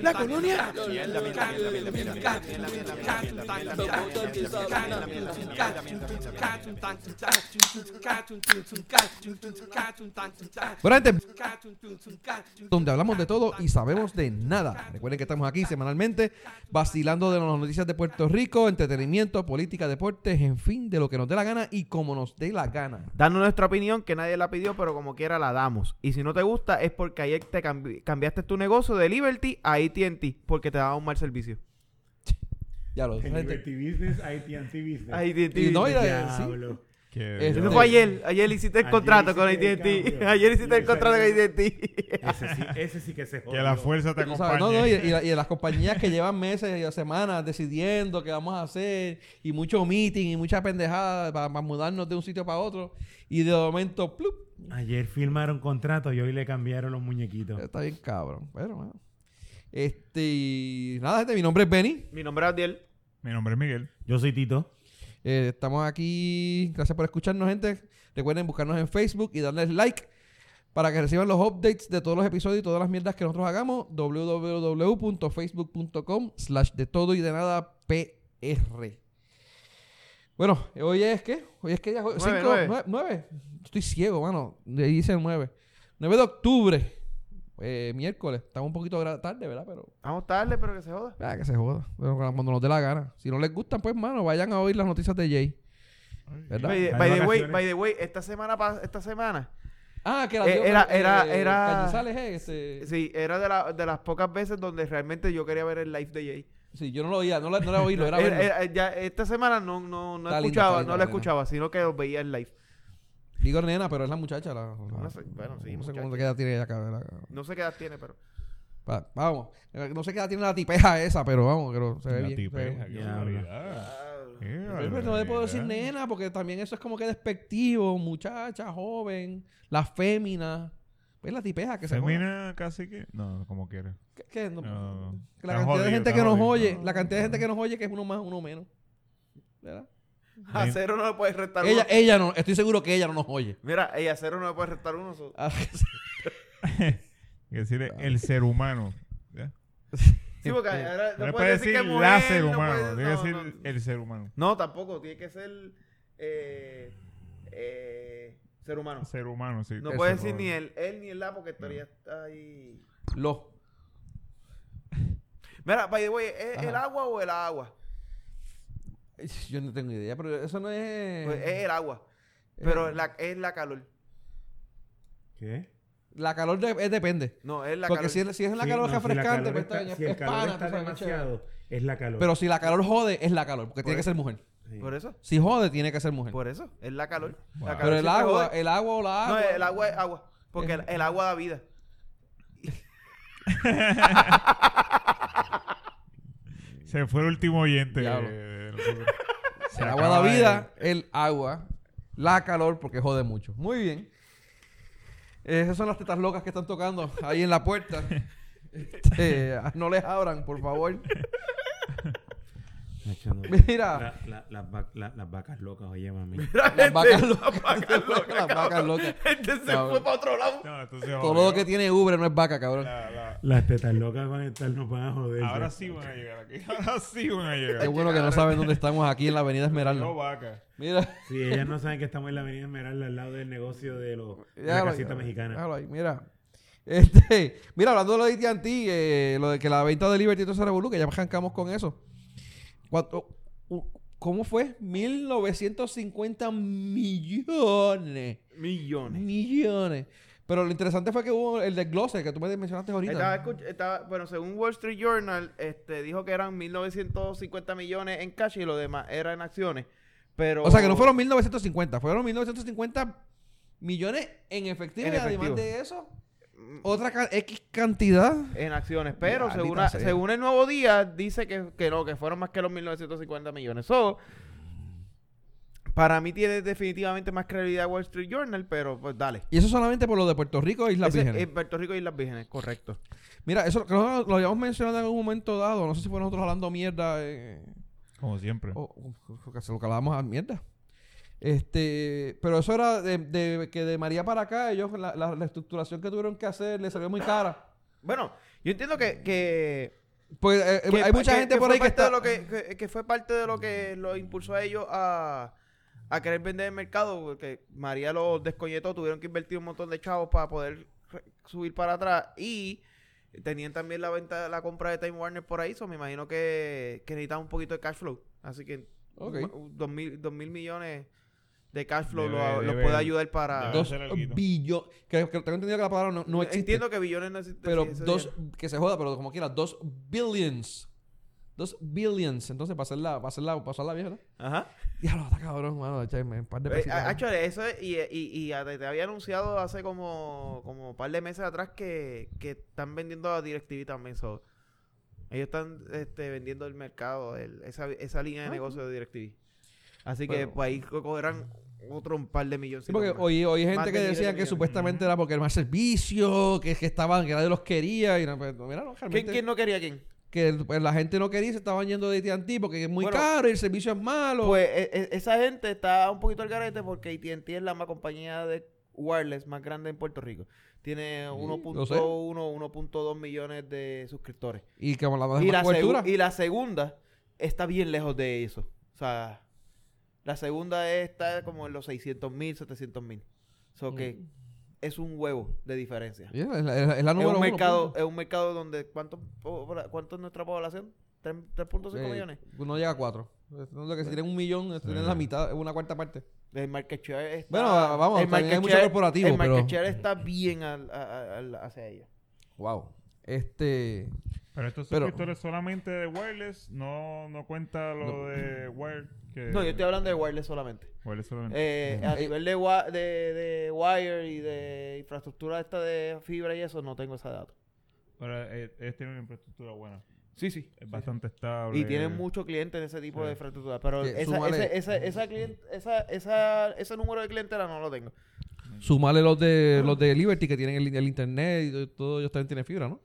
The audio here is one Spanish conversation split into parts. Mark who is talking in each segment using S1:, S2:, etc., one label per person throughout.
S1: La colonia. Bueno, gente, donde hablamos de todo y sabemos de nada. Recuerden que estamos aquí semanalmente vacilando de las noticias de Puerto Rico, entretenimiento, política, deportes, en fin, de lo que nos dé la gana y como nos dé la gana.
S2: Dando nuestra opinión que nadie la pidió, pero como quiera la damos. Y si no te gusta es porque ayer te cambi- cambiaste tu negocio de Liberty a AT&T porque te daba un mal servicio.
S1: Ya lo
S3: En
S1: gente.
S3: Liberty Business, AT&T Business.
S2: AT&T.
S1: Y no, y- Este,
S3: Diablo.
S4: Que-
S1: Eso
S2: Eso
S4: no.
S2: fue ayer. Ayer hiciste el
S3: Ayer
S2: contrato con
S3: hiciste el
S2: AT&T.
S3: cambio.
S2: Ayer hiciste el
S3: Exacto.
S2: contrato con AT&T.
S3: Ese sí, ese sí que se jodió.
S4: Que la fuerza te
S1: Tú
S4: acompañe.
S1: sabes, no, no, y, y la- y de las compañías que llevan meses y semanas decidiendo qué vamos a hacer y mucho meeting y mucha pendejada para, mudarnos de un sitio para otro y de momento, plup,
S3: Ayer firmaron contrato y hoy le cambiaron los muñequitos.
S1: está bien cabrón. Pero, bueno. Este, nada, gente, mi nombre es Benny.
S2: Mi nombre es Adiel.
S4: Mi nombre es Miguel.
S3: Yo soy Tito.
S1: Eh, estamos aquí. Gracias por escucharnos, gente. Recuerden buscarnos en Facebook y darles like para que reciban los updates de todos los episodios y todas las mierdas que nosotros hagamos. www.facebook.com slash de todo y de nada PR. Bueno, hoy es ¿qué? Hoy es que ya
S2: Nueve,
S1: 9,
S2: nueve.
S1: Estoy ciego, mano. Le dice 9. 9 de octubre. Eh, miércoles. Estamos un poquito gra- tarde, ¿verdad? Pero
S2: Vamos tarde, pero que se joda.
S1: Ah, que se joda. Pero cuando nos dé la gana. Si no les gustan, pues, mano, vayan a oír las noticias de Jay. ¿Verdad?
S2: By, the-
S3: Hay
S2: by the way,
S3: vacaciones.
S2: by the way, esta semana, pa- esta semana,
S1: Ah, que la
S2: Eh,
S1: dio,
S2: era-
S1: eh,
S2: era-
S1: eh,
S2: era-
S1: Cañizales, eh, este- sí.
S2: sí, era de, la- de las pocas veces donde realmente yo quería ver el live de Jay.
S1: yo no lo oía, no, la- no era oírlo, era verlo.
S2: Era- era- ya esta semana no, no, no
S1: Está linda,
S2: escuchaba,
S1: está linda
S2: no
S1: la
S2: la
S1: nena.
S2: escuchaba, sino que los veía en live.
S1: Digo nena, pero es la muchacha. La, la-
S2: sé, bueno, sí,
S1: No sé
S2: muchacha.
S1: cuánto queda tiene ella acá. la-
S2: No sé qué edad tiene, pero...
S1: va- vamos. Eh, No sé qué edad tiene la tipeja esa, pero vamos, pero se ve
S4: La
S1: bien. se ve
S4: tipeja,
S1: bien.
S4: qué
S3: Ya,
S4: barbaridad. Qué
S1: Pero, pues, no le puedo decir
S4: barbaridad.
S1: nena, porque también eso es como que despectivo. Muchacha, joven, la fémina. Pues la tipeja que se joda.
S4: Femina casi que. No, como quiera.
S1: ¿Qué- qué? No-
S4: No.
S1: La
S4: Está
S1: cantidad de
S4: jodido,
S1: gente
S4: está
S1: que nos
S4: jodido.
S1: oye, la cantidad de gente que nos oye que es uno más, uno menos. ¿Verdad?
S2: A
S4: Ni-
S2: cero no le puedes restar
S1: Ella,
S2: uno.
S1: ella no, estoy seguro que ella no nos oye.
S2: Mira, ella a cero no le puedes restar uno. so-
S4: Es decir, el ser humano. ¿ya?
S2: Sí, porque ahora
S4: No
S2: no
S4: le
S2: puedes decir que es mujer,
S4: la ser
S2: no
S4: humano. Tiene
S2: puedes-
S4: que
S2: no,
S4: decir
S2: no.
S4: el ser humano.
S2: No, tampoco. Tiene que ser eh, eh, ser humano.
S4: Ser humano, sí.
S2: No
S4: El
S2: puedes
S4: ser
S2: decir ni
S4: humano.
S2: el él ni el la porque estaría ahí.
S1: Los.
S2: Mira, by the way, ¿es
S1: Ajá.
S2: el agua o el agua?
S1: Yo no tengo idea, pero eso no es.
S2: Pues es el agua.
S1: eh,
S2: Pero es la, es la calor.
S3: ¿Qué?
S1: La calor de- eh, depende.
S2: No, es la
S1: Porque
S2: calor.
S1: si es, si es la
S3: Sí,
S1: calor
S3: no, si la
S1: refrescante,
S3: calor
S1: pues
S3: está-
S1: está bien,
S3: si
S1: es,
S3: el
S1: es
S3: calor
S1: pana,
S3: está
S1: tú sabes, es chévere.
S3: demasiado, es la calor.
S1: Pero si la calor jode, es la calor, porque tiene que
S2: eso.
S1: ser mujer.
S3: Sí.
S2: Por eso,
S1: Si jode, tiene que ser mujer.
S2: por eso, es la calor.
S4: Wow.
S2: La calor
S1: pero el
S2: siempre
S1: agua,
S2: jode.
S1: el agua o la agua.
S2: No, el agua es agua. Porque el, el agua da vida.
S4: Se fue el último oyente.
S1: Diablo.
S4: eh, del- Se
S1: El agua
S4: acaba
S1: da vida, el agua, la calor, porque jode mucho. Muy bien. Eh, esas son las tetas locas que están tocando ahí en la puerta. Este, no les abran, por favor.
S3: Nacho, no.
S1: Mira,
S3: La- la- las vac- la- las vacas locas, oye, mami.
S1: las vacas locas. Las vacas locas.
S2: Este se
S1: Cabrón.
S2: fue para otro lado.
S4: No, entonces,
S1: Todo lo que tiene Uber no es vaca, cabrón.
S4: La- la-
S3: Las tetas locas van a estar, nos van a joder.
S4: Ahora
S3: ¿sabes?
S4: sí van a llegar aquí. Ahora sí van a llegar.
S1: Qué bueno que no saben dónde estamos aquí en la Avenida Esmeralda.
S4: No vaca.
S1: Mira.
S3: Sí, ellas no saben que estamos en la Avenida Esmeralda al lado del negocio de, los, de la
S1: Déjalo ahí,
S3: casita mexicana.
S1: déjalo ahí, mira. Este, mira, hablando de lo de AT&T, eh, lo de que la venta de Liberty y todo se revolú, que ya arrancamos con eso. ¿Cuánto, u- ¿Cómo fue? 1950 millones.
S2: Millones.
S1: Millones. Pero lo interesante fue que hubo el desglose que tú me mencionaste
S2: Estaba,
S1: ahorita.
S2: escuch- estaba- bueno, según Wall Street Journal, este, dijo que eran 1950 millones en cash y lo demás era en acciones. Pero
S1: O sea, que no fueron 1950, fueron 1950 millones en efectivo.
S2: En
S1: y además
S2: efectivo.
S1: de eso, otra ca- X cantidad.
S2: en acciones. Pero
S1: Maldita
S2: según, a-
S1: sea.
S2: según el nuevo día, dice que, que no, que fueron más que los 1950 millones. So, para mí tiene definitivamente más credibilidad Wall Street Journal, pero pues dale.
S1: Y eso solamente por lo de Puerto Rico y Islas
S2: Ese-
S1: Vírgenes.
S2: eh, Puerto Rico y Islas Vírgenes, correcto.
S1: Mira, eso creo que lo, lo habíamos mencionado en algún momento dado. No sé si fue nosotros hablando mierda. eh,
S4: Como siempre.
S1: o o- o que se lo calábamos a mierda. Este, pero eso era de, de- que de María para acá, ellos la, la, la estructuración que tuvieron que hacer le salió muy cara.
S2: Bueno, yo entiendo que, que,
S1: Pues eh, eh,
S2: que-
S1: hay mucha
S2: que-
S1: gente
S2: que
S1: por
S2: fue
S1: ahí que
S2: parte
S1: está
S2: de lo que, que- que fue parte de lo que lo impulsó a ellos a, a querer vender el mercado, porque María los descoñetó, tuvieron que invertir un montón de chavos para poder re- subir para atrás y tenían también la venta, la compra de Time Warner por ahí, so me imagino que, que necesitaban un poquito de cash flow, así que
S1: Ok.
S2: ma- dos mil, dos mil millones de cash flow
S4: Debe-
S2: lo- los
S4: debe-
S2: puede ayudar para...
S4: debe-
S1: dos
S4: hacer alguito.
S1: billones. Que, que tengo entendido que la palabra no, no existe.
S2: Entiendo que billones no existen.
S1: pero dos, que se joda, pero como quiera, dos billions. Dos billions. Entonces, para hacerla, para hacerla, para hacerla vieja, ¿no?
S2: Ajá.
S1: Diablo, está cabrón, mano. Echarme un par de
S2: Eh,
S1: pesitos.
S2: ah, actually, eso es- y, y, y a- te, te había anunciado hace como, como un par de meses atrás que, que están vendiendo a DirecTV también. so. Ellos están este, vendiendo el mercado, el- esa, esa línea de
S1: Ah,
S2: negocio de DirecTV. Así que
S1: Bueno.
S2: pues, ahí co- cogerán otro un par de millones.
S1: Sí, porque oí, oí gente
S2: Más
S1: que
S2: de miles de
S1: decía que
S2: millones.
S1: supuestamente era porque era más servicio, que, que estaban, que nadie los quería. Y no, pues, mira, no,
S2: ¿Quién,
S1: realmente,
S2: quién no quería a quién?
S1: Que pues, la gente no quería y se estaban yendo de AT&T porque es muy
S2: Bueno,
S1: caro y el servicio es malo.
S2: Pues e- e- esa gente está un poquito al garete porque AT&T es la más compañía de wireless más grande en Puerto Rico. Tiene
S1: Sí,
S2: 1.1,
S1: lo sé.
S2: 1.2 millones de suscriptores.
S1: y como la
S2: Y
S1: Pues más
S2: la,
S1: cobertura.
S2: segu- y la segunda está bien lejos de eso. O sea, la segunda está como en los 600 mil, 700 mil. So que
S1: Mm.
S2: es un huevo de diferencia.
S1: Yeah, es, la, es la- es la
S2: Es
S1: número
S2: un,
S1: uno, pues.
S2: mercado,
S1: punto.
S2: es un mercado donde... ¿Cuánto, po- cuánto es nuestra población? ¿Tres- 3.5
S1: Eh,
S2: millones.
S1: No llega a cuatro. No sé que si tienen un millón, tienen la mitad, una cuarta parte.
S2: El market share está...
S1: Bueno, vamos,
S2: el
S1: también hay
S2: market
S1: mucho
S2: share-
S1: corporativo,
S2: El market
S1: pero-
S2: share está bien al- a- a- al- hacia ella.
S1: Wow. Este.
S4: Pero estos
S1: Pero-
S4: suscriptores solamente de wireless, no, no cuenta lo
S1: No.
S4: de wire. Que
S2: No, yo estoy hablando de wireless solamente.
S4: Wireless solamente.
S2: Eh, a
S1: Eh,
S2: nivel de, wi- de, de wire y de infraestructura esta de fibra y eso, no tengo esa data.
S4: Ahora, eh, ellos tienen una infraestructura buena.
S2: Sí, sí.
S4: Es bastante estable.
S2: Y tienen muchos clientes en ese tipo
S4: Sí.
S2: de infraestructura. Pero
S1: Sí,
S2: esa,
S1: súmale.
S2: ese, esa, esa client- esa, esa, ese número de clientela no lo tengo.
S1: Sumale los de los de Liberty que tienen el, el internet y todo- todo, ellos también tienen fibra, ¿no?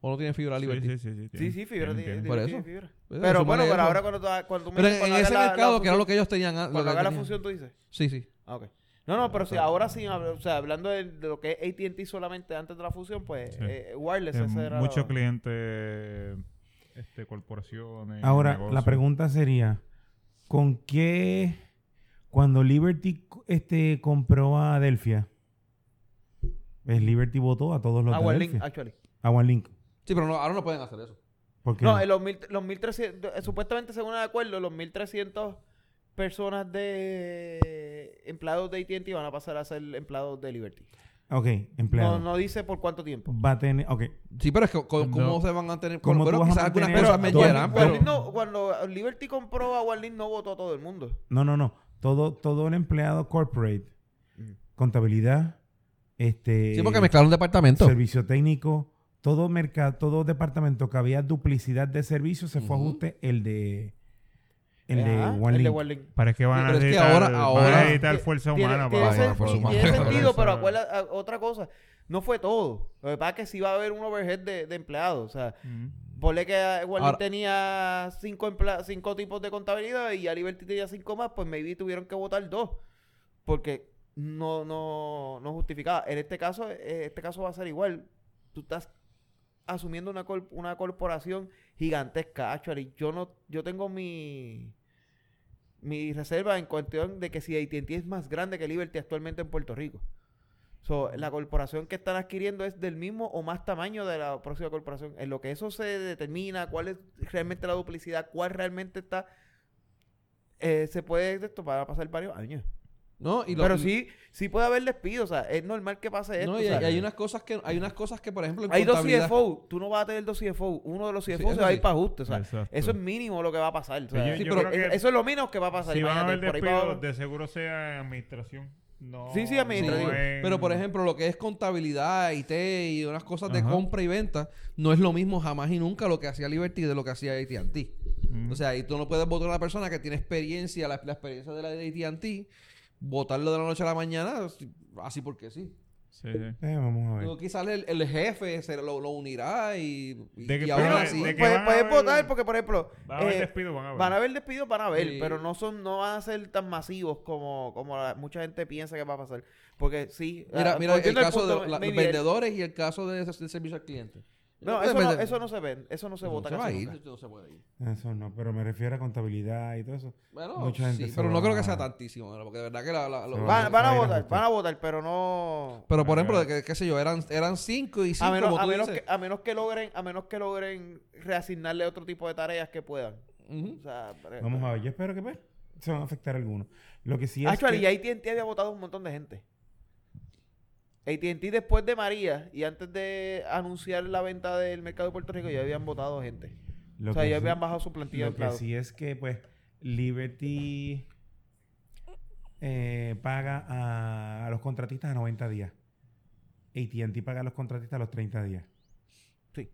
S1: O no tienen fibra
S4: Sí,
S1: Liberty.
S4: Sí, sí, sí.
S2: Sí,
S4: tienen-
S2: sí,
S4: tienen-
S2: fibra. tiene-
S4: tienen.
S1: Por
S2: tiene
S1: eso.
S2: fibra.
S1: Pues,
S2: Pero
S1: súmale
S2: bueno, pero
S1: eso.
S2: ahora cuando, tú- cuando tú
S1: Pero en,
S2: dices- cuando
S1: en
S2: hagas
S1: ese
S2: la- la
S1: mercado, que era
S2: función-
S1: lo que ellos tenían. an- lo
S2: Cuando
S1: que
S2: haga la
S1: tenían.
S2: función, tú dices.
S1: Sí, sí.
S2: Ah, ok. No, no, pero si ahora sí, hab- o sea, hablando de, de lo que es ATT solamente antes de la fusión, pues
S4: Sí.
S2: eh, wireless,
S4: tienen
S2: ese era.
S4: muchos
S2: lo-
S4: clientes, este, corporaciones.
S3: Ahora, la
S4: negocios.
S3: pregunta sería, ¿con qué, cuando Liberty este, compró a Adelphia, pues Liberty votó a todos los
S2: Ah,
S3: de
S2: Wirelink,
S3: Adelphia,
S2: actually.
S3: a OneLink?
S1: Sí, pero no, ahora no pueden hacer eso.
S3: Porque
S2: No, en los, mil, los 1300, eh, supuestamente según el acuerdo, los 1300 personas de empleados de AT&T van a pasar a ser empleados de Liberty.
S3: ok,
S2: No,
S3: empleado.
S2: no dice por cuánto tiempo.
S3: Va a tener, ok,
S1: Sí, pero es que co- co-
S4: No.
S1: cómo se van a tener. Bueno,
S3: ¿Cómo tú
S1: pero
S3: vas a
S1: quizás algunas
S3: mantener
S1: cosas
S3: a
S1: me
S3: dos-
S1: llenan, pero.
S2: Wirelink no- cuando Liberty compró a Warlink no votó a todo el mundo.
S3: no, no, no, todo, todo el empleado corporate,
S2: Mm.
S3: contabilidad, este...
S1: Sí, porque mezclaron departamentos.
S3: Servicio técnico, todo mercado, todo departamento que había duplicidad de servicios se fue a
S1: Ujú.
S3: ajuste el de el
S2: Eh,
S3: de
S2: ajá,
S3: OneLink.
S2: El de Warlink.
S4: Para que van a
S1: Pero es que
S4: necesitar,
S1: ahora-
S4: van a
S1: ahora-
S4: necesitar
S2: Tiene-
S4: fuerza
S2: tiene-
S4: humana
S2: tiene,
S4: para
S1: ser-
S4: para
S1: por
S2: sen-
S1: su
S4: formar
S2: tiene
S4: fuerza.
S2: sentido, pero acuérdate, a- otra cosa. No fue todo. Lo que pasa es que sí va a haber un overhead de, de empleados. O sea,
S4: Mm.
S2: ponle que ah, Warner
S1: Ahora-
S2: tenía cinco, empla- cinco tipos de contabilidad y ya Liberty tenía cinco más, pues maybe tuvieron que votar dos. Porque no, no, no justificaba. En este caso, eh, este caso va a ser igual. Tú estás asumiendo una, cor- una corporación gigantesca, actually. Yo no, yo tengo mi mi reserva en cuestión de que si AT&T es más grande que Liberty actualmente en Puerto Rico. So, la corporación que están adquiriendo es del mismo o más tamaño de la próxima corporación. En lo que eso se determina, cuál es realmente la duplicidad, cuál realmente está... eh, se puede de esto para pasar varios años.
S1: ¿no? Y lo-
S2: Pero sí, sí puede haber despidos. O sea, es normal que pase esto.
S1: No,
S2: o
S1: y
S2: sea,
S1: hay, hay unas cosas que, hay unas cosas que por ejemplo, en
S2: hay dos
S1: contabilidad-
S2: CFO. Tú no vas a tener dos CFO. Uno de los CFO se
S1: eso
S2: va a ir
S1: sí.
S2: para ajuste. O sea,
S4: Exacto.
S2: eso es mínimo lo que va a pasar. o sea,
S4: Pues
S2: e-
S4: Yo-
S1: Sí,
S4: yo
S1: pero-
S4: creo que
S2: eso es lo mínimo que va a pasar.
S4: si van a haber
S2: imagínate, por ahí para abajo.
S4: despidos, de seguro sea en administración. No,
S2: Sí, sí, administrativo.
S4: no en-
S1: Pero por ejemplo, lo que es contabilidad, IT y unas cosas de
S4: Ajá.
S1: compra y venta, no es lo mismo jamás y nunca lo que hacía Liberty de lo que hacía AT&T.
S4: Mm.
S1: O sea, y tú no puedes votar a una persona que tiene experiencia, la, la experiencia de la de AT&T, votarlo de la noche a la mañana, así porque sí.
S4: Sí, sí.
S3: Eh, vamos a ver.
S1: Pero quizás el, el jefe se lo, lo unirá y, y,
S4: De que
S1: y
S4: Pero
S1: ahora
S4: de-
S1: sí.
S4: de que
S2: puedes
S4: van a
S2: puedes
S4: haber-
S2: votar porque, por ejemplo,
S4: Van a haber
S2: eh,
S4: despido,
S3: Ah,
S4: van a ver.
S2: van a haber despidos, van a haber,
S1: Sí.
S2: pero no son no van a ser tan masivos como, como la- mucha gente piensa que va a pasar. Porque sí,
S1: Mira,
S2: ah,
S1: mira el
S2: entiendo
S1: caso de
S2: punto,
S1: la- los
S2: maybe el-
S1: vendedores y el caso de, de servicio al cliente.
S2: No, eso no, eso no se ve, eso no se vota
S1: va a
S2: casi
S1: ir,
S2: nunca.
S1: eso no se puede ir.
S3: Eso no, pero me refiero a contabilidad y todo eso.
S1: Bueno,
S3: Mucha gente
S1: sí,
S3: se
S1: pero
S3: va
S1: no creo
S3: a-
S1: que sea tantísimo, ¿verdad? porque de verdad que la... la- lo-
S3: Se
S2: Van, van
S3: va a
S2: a
S3: ir a
S2: votar,
S3: ajustar.
S2: van a votar, pero no
S1: Pero por ejemplo,
S4: Claro.
S1: que, qué sé yo, eran, eran cinco y cinco,
S2: a
S1: Pues
S2: menos,
S1: como
S2: a
S1: tú
S2: menos
S1: dices.
S2: que a menos que logren, a menos que logren reasignarle otro tipo de tareas que puedan.
S1: Ujú.
S2: O sea, por ejemplo.
S3: Vamos a ver, yo espero que pues, se van a afectar algunos. Lo que sí es
S2: Actually,
S3: que-
S2: AT&T había votado un montón de gente. AT&T después de María y antes de anunciar la venta del mercado de Puerto Rico ya habían votado gente.
S3: lo
S2: o sea,
S3: que
S2: ya
S3: sí-
S2: habían bajado su plantilla de
S3: Lo que
S2: empleados.
S3: sí es que, pues, Liberty eh, paga a, a los contratistas a 90 días. AT&T paga a los contratistas a los 30 días.
S2: Sí.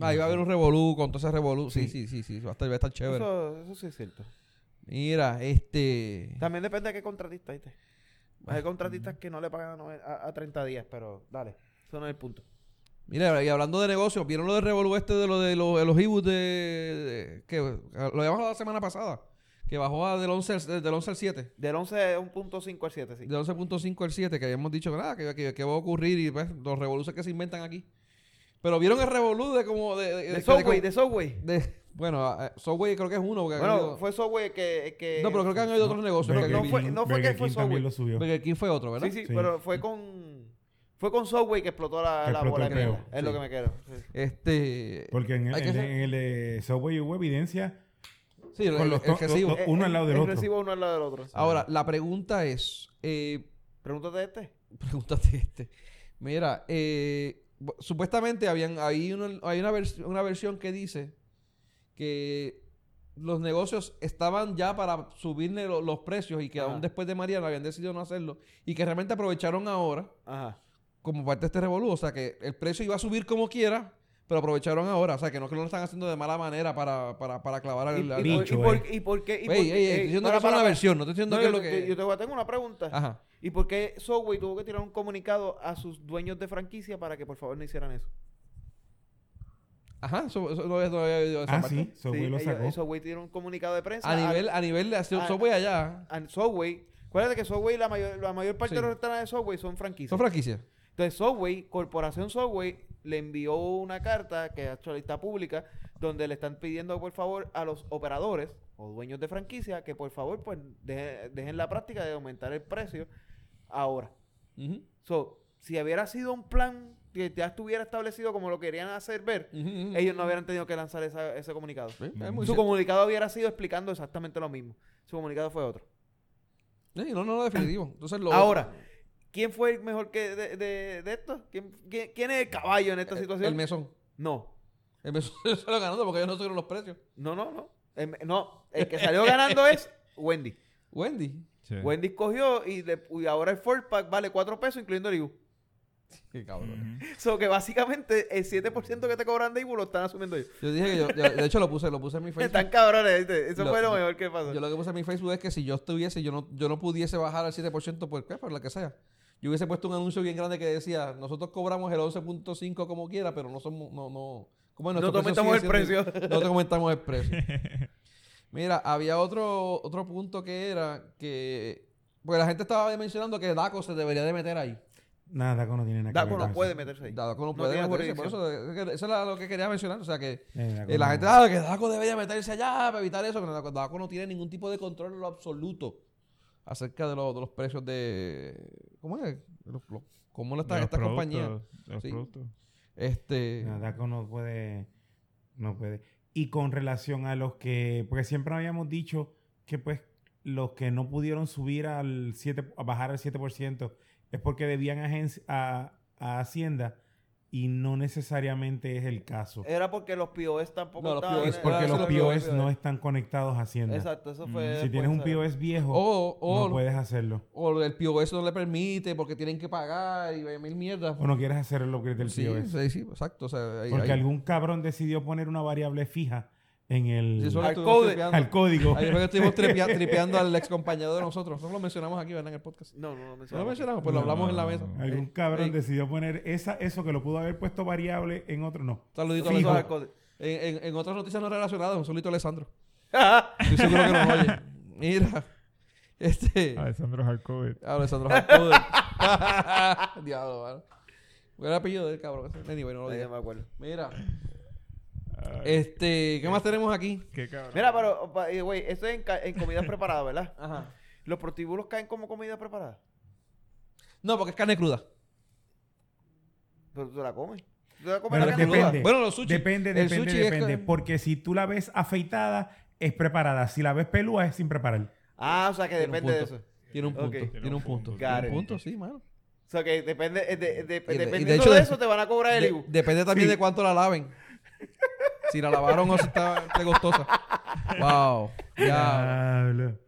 S1: Ahí va a haber un revolú con todo ese revolú. Sí,
S3: Sí.
S1: sí, sí, sí, va a estar, va a estar chévere.
S2: Eso, eso sí es cierto.
S1: Mira, este...
S2: También depende de qué contratista, ¿viste? Hay contratistas que no le pagan a, noven- a- a 30 días, pero dale, eso no es el punto.
S1: Mira, y hablando de negocios, ¿vieron lo del revolú este de, lo de, lo- de los e-books de, de- que lo habíamos hablado la semana pasada? Que bajó a del 11 al, del 11 al 7.
S2: Del 11 es 1.5 al 7, sí.
S1: De 11.5 al 7, que habíamos dicho nada, que, que, que va a ocurrir y pues, los revoluciones que se inventan aquí. Pero vieron el revolú de como... De, de,
S2: De
S1: de-
S2: Subway,
S1: de-
S2: de Subway.
S1: de- bueno, eh, Subway creo que es uno. porque han
S2: Bueno,
S1: habido-
S2: fue Subway que... que
S1: no, pero creo que han habido otros negocios.
S3: Burger
S1: Burger
S2: no
S1: King-
S2: fue-
S3: King-
S2: no fue que
S3: Burger
S2: fue
S3: King también
S2: Subway.
S3: lo subió.
S1: Burger King fue otro, ¿verdad?
S2: Sí, sí,
S3: Sí.
S2: pero fue con... Fue con Subway que explotó la,
S3: Que
S2: la
S3: explotó
S2: bola de
S3: el peo.
S2: mierda. Es lo que me quedo. sí.
S1: Este...
S3: Porque en el,
S1: hay que
S3: en
S1: ser-
S3: el- en el de Subway hubo evidencia
S1: Sí, el-
S3: con los,
S1: el- el
S3: to-
S1: que
S3: los
S1: sí.
S3: to- uno
S2: Eh,
S3: al lado
S2: eh,
S3: del
S2: el
S3: otro.
S2: recibo uno al lado del otro.
S1: Ahora, la pregunta es... eh,
S2: Pregúntate este.
S1: Pregúntate este. Mira, eh, bu- supuestamente habían, hay, una, hay una, vers- una versión que dice que los negocios estaban ya para subirle lo- los precios y que
S2: Ajá.
S1: aún después de Mariana habían decidido no hacerlo y que realmente aprovecharon ahora
S2: Ajá.
S1: como parte de este revolú. O sea, que el precio iba a subir como quiera, pero aprovecharon ahora. O sea, que no es que lo están haciendo de mala manera para, para, para clavar al...
S2: Y, y
S1: al-
S2: por-
S3: bicho,
S2: y por,
S3: eh.
S2: y por qué... y por
S1: Ey, ey,
S2: qué-
S1: ey,
S2: ey,
S1: estoy diciendo
S2: para,
S1: que es una
S2: para, para.
S1: versión, no estoy diciendo
S2: No,
S1: que es
S2: yo,
S1: lo que...
S2: te- yo te tengo una pregunta.
S1: Ajá.
S2: ¿Y por qué Subway tuvo que tirar un comunicado a sus dueños de franquicia para que por favor no hicieran eso?
S1: Ajá, eso, eso no había- no había oído esa
S3: Ah,
S1: parte.
S3: sí, Subway
S2: Sí,
S3: lo
S2: ellos- eh,
S3: sacó.
S2: Subway tiró un comunicado de prensa.
S1: A nivel, a nivel de...
S2: a-
S1: Subway allá.
S2: a Subway. Acuérdate que Subway, la mayor, la mayor parte
S1: Sí.
S2: de los restaurantes de Subway son franquicias.
S1: Son franquicias.
S2: Entonces, Subway, Corporación Subway, le envió una carta que actualmente está pública, donde le están pidiendo, por favor, a los operadores o dueños de franquicia que, por favor, pues deje- dejen la práctica de aumentar el precio ahora.
S1: Ujú,
S2: So, si hubiera sido un plan que ya estuviera establecido como lo querían hacer ver,
S1: ujú, ujú.
S2: ellos no hubieran tenido que lanzar esa- ese comunicado.
S1: Mm. Sí, es muy
S2: Su
S1: cierto.
S2: comunicado hubiera sido explicando exactamente lo mismo. Su comunicado fue otro.
S1: Sí, no, no, no, definitivo. Entonces, lo
S2: Ahora, ¿quién fue el mejor que de, de- de esto? ¿Quién, quién, quién es el caballo en esta
S1: el-
S2: situación?
S1: Eh, El mesón.
S2: no,
S1: El mesón salió ganando porque ellos no subieron los precios.
S2: no, no, no. El, me- no, el que salió ganando es Wendy.
S1: Wendy.
S4: Sí.
S2: Wendy cogió y, de- y ahora el four pack vale 4 pesos, incluyendo el IBU.
S1: Qué cabrón.
S4: Ujú.
S2: So que básicamente el 7% que te cobran de IBU lo están asumiendo ellos.
S1: Yo dije que yo, yo- de hecho, lo puse, lo puse en mi Facebook.
S2: Están cabrones, ¿viste? Eso
S1: Pues Lo-
S2: fue lo mejor que pasó.
S1: Yo lo que puse en mi Facebook es que si yo estuviese, yo no, yo no pudiese bajar al 7% por qué, por la que sea. Yo hubiese puesto un anuncio bien grande que decía, nosotros cobramos el 11.5 como quiera, pero no somos, no, no. ¿cómo es?
S2: No
S1: Nuestro
S2: te aumentamos
S1: sigue
S2: el
S1: siendo- No te aumentamos el precio. Mira, había otro, otro punto que era que, porque la gente estaba mencionando que Daco se debería de meter ahí.
S3: Nada, Daco no tiene nada que
S2: Daco
S3: ver con
S2: no
S3: eso.
S2: puede meterse ahí.
S1: Dado que uno
S2: No
S1: puede
S2: tiene
S1: meterse, por
S2: jurisdicción.
S1: eso, es que eso era lo que quería mencionar. O sea, que
S3: Eh, Daco
S1: eh, la
S3: no-
S1: gente, ah, que Daco debería meterse allá para evitar eso, pero Daco, Daco no tiene ningún tipo de control en lo absoluto acerca de, lo- de los precios de. ¿Cómo es? De los- los- ¿Cómo lo está
S4: De los
S1: esta compañía?
S4: productos, de los
S1: Sí.
S4: productos.
S1: Este.
S3: No, Daco no puede. No puede. Y con relación a los que. Porque siempre habíamos dicho que, pues, los que no pudieron subir al 7. A bajar al 7% es porque debían a, agen- a- a Hacienda y no necesariamente es el caso.
S2: Era porque los POS tampoco
S1: No, los
S2: estaban...
S1: POS,
S3: Es
S1: eh,
S3: porque
S1: eso
S3: los
S1: es lo que voy a
S3: POS no están conectados a Hacienda.
S2: Exacto, eso
S4: Mm.
S2: fue...
S3: Si tienes un
S2: después, ¿sabes?
S3: POS viejo,
S1: O, o,
S3: no puedes hacerlo.
S1: o el POS no le permite porque tienen que pagar y vaya mil mierdas.
S3: O no quieres hacer el upgrade del
S1: sí,
S3: POS.
S1: sí, sí, exacto. O sea, ahí-
S3: Porque
S1: ahí-
S3: algún cabrón decidió poner una variable fija en el,
S1: Sí, solo
S2: Al
S1: estuvimos
S2: code.
S1: tripeando.
S3: al código.
S1: Ahí fue que estuvimos tripea- tripeando al ex compañero de nosotros. No lo mencionamos aquí, ¿verdad? En el podcast.
S2: No, no, no me
S1: No lo mencionamos, pues lo hablamos en la mesa.
S3: Algún
S1: Eh,
S3: cabrón
S1: eh,
S3: decidió poner esa, eso que lo pudo haber puesto variable en otro, no.
S1: Saludito a
S3: Fijo.
S1: Alessandro. En, en- en otras noticias no relacionadas, un solito a Alessandro. Estoy seguro que nos oye. Mira. Este.
S4: Alessandro Harkovic.
S1: Ah, Alessandro Jacobo. Diablo, mano. Fue el apellido del cabrón. Anyway, no lo digas.
S2: me acuerdo.
S1: Mira.
S4: Ay,
S1: Este, ¿qué más tenemos aquí?
S4: Qué cabrón.
S2: Mira, pero, pa- eh, güey, esto es en, ca- en comidas preparadas, ¿verdad?
S1: Ajá.
S2: ¿Los prostíbulos caen como comida preparada?
S1: No, porque es carne cruda.
S2: Pero tú te la comes. Tú te la comes
S3: Bueno,
S2: la
S1: Carne
S2: carne
S1: cruda.
S3: depende.
S2: cruda.
S1: Bueno, los sushi.
S3: Depende,
S1: El
S3: depende,
S1: sushi es
S3: depende.
S1: con-
S3: Porque si tú la ves afeitada, es preparada. Si la ves pelúa, es sin preparar.
S2: Ah, o sea que
S1: Tiene un
S2: depende de
S1: punto.
S2: eso.
S1: Tiene un punto.
S2: Ok.
S1: Tiene un punto.
S2: Got
S1: Tiene un
S2: it.
S1: punto, sí, mano.
S2: O sea que depende, eh, de, de-
S1: Y de- y de
S2: dependiendo de,
S1: hecho de-
S2: eso te van a cobrar el
S1: De-
S2: IBU.
S1: depende también
S3: Sí.
S1: de cuánto la laven. Si la lavaron o si está pegostosa. Wow. Ya.
S3: Diablo.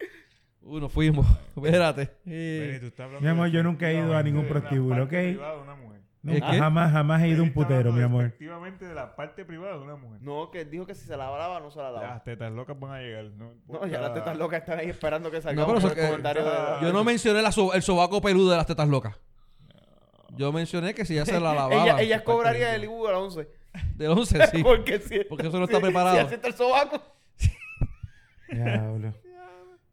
S1: Uno fuimos. Espérate.
S4: Benny,
S1: Eh,
S4: tú estás hablando
S3: Mi amor,
S4: de-
S3: yo nunca he ido a ningún
S4: de la
S3: prostíbulo,
S4: parte
S3: ¿ok?
S4: privada de una mujer.
S3: Nunca,
S1: ¿Es qué?
S3: jamás, jamás he ido a
S4: Benny
S3: un
S4: está
S3: putero,
S4: hablando
S3: mi amor.
S4: Efectivamente, de la parte privada de una mujer.
S2: No, que dijo que si se la lava, no se la lava.
S4: Las tetas locas van a llegar. No,
S2: No, ya las tetas locas están ahí esperando que salga
S1: Ah. No, pero
S2: un
S1: eso que-
S2: comentario de...
S1: Yo no mencioné la so- el sobaco peludo de las tetas locas. Yo mencioné que si ya se la lavaba.
S2: Ella, ellas cobrarían el IBU a las 11.
S1: Del 11, sí.
S2: Porque si...
S1: Porque eso no está preparado.
S2: Si así está el sobaco.
S3: Diablo.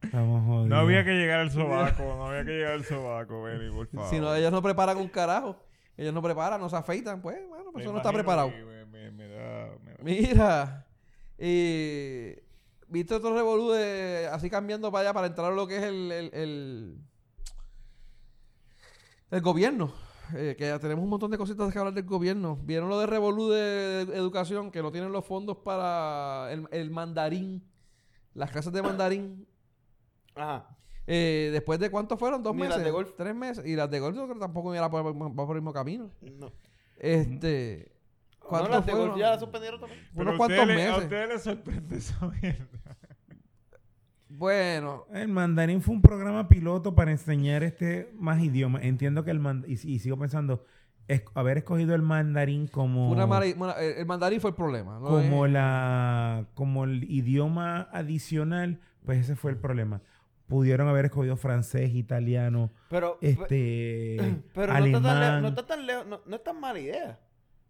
S3: Estamos jodidos.
S4: No había que llegar al sobaco, no había que llegar al sobaco, Benny, por favor.
S1: Si no, ellos no preparan un carajo. Ellos no preparan, no se afeitan. Pues, bueno, pues
S4: Me
S1: eso no está
S4: imagino
S1: preparado.
S4: y me- me- me da- me da-
S1: Mira, eh, ¿viste otro revolú de, así cambiando para allá para entrar a lo que es el, el, el, el gobierno? Eh, que ya tenemos un montón de cositas que hablar del gobierno. ¿Vieron lo de revolú de, de educación? Que no tienen los fondos para el, el mandarín, las clases de mandarín.
S2: Ajá.
S1: Eh, ¿Después de cuánto fueron? ¿Dos
S2: Ni las
S1: meses?
S2: de golf.
S1: ¿Tres meses? Y las de golf yo creo que tampoco iban por, va por el mismo camino.
S2: No.
S1: Este...
S2: No,
S1: ¿cuánto
S2: las de golf
S1: fueron?
S2: ya las suspendieron también.
S4: Pero
S1: Unos
S4: a
S1: cuantos
S4: ustedes le- A
S1: meses.
S4: ustedes les sorprende esa mierda.
S1: Bueno,
S3: El mandarín fue un programa piloto para enseñar este más idiomas. Entiendo que el mandarín, y, y sigo pensando, es- haber escogido el mandarín como,
S1: Fue una mala- mala- el el mandarín fue el problema. ¿no?
S3: como,
S1: Eh,
S3: la, como el idioma adicional, pues ese fue el problema. Pudieron haber escogido francés, italiano,
S2: Pero...
S3: este,
S2: Pero no está,
S3: alemán.
S2: tan lejos, no está tan lejos, no, no es tan mala idea.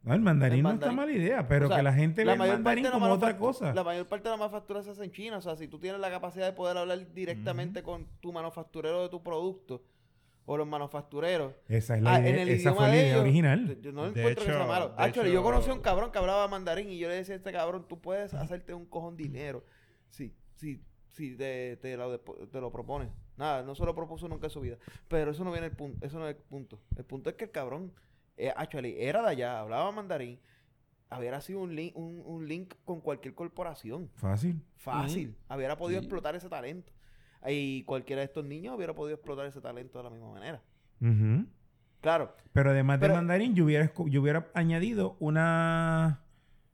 S3: No, el mandarín,
S2: El
S3: no está
S2: mandarín.
S3: mala idea,
S2: O
S3: pero
S2: sea,
S3: que la gente ve el
S2: mayor parte
S3: mandarín
S2: de la
S3: como otra
S2: manufactu-
S3: cosa.
S2: La mayor parte de la manufactura se hace en China. O sea, si tú tienes la capacidad de poder hablar directamente con tu manufacturero de tu producto o los manufactureros.
S3: Esa es la
S2: Ah, en
S3: idea,
S2: el
S3: esa
S2: idioma
S3: fue la
S2: de
S3: idea
S2: ellos,
S3: original.
S2: Yo no
S4: De
S2: encuentro que sea
S4: hecho-
S2: malo.
S4: de
S2: Actually, yo
S4: hecho-
S2: conocí a un cabrón que hablaba mandarín y yo le decía a este cabrón, tú puedes hacerte un cojón dinero si, si, si te, te lo, depo- te lo propones. Nada, no se lo propuso nunca en su vida. Pero eso no viene el punto, eso no es el punto. El punto es que el cabrón, eh, actually, era de allá, hablaba mandarín, hubiera sido un link, un, un link con cualquier corporación.
S3: Fácil.
S2: Fácil. Hubiera podido
S1: Sí.
S2: explotar ese talento. Y cualquiera de estos niños hubiera podido explotar ese talento de la misma manera.
S3: Ujú.
S2: Claro.
S3: Pero además
S2: Pero-
S3: de mandarín, yo hubiera, esco- yo hubiera añadido una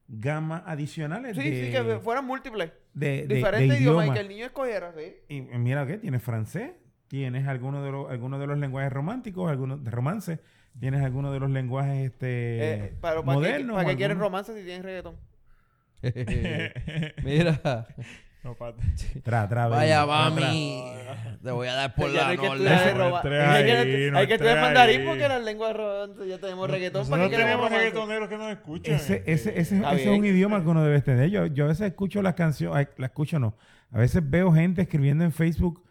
S3: gama adicionales
S2: Sí,
S3: de,
S2: sí, que fueran múltiples.
S3: de, de- de
S2: Diferentes idiomas y
S3: idioma.
S2: que el niño escogiera, ¿sí?
S3: Y mira que tienes francés, tienes alguno de los, alguno de los lenguajes románticos, algunos de romances, tienes alguno de los lenguajes este
S2: Eh, pero ¿para qué,
S3: modernos.
S2: para qué quieres
S3: algunos-
S2: romance si tienes reggaetón?
S1: Mira,
S4: No, pa-
S3: Tra, tra,
S1: vaya
S3: baby, tra, tra.
S1: mami, te voy a dar por
S2: Ya no
S1: la
S2: hay que
S1: nola.
S4: Eso
S2: estudiar
S4: no
S2: roba-
S4: entré
S2: hay que-
S4: ahí, no
S2: Hay que estudiar
S4: entré
S2: mandarín
S4: ahí.
S2: porque las lenguas romances ya tenemos reggaetón. ¿para
S4: Nosotros
S2: qué
S4: tenemos
S2: queremos romance?
S4: reggaetoneros que nos escuchan.
S3: Ese,
S4: este.
S3: ese, ese,
S2: Está
S3: ese es un
S2: bien.
S3: idioma que uno debe tener. Yo, yo a veces escucho las canciones, la escucho no. A veces veo gente escribiendo en Facebook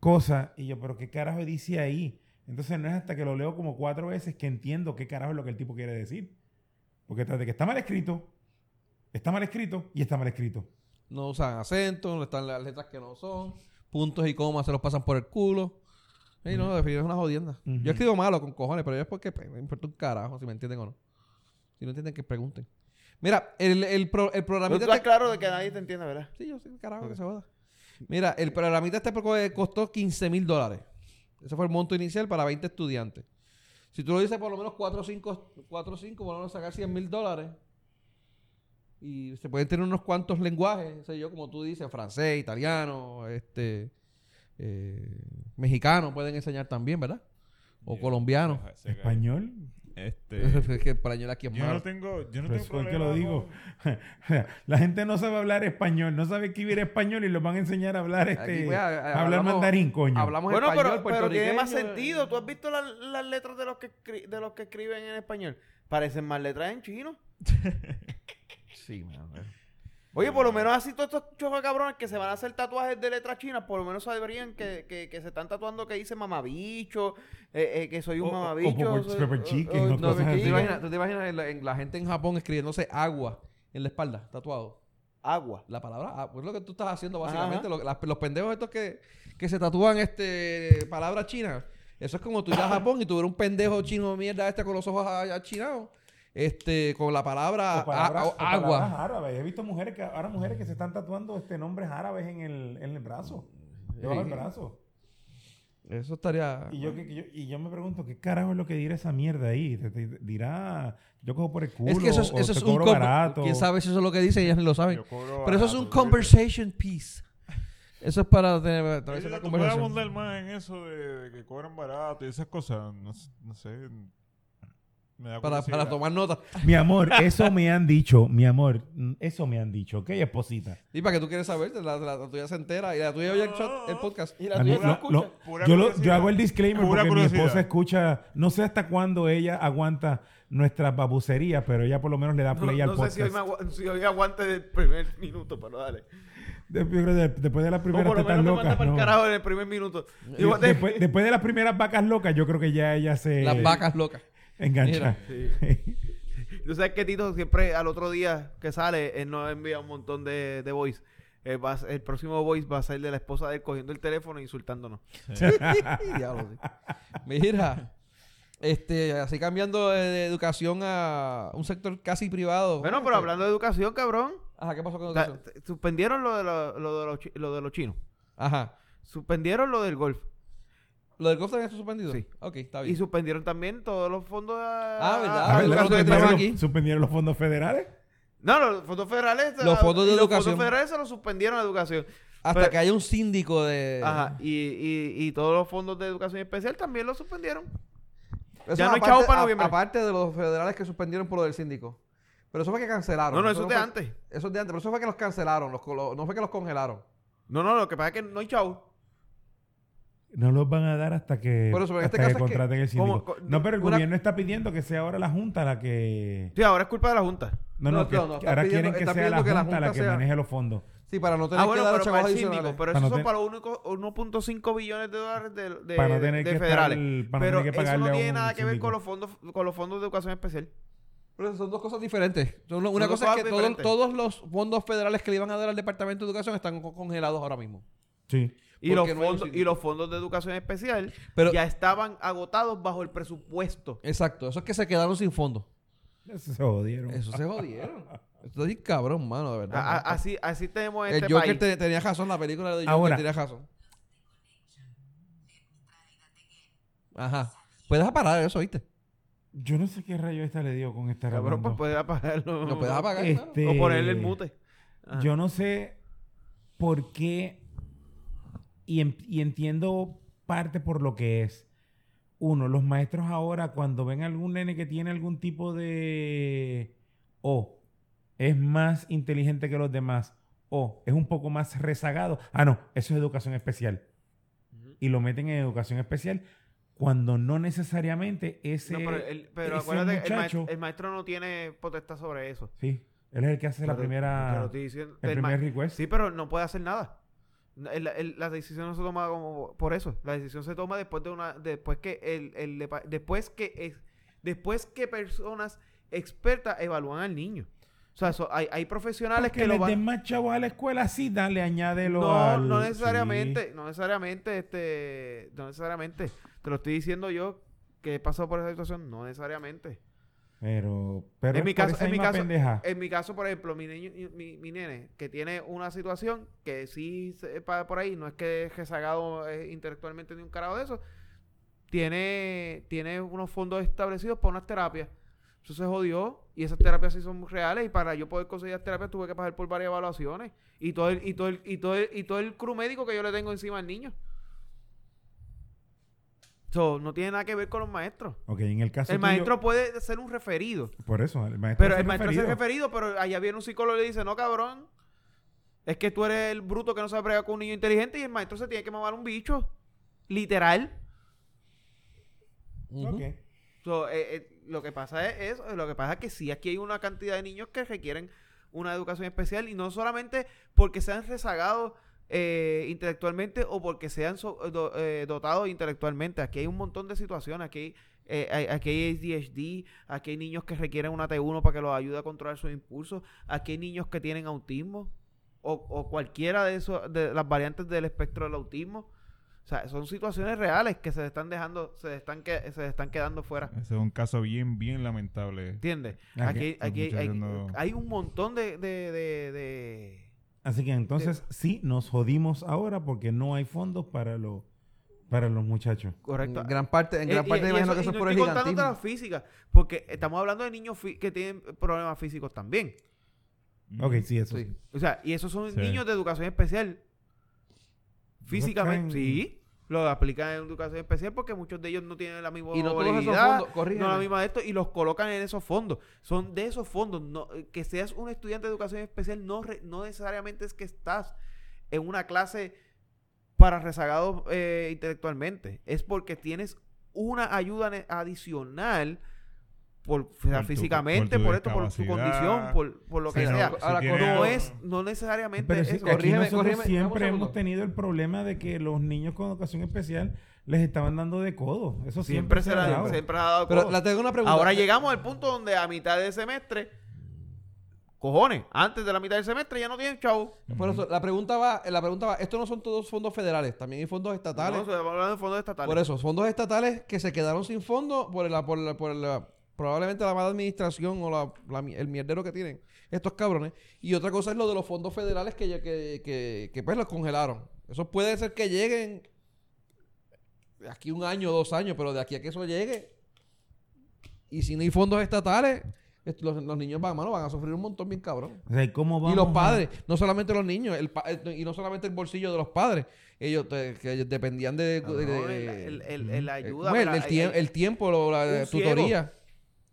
S3: cosas y yo, pero ¿qué carajo dice ahí? Entonces no es hasta que lo leo como cuatro veces que entiendo qué carajo es lo que el tipo quiere decir. Porque tras de que está mal escrito, está mal escrito y está mal escrito.
S1: No usan acento, no están las letras que no son, puntos y comas se los pasan por el culo. Y no, definir es una jodienda.
S3: Ujú.
S1: Yo escribo malo con cojones, pero yo es porque pues, me importa un carajo si me entienden o no. Si no entienden, que pregunten. Mira, el, el, pro- el
S2: Pero tú
S1: programita...
S2: estás
S1: este-
S2: claro de que nadie te entiende, ¿verdad?
S1: Sí, yo sí, carajo, que se joda. Mira, el programita este poco, eh, costó 15 mil dólares. Ese fue el monto inicial para 20 estudiantes. Si tú lo dices por lo menos 4 o 5, 4 o 5, por lo menos sacar 100 mil dólares. Y se pueden tener unos cuantos lenguajes, no sé yo, como tú dices, francés, italiano, este eh, mexicano pueden enseñar también, ¿verdad? O colombiano.
S4: Se cae.
S3: Español,
S4: Este,
S1: es que para español aquí es
S4: yo no
S1: malo.
S4: tengo, yo no
S3: Pues,
S4: tengo
S3: ¿por
S4: problema.
S3: qué lo digo?
S4: con-
S3: La gente no sabe hablar español, no sabe escribir español y los van a enseñar a hablar este,
S1: Aquí, pues, a- a-
S3: a hablar
S1: hablamos-
S3: mandarín, coño.
S1: Hablamos
S2: Bueno,
S1: español,
S2: pero, pero tiene más
S1: puertorriqueño.
S2: sentido. ¿Tú has visto las, las letras de los, que escri- de los que escriben en español? Parecen más letras en chino.
S1: Sí, mano.
S2: Oye, por lo menos así todos estos chocos cabrones que se van a hacer tatuajes de letras chinas, por lo menos sabrían que, que, que se están tatuando que dice mamabicho, eh, eh, que soy un
S3: O- o-
S2: mamabicho.
S3: o pepper-
S2: soy- eh,
S3: pepper
S2: o-
S3: chicken,
S2: o-
S3: o
S1: No,
S2: no,
S3: cosas
S1: ¿tú,
S3: así.
S1: te
S2: chicken.
S1: imaginas, tú te imaginas en la, en la gente en Japón escribiéndose agua en la espalda, tatuado?
S2: Agua.
S1: La palabra agua. Es lo que tú estás haciendo básicamente.
S2: Ajá.
S1: Lo- las- los pendejos estos que, que se tatúan este palabra china. Eso es como tú ir a Japón y tú ver un pendejo chino de mierda este con los ojos a- achinados. Este, con la palabra,
S3: O palabras-
S1: a-
S3: o
S1: a-
S3: palabras
S1: agua.
S3: árabes. He visto mujeres que ahora mujeres que se están tatuando este nombres árabes en el, en el brazo. Debajo del
S1: Sí.
S3: brazo.
S1: Eso estaría.
S3: Y yo, que- que yo- y yo me pregunto, ¿qué carajo es lo que dirá esa mierda ahí? Te- te- dirá, yo cojo por el culo.
S1: es que eso es,
S3: o
S1: eso
S3: te
S1: es un.
S3: cobro
S1: com-
S3: barato.
S1: ¿Quién sabe si eso es lo que dicen? Ellas ni lo saben.
S4: yo cobro
S1: Pero eso es
S4: barato,
S1: un
S4: yo-
S1: conversation piece. Eso es para tener.
S4: Yo
S1: traerse la
S4: no puedo
S1: conversación.
S4: abundar más en eso de, de que cobran barato y esas cosas. No, s- no sé. Me da
S1: Para,
S4: curiosidad.
S1: para tomar nota.
S3: Mi amor, eso me han dicho, mi amor, mm, eso me han dicho, ¿ok, esposita?
S1: Y para que tú quieres saber, la, la, la tuya se entera y la tuya oye el, shot-
S2: Ah.
S1: el podcast.
S2: Y la
S3: A mí-
S2: tuya se
S3: no,
S2: escucha.
S3: no,
S4: Pura
S3: yo, lo- yo
S4: curiosidad.
S3: hago el disclaimer
S4: Pura
S3: porque mi
S4: curiosidad.
S3: esposa escucha, no sé hasta cuándo ella aguanta nuestras babucerías, pero ella por lo menos le da play al podcast.
S2: agu- si hoy aguante del primer minuto, pero dale.
S3: De- yo creo que de- después de las
S2: O
S3: primeras tetas locas,
S2: pa'l
S3: no.
S2: en el primer minuto.
S3: Yo- después, después de las primeras vacas locas, yo creo que ya ella se
S1: Las vacas locas.
S3: engancha.
S2: Tú sabes que Tito siempre al otro día que sale, él nos envía un montón de, de voice. Eh, va a ser- el próximo voice va a ser de la esposa de él cogiendo el teléfono e insultándonos.
S1: Diablo, sí. Mira, este, así cambiando de, de educación a un sector casi privado. Este,
S2: Bueno, pero hablando de educación, cabrón.
S1: Ajá, ¿qué pasó con
S2: la-
S1: educación?
S2: t- suspendieron lo de, lo, lo de los chi- lo de los chinos.
S1: Ajá.
S2: Suspendieron lo del golf.
S1: ¿Lo del golf también está suspendido?
S2: Sí.
S1: Ok, está
S2: Y
S1: Ah, bien.
S2: suspendieron también todos los fondos.
S1: Ah, ¿verdad?
S3: A ver,
S1: Algo que
S3: ¿suspendieron,
S1: tenemos aquí.
S3: los, suspendieron los fondos federales?
S2: No, los fondos federales. este,
S1: Los fondos de
S2: y
S1: educación.
S2: Los fondos federales se los suspendieron a educación.
S1: Hasta
S2: pero-
S1: que haya un síndico de...
S2: Ajá. Y, y, y todos los fondos de educación especial también los suspendieron.
S1: Eso
S2: ya no hay
S1: aparte-
S2: chavo para
S1: a-
S2: noviembre.
S1: Aparte de los federales que suspendieron por lo del síndico. Pero eso fue que cancelaron.
S2: No, no, eso es de
S1: fue-
S2: antes.
S1: Eso es de antes. Pero eso fue que los cancelaron. Los, colo- no fue que los congelaron.
S2: No, no, lo que pasa es que no hay chavo.
S3: No los van a dar hasta que,
S1: Por eso, pero en este
S3: hasta que
S1: caso es que-
S3: contraten el
S2: ¿Cómo?
S3: síndico.
S2: Co-
S3: No, pero el
S1: una-
S3: gobierno está pidiendo que sea ahora la Junta la que...
S2: Sí, ahora es culpa de la Junta.
S3: No, no,
S1: No,
S3: que
S1: no, no, está
S3: ahora
S1: pidiendo-
S3: quieren que
S1: está
S3: sea la
S1: pidiendo que
S3: Junta
S1: la
S3: la que,
S1: Junta sea-
S3: maneje los fondos.
S1: Sí, para no tener
S2: Ah, bueno,
S1: que dar
S2: pero
S1: chavos
S2: para el
S1: adicionales.
S2: síndico. Pero
S3: Para
S2: esos
S3: no
S2: son
S3: ten-
S2: para único- 1.5 billones de dólares de, de-
S3: Para no tener
S2: de
S3: que
S2: federales.
S3: estar- para no
S2: pero
S3: tener que
S2: eso
S3: pagarle
S2: no
S3: a
S2: tiene
S3: un
S2: nada que ver
S3: síndico.
S2: con los fondos con los fondos de educación especial.
S1: Pero son dos cosas diferentes. Son lo- una
S2: dos
S1: cosa es
S2: cosas
S1: que todos,
S2: diferentes.
S1: todos los fondos federales que le iban a dar al Departamento de Educación están co- congelados ahora mismo.
S3: Sí.
S2: Y los,
S1: Porque no hay un
S2: fondos, y
S1: síndico.
S2: los fondos de educación especial
S1: Pero-
S2: ya estaban agotados bajo el presupuesto.
S1: Exacto, eso es que se quedaron sin fondos.
S3: Eso se jodieron.
S1: Eso se jodieron. Estoy cabrón, mano, de verdad.
S2: A- a- así, así tenemos
S1: el
S2: este
S1: Joker
S2: país.
S1: te- tenía razón, la película de Joker
S3: Ahora.
S1: tenía razón. Ajá. Puedes parar eso, ¿viste?
S3: Yo no sé qué rayo esta le dio con esta
S2: Cabrón, pues
S3: grabando.
S2: puedes apagarlo.
S1: No puedes apagar. claro.
S3: Este,
S2: O ponerle el mute. Ajá.
S3: Yo no sé por qué. Y, en- y entiendo parte por lo que es. Uno, los maestros ahora, cuando ven algún nene que tiene algún tipo de. O es más inteligente que los demás. O es un poco más rezagado. Ah, no, eso es educación especial. Y lo meten en educación especial cuando no necesariamente ese.
S2: No, pero el- pero
S3: ese
S2: acuérdate, el maest- el maestro,
S3: muchacho-
S2: no tiene potestad sobre eso.
S3: Sí, él es el que hace la
S2: Pero-
S3: primera.
S2: pero estoy diciendo-
S3: el
S2: el
S3: primer
S2: ma-
S3: request.
S2: Sí, pero no puede hacer nada. El- el- la decisión no se toma como por eso. La decisión se toma después de una, después que el, el depa- después que es- después que personas expertas evalúan al niño. O sea, so- hay, hay profesionales
S3: Porque
S2: que lo
S3: les
S2: van.
S3: den más chavos a la escuela, sí, dale, añádelo
S2: No,
S3: al-
S2: no
S3: sí.
S2: necesariamente, no necesariamente, este, no necesariamente. Te lo estoy diciendo yo que he pasado por esa situación, no necesariamente.
S3: Pero, pero
S2: en mi caso, en mi caso,
S3: pendeja.
S2: en mi caso, por ejemplo, mi niño, mi, mi nene, que tiene una situación que sí se- pa- por ahí, no es que es rezagado eh, intelectualmente ni un carajo de eso, tiene, tiene unos fondos establecidos para unas terapias. Eso se jodió y esas terapias sí son muy reales y para yo poder conseguir las terapias tuve que pasar por varias evaluaciones y todo el, y todo el, y todo el, y todo el crew médico que yo le tengo encima al niño. So, no tiene nada que ver con los maestros.
S3: Ok, en el caso
S2: el
S3: tuyo-
S2: maestro puede ser un referido.
S3: Por eso, el maestro
S2: Pero
S3: es
S2: el maestro es el
S3: referido.
S2: referido, pero allá viene un psicólogo y le dice, no, cabrón, es que tú eres el bruto que no sabe bregar con un niño inteligente y el maestro se tiene que mamar un bicho. Literal.
S1: Ujú.
S3: Ok.
S2: So, eh, eh, lo que pasa es, es- lo que pasa es que sí, aquí hay una cantidad de niños que requieren una educación especial y no solamente porque sean rezagados eh, intelectualmente o porque sean so- do- eh, dotados intelectualmente. Aquí hay un montón de situaciones. Aquí hay, eh, hay- aquí hay ADHD, aquí hay niños que requieren una T1 para que los ayude a controlar sus impulsos, aquí hay niños que tienen autismo o, o cualquiera de, esos, de las variantes del espectro del autismo. O sea, son situaciones reales que se están dejando, se están, que, se están quedando fuera.
S4: Ese es un caso bien, bien lamentable.
S2: ¿Entiendes?
S3: Ah,
S2: Aquí,
S4: que-
S2: aquí,
S4: los
S2: hay,
S4: muchachos no-
S2: hay un montón de, de, de, de-
S3: Así que entonces sí nos jodimos ahora porque no hay fondos para los para los muchachos.
S2: Correcto.
S1: En gran parte, en gran
S2: Eh, y-
S1: parte
S2: y
S1: me imagino
S2: eso-
S1: que
S2: y
S1: eso es
S2: no
S1: por el
S2: estoy contándote
S1: gigantismo.
S2: las físicas, porque estamos hablando de niños fi- que tienen problemas físicos también.
S3: Ok,
S4: Mm.
S3: sí, eso
S1: Sí.
S3: sí.
S2: O sea, y esos son
S4: Sí.
S2: niños de educación especial. Físicamente,
S3: caen-
S2: sí. Lo aplican en educación especial porque muchos de ellos no tienen la misma
S1: Y no todos esos
S2: movilidad,
S1: fondos, corrígeme.
S2: no la misma de esto, y los colocan en esos fondos. Son de esos fondos. No, eh, que seas un estudiante de educación especial no, re- no necesariamente es que estás en una clase para rezagados eh, intelectualmente. Es porque tienes una ayuda ne- adicional por, o sea,
S4: Por tu-
S2: físicamente,
S4: por tu
S2: por, esto, por su condición,
S4: discapacidad.
S2: por, por lo que
S1: Sí, no,
S2: sea.
S1: ahora,
S2: No
S1: Pero-
S2: es, no necesariamente
S3: Pero sí,
S2: eso.
S3: que aquí
S1: Corrígeme,
S3: nosotros
S1: corrígeme, dame un
S3: siempre
S1: segundo.
S3: hemos tenido el problema de que los niños con educación especial les estaban dando de codo. Eso
S2: Siempre
S3: siempre,
S2: se la-
S3: ha dado.
S2: siempre ha dado
S1: Pero
S2: codo.
S1: la tengo una pregunta.
S2: Ahora llegamos al punto donde a mitad de semestre, cojones, antes de la mitad del semestre ya no tienen chavo.
S1: Por eso, la pregunta va, la pregunta va, estos no son todos fondos federales, también hay fondos estatales.
S2: No, se va hablando de fondos estatales.
S1: Por eso, fondos estatales que se quedaron sin fondos por la, por la, por la- probablemente la mala administración o la- la mi- el mierdero que tienen estos cabrones. Y otra cosa es lo de los fondos federales que, ya- que, que, que, pues los congelaron. Eso puede ser que lleguen de aquí un año, dos años, pero de aquí a que eso llegue. Y si no hay fondos estatales, est- los, los niños van, mano, van a sufrir un montón bien cabrón.
S3: O sea, ¿y cómo vamos
S1: Y los
S3: a-
S1: padres, no solamente los niños, el pa- el- y no solamente el bolsillo de los padres. Ellos te- que ellos dependían de...
S2: No, no,
S1: de-
S2: el,
S1: de-
S2: el- el- el
S1: eh,
S2: ayuda.
S1: ¿cómo es?
S2: para-
S1: el, tie-
S2: hay-
S1: el tiempo, lo- la
S2: un
S1: eh,
S2: ciego.
S1: tutoría.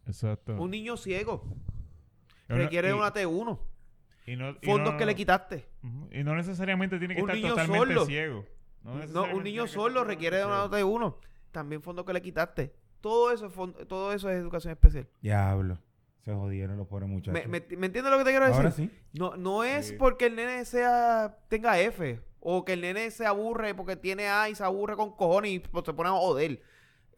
S4: Exacto.
S2: un niño ciego
S4: Y no-
S2: requiere
S4: y-
S2: una T1.
S4: y no- y
S2: Fondos
S4: no-
S2: que le quitaste.
S4: Ujú. Y no necesariamente tiene que
S2: Un
S4: estar
S2: niño
S4: totalmente
S2: solo.
S4: ciego. No
S2: No,
S4: necesariamente
S2: un niño
S4: tiene que
S2: solo
S4: estar
S2: requiere de una
S4: totalmente
S2: T1. También fondos que le quitaste. Todo eso es, fon- todo eso es educación especial.
S3: Diablo. Se jodieron los pobres muchachos.
S2: ¿Me, me, me entiendes lo que te quiero decir?
S3: Ahora sí.
S2: No, no es
S4: Sí.
S2: porque el nene sea tenga F o que el nene se aburre porque tiene A y se aburre con cojones y pues, se pone a joder.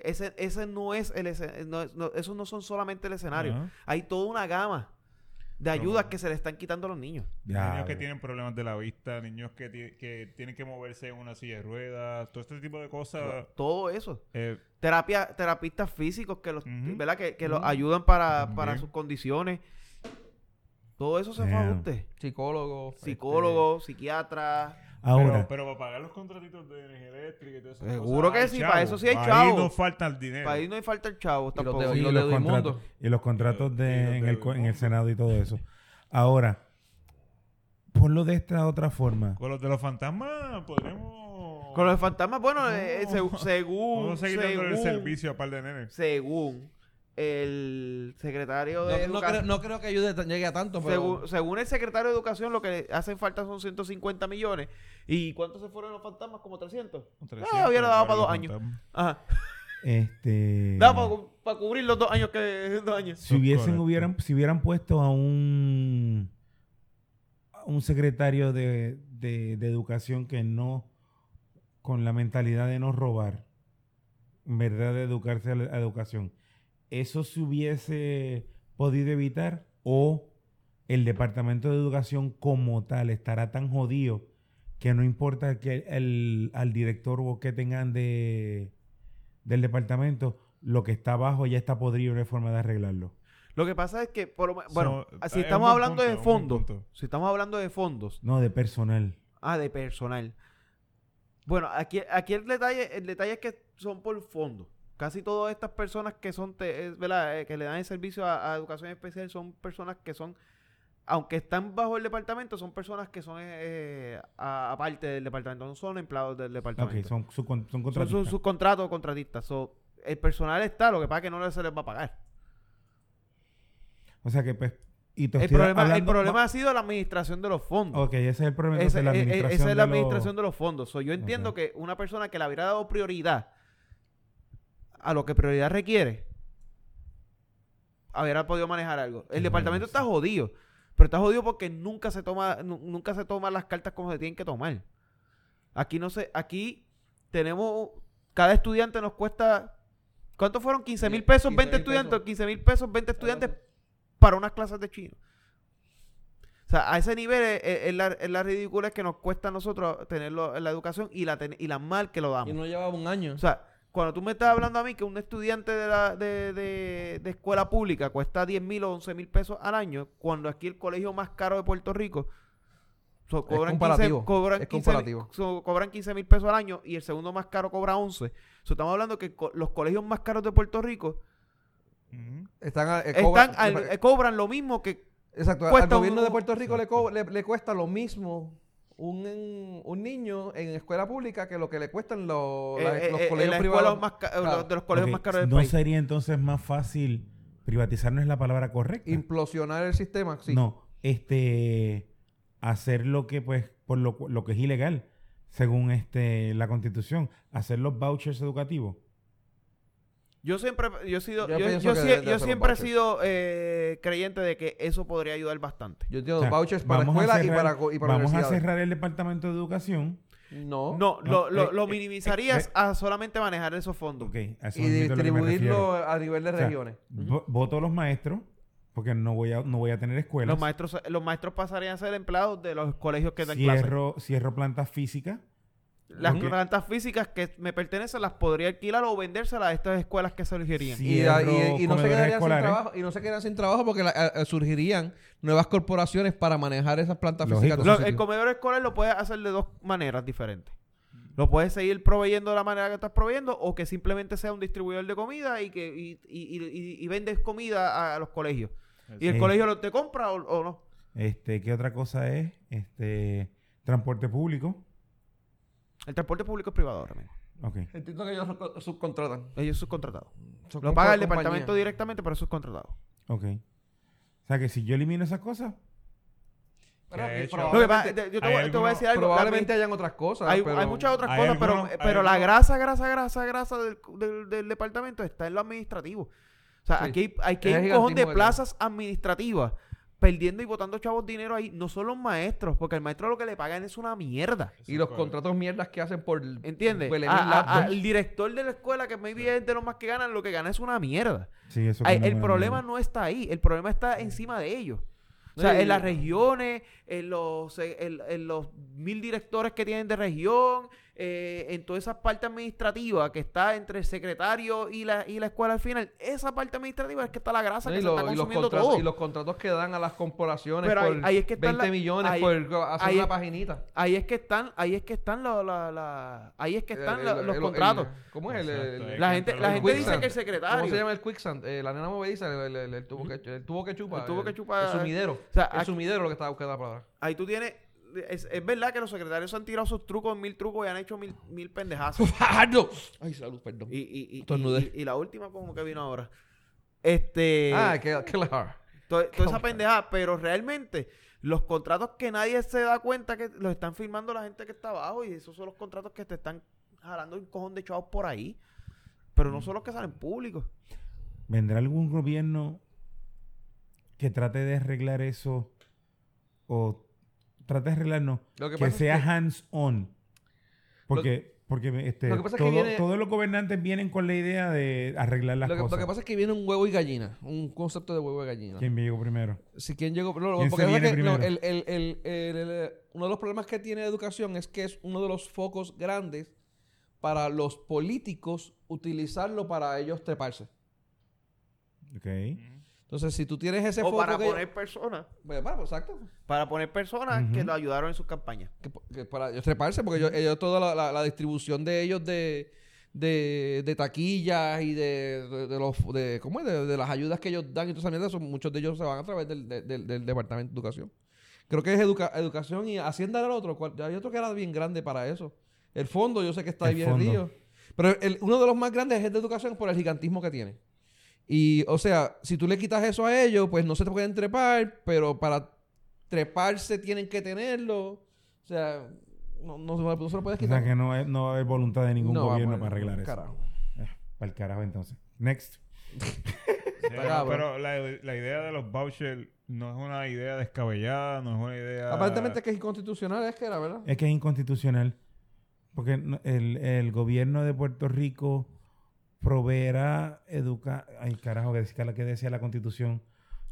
S2: Ese, ese no es el escen- no es- no- esos no son solamente el escenario.
S4: Ajá.
S2: Hay toda una gama de
S4: Pero-
S2: ayudas que se le están quitando a los niños.
S4: Niños que
S3: Diablo.
S4: tienen problemas de la vista, niños que, ti- que tienen que moverse en una silla de ruedas, todo este tipo de cosas.
S2: Todo eso.
S4: eh,
S2: Terapia, terapistas físicos que los,
S4: Ujú.
S2: ¿verdad? Que, que los
S4: Ujú.
S2: ayudan para,
S4: También.
S2: para sus condiciones. Todo eso se fue a
S3: Damn.
S2: usted.
S1: Psicólogo. este,
S4: Este
S2: Psicólogos, psiquiatras.
S3: Ahora.
S4: Pero, pero para pagar los contratitos de energía eléctrica y todo eso.
S2: Seguro que sí, para eso sí hay
S4: Ahí
S2: chavo.
S4: no falta el dinero.
S2: Para ahí no hay falta el chavo
S1: los
S2: tampoco.
S1: de-
S3: Sí,
S1: y
S3: y,
S1: los de
S3: los
S1: Edmundo.
S3: contratos, y los contratos de,
S4: Y los de
S3: en, el, co- en el
S4: Edmundo.
S3: Senado y todo eso. Ahora, ponlo de esta otra forma.
S4: Con los de los fantasmas podremos.
S2: Con los fantasmas, bueno, eh, eh, se-
S4: No.
S2: según.
S4: Podemos seguir dándole el
S2: según-
S4: servicio a par de nenes.
S2: Según el secretario
S1: No,
S2: de
S1: no creo,
S2: Educación.
S1: no creo que ayude, tan- llegue a tanto, pero...
S2: según, según el secretario de Educación, lo que hacen falta son 150 millones. ¿Y cuántos se fueron los fantasmas? ¿Como 300? Ah, hubiera dado para dos años. Ajá.
S3: Este,
S2: Da para cubrir los dos años que. Dos años.
S3: si hubiesen
S4: Correcto.
S3: hubieran, si hubieran puesto a un a un secretario de, de- de educación que no con la mentalidad de no robar, en verdad de educarse a la a educación, eso se hubiese podido evitar o el departamento de educación como tal estará tan jodido que no importa que el, al director o que tengan de del departamento, lo que está abajo ya está podrido, no hay forma de arreglarlo.
S2: Lo que pasa es que, por lo me-
S4: So,
S2: bueno,
S4: es
S2: si
S4: un
S2: estamos
S4: buen
S2: hablando
S4: punto,
S2: de
S4: un buen
S2: fondos,
S4: punto.
S2: si estamos hablando de fondos,
S3: No, de personal.
S2: Ah, de personal. Bueno, aquí, aquí el detalle, el detalle es que son por fondo. Casi todas estas personas que son, te- eh, ¿verdad? Eh, que le dan el servicio a, a educación especial son personas que son aunque están bajo el departamento, son personas que son eh, a- aparte del departamento, no son empleados del departamento.
S3: Ok, son, su- con- son
S2: Son
S3: contratistas.
S2: sus subcontratos o contratistas. So, el personal está, lo que pasa es que no se les va a pagar.
S3: O sea que pues... Y te
S2: El
S3: estoy
S2: problema, el
S3: hablando-
S2: problema ha sido la administración de los fondos.
S3: Ok, ese es el problema.
S2: Esa,
S3: entonces, la
S2: e- e- esa
S3: administración
S2: es la
S3: de los-
S2: administración de los fondos. So, yo entiendo
S3: Ok.
S2: que una persona que le hubiera dado prioridad a lo que prioridad requiere, hubiera podido manejar algo. El
S3: Sí,
S2: departamento
S3: sí.
S2: está jodido, pero está jodido porque nunca se toma, nu- nunca se toman las cartas como se tienen que tomar. Aquí no sé, aquí tenemos, cada estudiante nos cuesta, ¿cuánto fueron? 15 mil
S1: Die-
S2: pesos, 20
S1: 15.000
S2: estudiantes,
S1: pesos.
S2: 15 mil pesos, 20 estudiantes para unas clases de chino. O sea, a ese nivel es, es- es la, es la ridícula que nos cuesta a nosotros tenerlo en la educación y la, ten- y la mal que lo
S1: Y
S2: damos.
S1: no llevaba un año.
S2: O sea, cuando tú me estás hablando a mí que un estudiante de, la, de, de- de escuela pública cuesta 10 mil o 11 mil pesos al año, cuando aquí el colegio más caro de Puerto Rico so, cobran 15
S1: comparativo,
S2: cobran
S1: es
S2: 15 mil-
S1: comparativo.
S2: so, cobran 15 mil pesos al año y el segundo más caro cobra 11. So, estamos hablando que co- los colegios más caros de Puerto Rico
S3: Ujú.
S1: están a- eh,
S2: están
S1: cobran-
S2: al- eh, cobran lo mismo que
S1: Exacto. Al
S2: cuesta un-
S1: gobierno de Puerto Rico le, co- le, le cuesta lo mismo un, un niño en escuela pública que lo que le cuestan los,
S2: eh,
S1: la-
S2: eh,
S1: los
S2: eh,
S1: colegios
S2: las
S1: privados.
S2: escuelas más ca- eh,
S1: Claro.
S2: los- de los colegios
S3: Ok,
S2: más caros del
S3: ¿No
S2: país.
S3: sería entonces más fácil privatizar no es la palabra correcta?
S1: Implosionar el sistema, sí.
S3: No, este hacer lo que pues por lo, cu- lo que es ilegal según este la Constitución, hacer los vouchers educativos.
S2: Yo siempre, yo he sido,
S1: Yo
S2: yo, yo
S1: pienso que
S2: sie-
S1: deben de
S2: yo
S1: hacer un
S2: siempre he
S1: voucher.
S2: sido eh, creyente de que eso podría ayudar bastante.
S1: Yo tengo
S3: O sea,
S1: vouchers para
S3: vamos a
S1: escuelas y
S3: cerrar-
S1: para, co- y para
S3: vamos a
S1: universidades.
S3: cerrar el departamento de educación.
S1: No.
S2: No, lo,
S3: No,
S2: lo-
S3: eh,
S2: lo
S3: eh,
S2: minimizarías
S3: eh, eh.
S2: a solamente manejar esos fondos.
S3: Ok, a eso
S1: Y
S3: es a lo que me refiero.
S1: distribuirlo a nivel de
S3: O sea,
S1: regiones.
S3: Vo- Voto a los maestros porque no voy a no voy a tener escuelas.
S2: Los maestros, los maestros pasarían a ser empleados de los colegios que dan clases.
S3: cierro cierro plantas físicas.
S2: Las
S3: Ok.
S2: plantas físicas que me pertenecen las podría alquilar o vendérselas a estas escuelas que se elegirían.
S3: Sí.
S1: Y, da- y-
S3: Cierro
S1: y no se
S3: comedores
S1: quedarían sin
S3: escolares.
S1: trabajo, y no se quedarían sin trabajo porque la- eh, eh, surgirían nuevas corporaciones para manejar esas plantas
S3: Lógico.
S1: físicas. de
S2: Lo-
S1: esos
S2: el
S1: sitios.
S2: comedor escolar lo puedes hacer de dos maneras diferentes. Lo puedes seguir proveyendo de la manera que estás proveyendo o que simplemente sea un distribuidor de comida y que y, y- y- y- y vendes comida a, a los colegios. Y el
S3: Sí.
S2: colegio lo te compra o, o no.
S3: Este, ¿qué otra cosa es? Este, transporte público.
S2: El transporte público es privado ahora mismo.
S3: Ok.
S1: Entiendo que ellos subco- subcontratan.
S2: Ellos subcontratados. Lo
S1: Subcontratan
S2: paga
S1: compañías.
S2: el departamento directamente, pero es subcontratado.
S3: Ok. O sea que si yo elimino esas cosas,
S1: Pero-
S4: Que de hecho-
S2: Lo que
S1: probablemente-
S2: pasa- te- yo te,
S4: hay
S2: voy, te voy a decir algo. la-
S1: Probablemente hayan otras cosas.
S2: hay,
S1: pero-
S2: hay muchas otras
S4: Hay
S2: cosas, pero, eh,
S4: algunos- hay
S2: pero la
S4: algunos-
S2: grasa, grasa, grasa, grasa del, del- del departamento está en lo administrativo. O sea,
S1: Sí.
S2: aquí hay, hay que
S1: Es
S2: hay un
S1: gigantismo
S2: cojón
S1: de
S2: de
S1: todo.
S2: plazas administrativas perdiendo y botando chavos dinero ahí. No son los maestros, porque al maestro lo que le pagan es una mierda.
S1: Y los contratos mierdas que hacen por.
S2: ¿Entiendes? Ah,
S1: huele
S2: A-
S1: mil
S2: a-
S1: laptops.
S2: al director de la escuela, que maybe es de los más que ganan, lo que gana es una mierda.
S3: sí, eso
S2: Ay,
S3: como
S2: el
S3: una
S2: problema
S3: mierda.
S2: no está ahí, el problema está encima de ellos. O sea,
S1: Sí.
S2: en las regiones, en los, eh, en, en los mil directores que tienen de región, eh, en toda esa parte administrativa que está entre el secretario y la, y la escuela al final, esa parte administrativa es que está la grasa
S1: ¿no?
S2: que
S1: y,
S2: se
S1: lo-
S2: está
S1: y los
S2: consumiendo
S1: contratos,
S2: todo.
S1: y los contratos que dan a las corporaciones
S2: Pero ahí-
S1: por
S2: ahí es que están
S1: 20
S2: la-
S1: millones
S2: ahí-
S1: por go- hacer
S2: ahí-
S1: una paginita.
S2: Ahí es que están, ahí es que están la- la- la- ahí es que están
S1: El-
S2: la-
S1: el-
S2: los
S1: el-
S2: contratos.
S1: el- ¿Cómo es? El-
S4: Exacto,
S1: el-
S4: ahí.
S2: la gente, la
S4: el
S2: gente dice
S1: quicksand.
S2: que el
S1: ¿Cómo se
S2: secretario.
S1: llama el quicksand? Eh, la nena movediza, el, el- el- el tubo que, el tubo que chupa.
S2: El tubo que chupa-
S1: El sumidero.
S2: O sea,
S1: el
S2: aquí-
S1: sumidero lo que estaba buscando la palabra.
S2: Ahí tú tienes. Es, es verdad que los secretarios han tirado sus trucos, mil trucos y han hecho mil, mil pendejazos.
S1: Ay, salud, perdón.
S2: Y, y- y-
S1: Estornudé.
S2: y- y la última como que vino ahora. Este,
S1: ah, que, que la-
S2: to- toda
S1: come
S2: esa pendejada, pero realmente los contratos que nadie se da cuenta que los están firmando la gente que está abajo y esos son los contratos que te están jalando un cojón de chavos por ahí. Pero
S1: Mm.
S2: no son los que salen públicos.
S3: ¿Vendrá algún gobierno que trate de arreglar eso o trate de arreglarnos
S1: Lo que
S3: que,
S1: pasa es
S3: sea
S1: que-
S3: hands on? Porque porque este
S1: Lo que pasa es que
S3: todo-
S1: viene-
S3: todos los gobernantes vienen con la idea de arreglar las
S1: Lo que, lo
S3: cosas.
S1: que pasa es que viene un huevo y gallina. Un concepto de huevo y gallina.
S3: ¿Quién llegó primero?
S1: Si quien llegó. no,
S3: ¿Quién
S1: porque
S3: se
S1: es
S3: viene
S1: que, no, el-
S3: primero?
S1: el- el- el- el- uno de los problemas que tiene la educación es que es uno de los focos grandes para los políticos utilizarlo para ellos treparse.
S3: Ok.
S1: Entonces, si tú tienes ese
S2: O
S1: foco.
S2: para
S1: que-
S2: poner personas.
S1: Bueno, para, pues, exacto.
S2: Para poner personas que
S3: Ujú.
S2: lo ayudaron en sus campañas.
S1: Que po- que para ellos treparse, porque ellos, ellos toda la, la- la distribución de ellos de, de, de taquillas y de, de- de los de, ¿cómo es? De, de las ayudas que ellos dan y todas esas mierdas, son- muchos de ellos se van a través del, del- del- del Departamento de Educación. Creo que es educa- Educación y Hacienda era el otro. cual- Hay otro que era bien grande para eso. El fondo yo sé que está ahí
S3: El
S1: bien
S3: fondo.
S1: río. Pero el- uno de los más grandes es el de Educación por el gigantismo que tiene. Y, o sea, si tú le quitas eso a ellos, pues no se te pueden trepar, pero para treparse tienen que tenerlo. O sea, no, no, se- no se lo puedes
S3: O
S1: quitar.
S3: sea que no, es- no va a haber voluntad de ningún
S1: No va a
S3: gobierno
S1: poder,
S3: para arreglar eso.
S1: carajo.
S3: Para el carajo entonces. Next.
S1: Está cabrón.
S4: pero la, la idea de los vouchers no es una idea descabellada, no es una idea...
S1: Aparentemente es que es inconstitucional, es que era, ¿verdad?
S3: Es que es inconstitucional. Porque no- el, el gobierno de Puerto Rico proveerá educa... Ay, carajo, que decía la, que decía la constitución.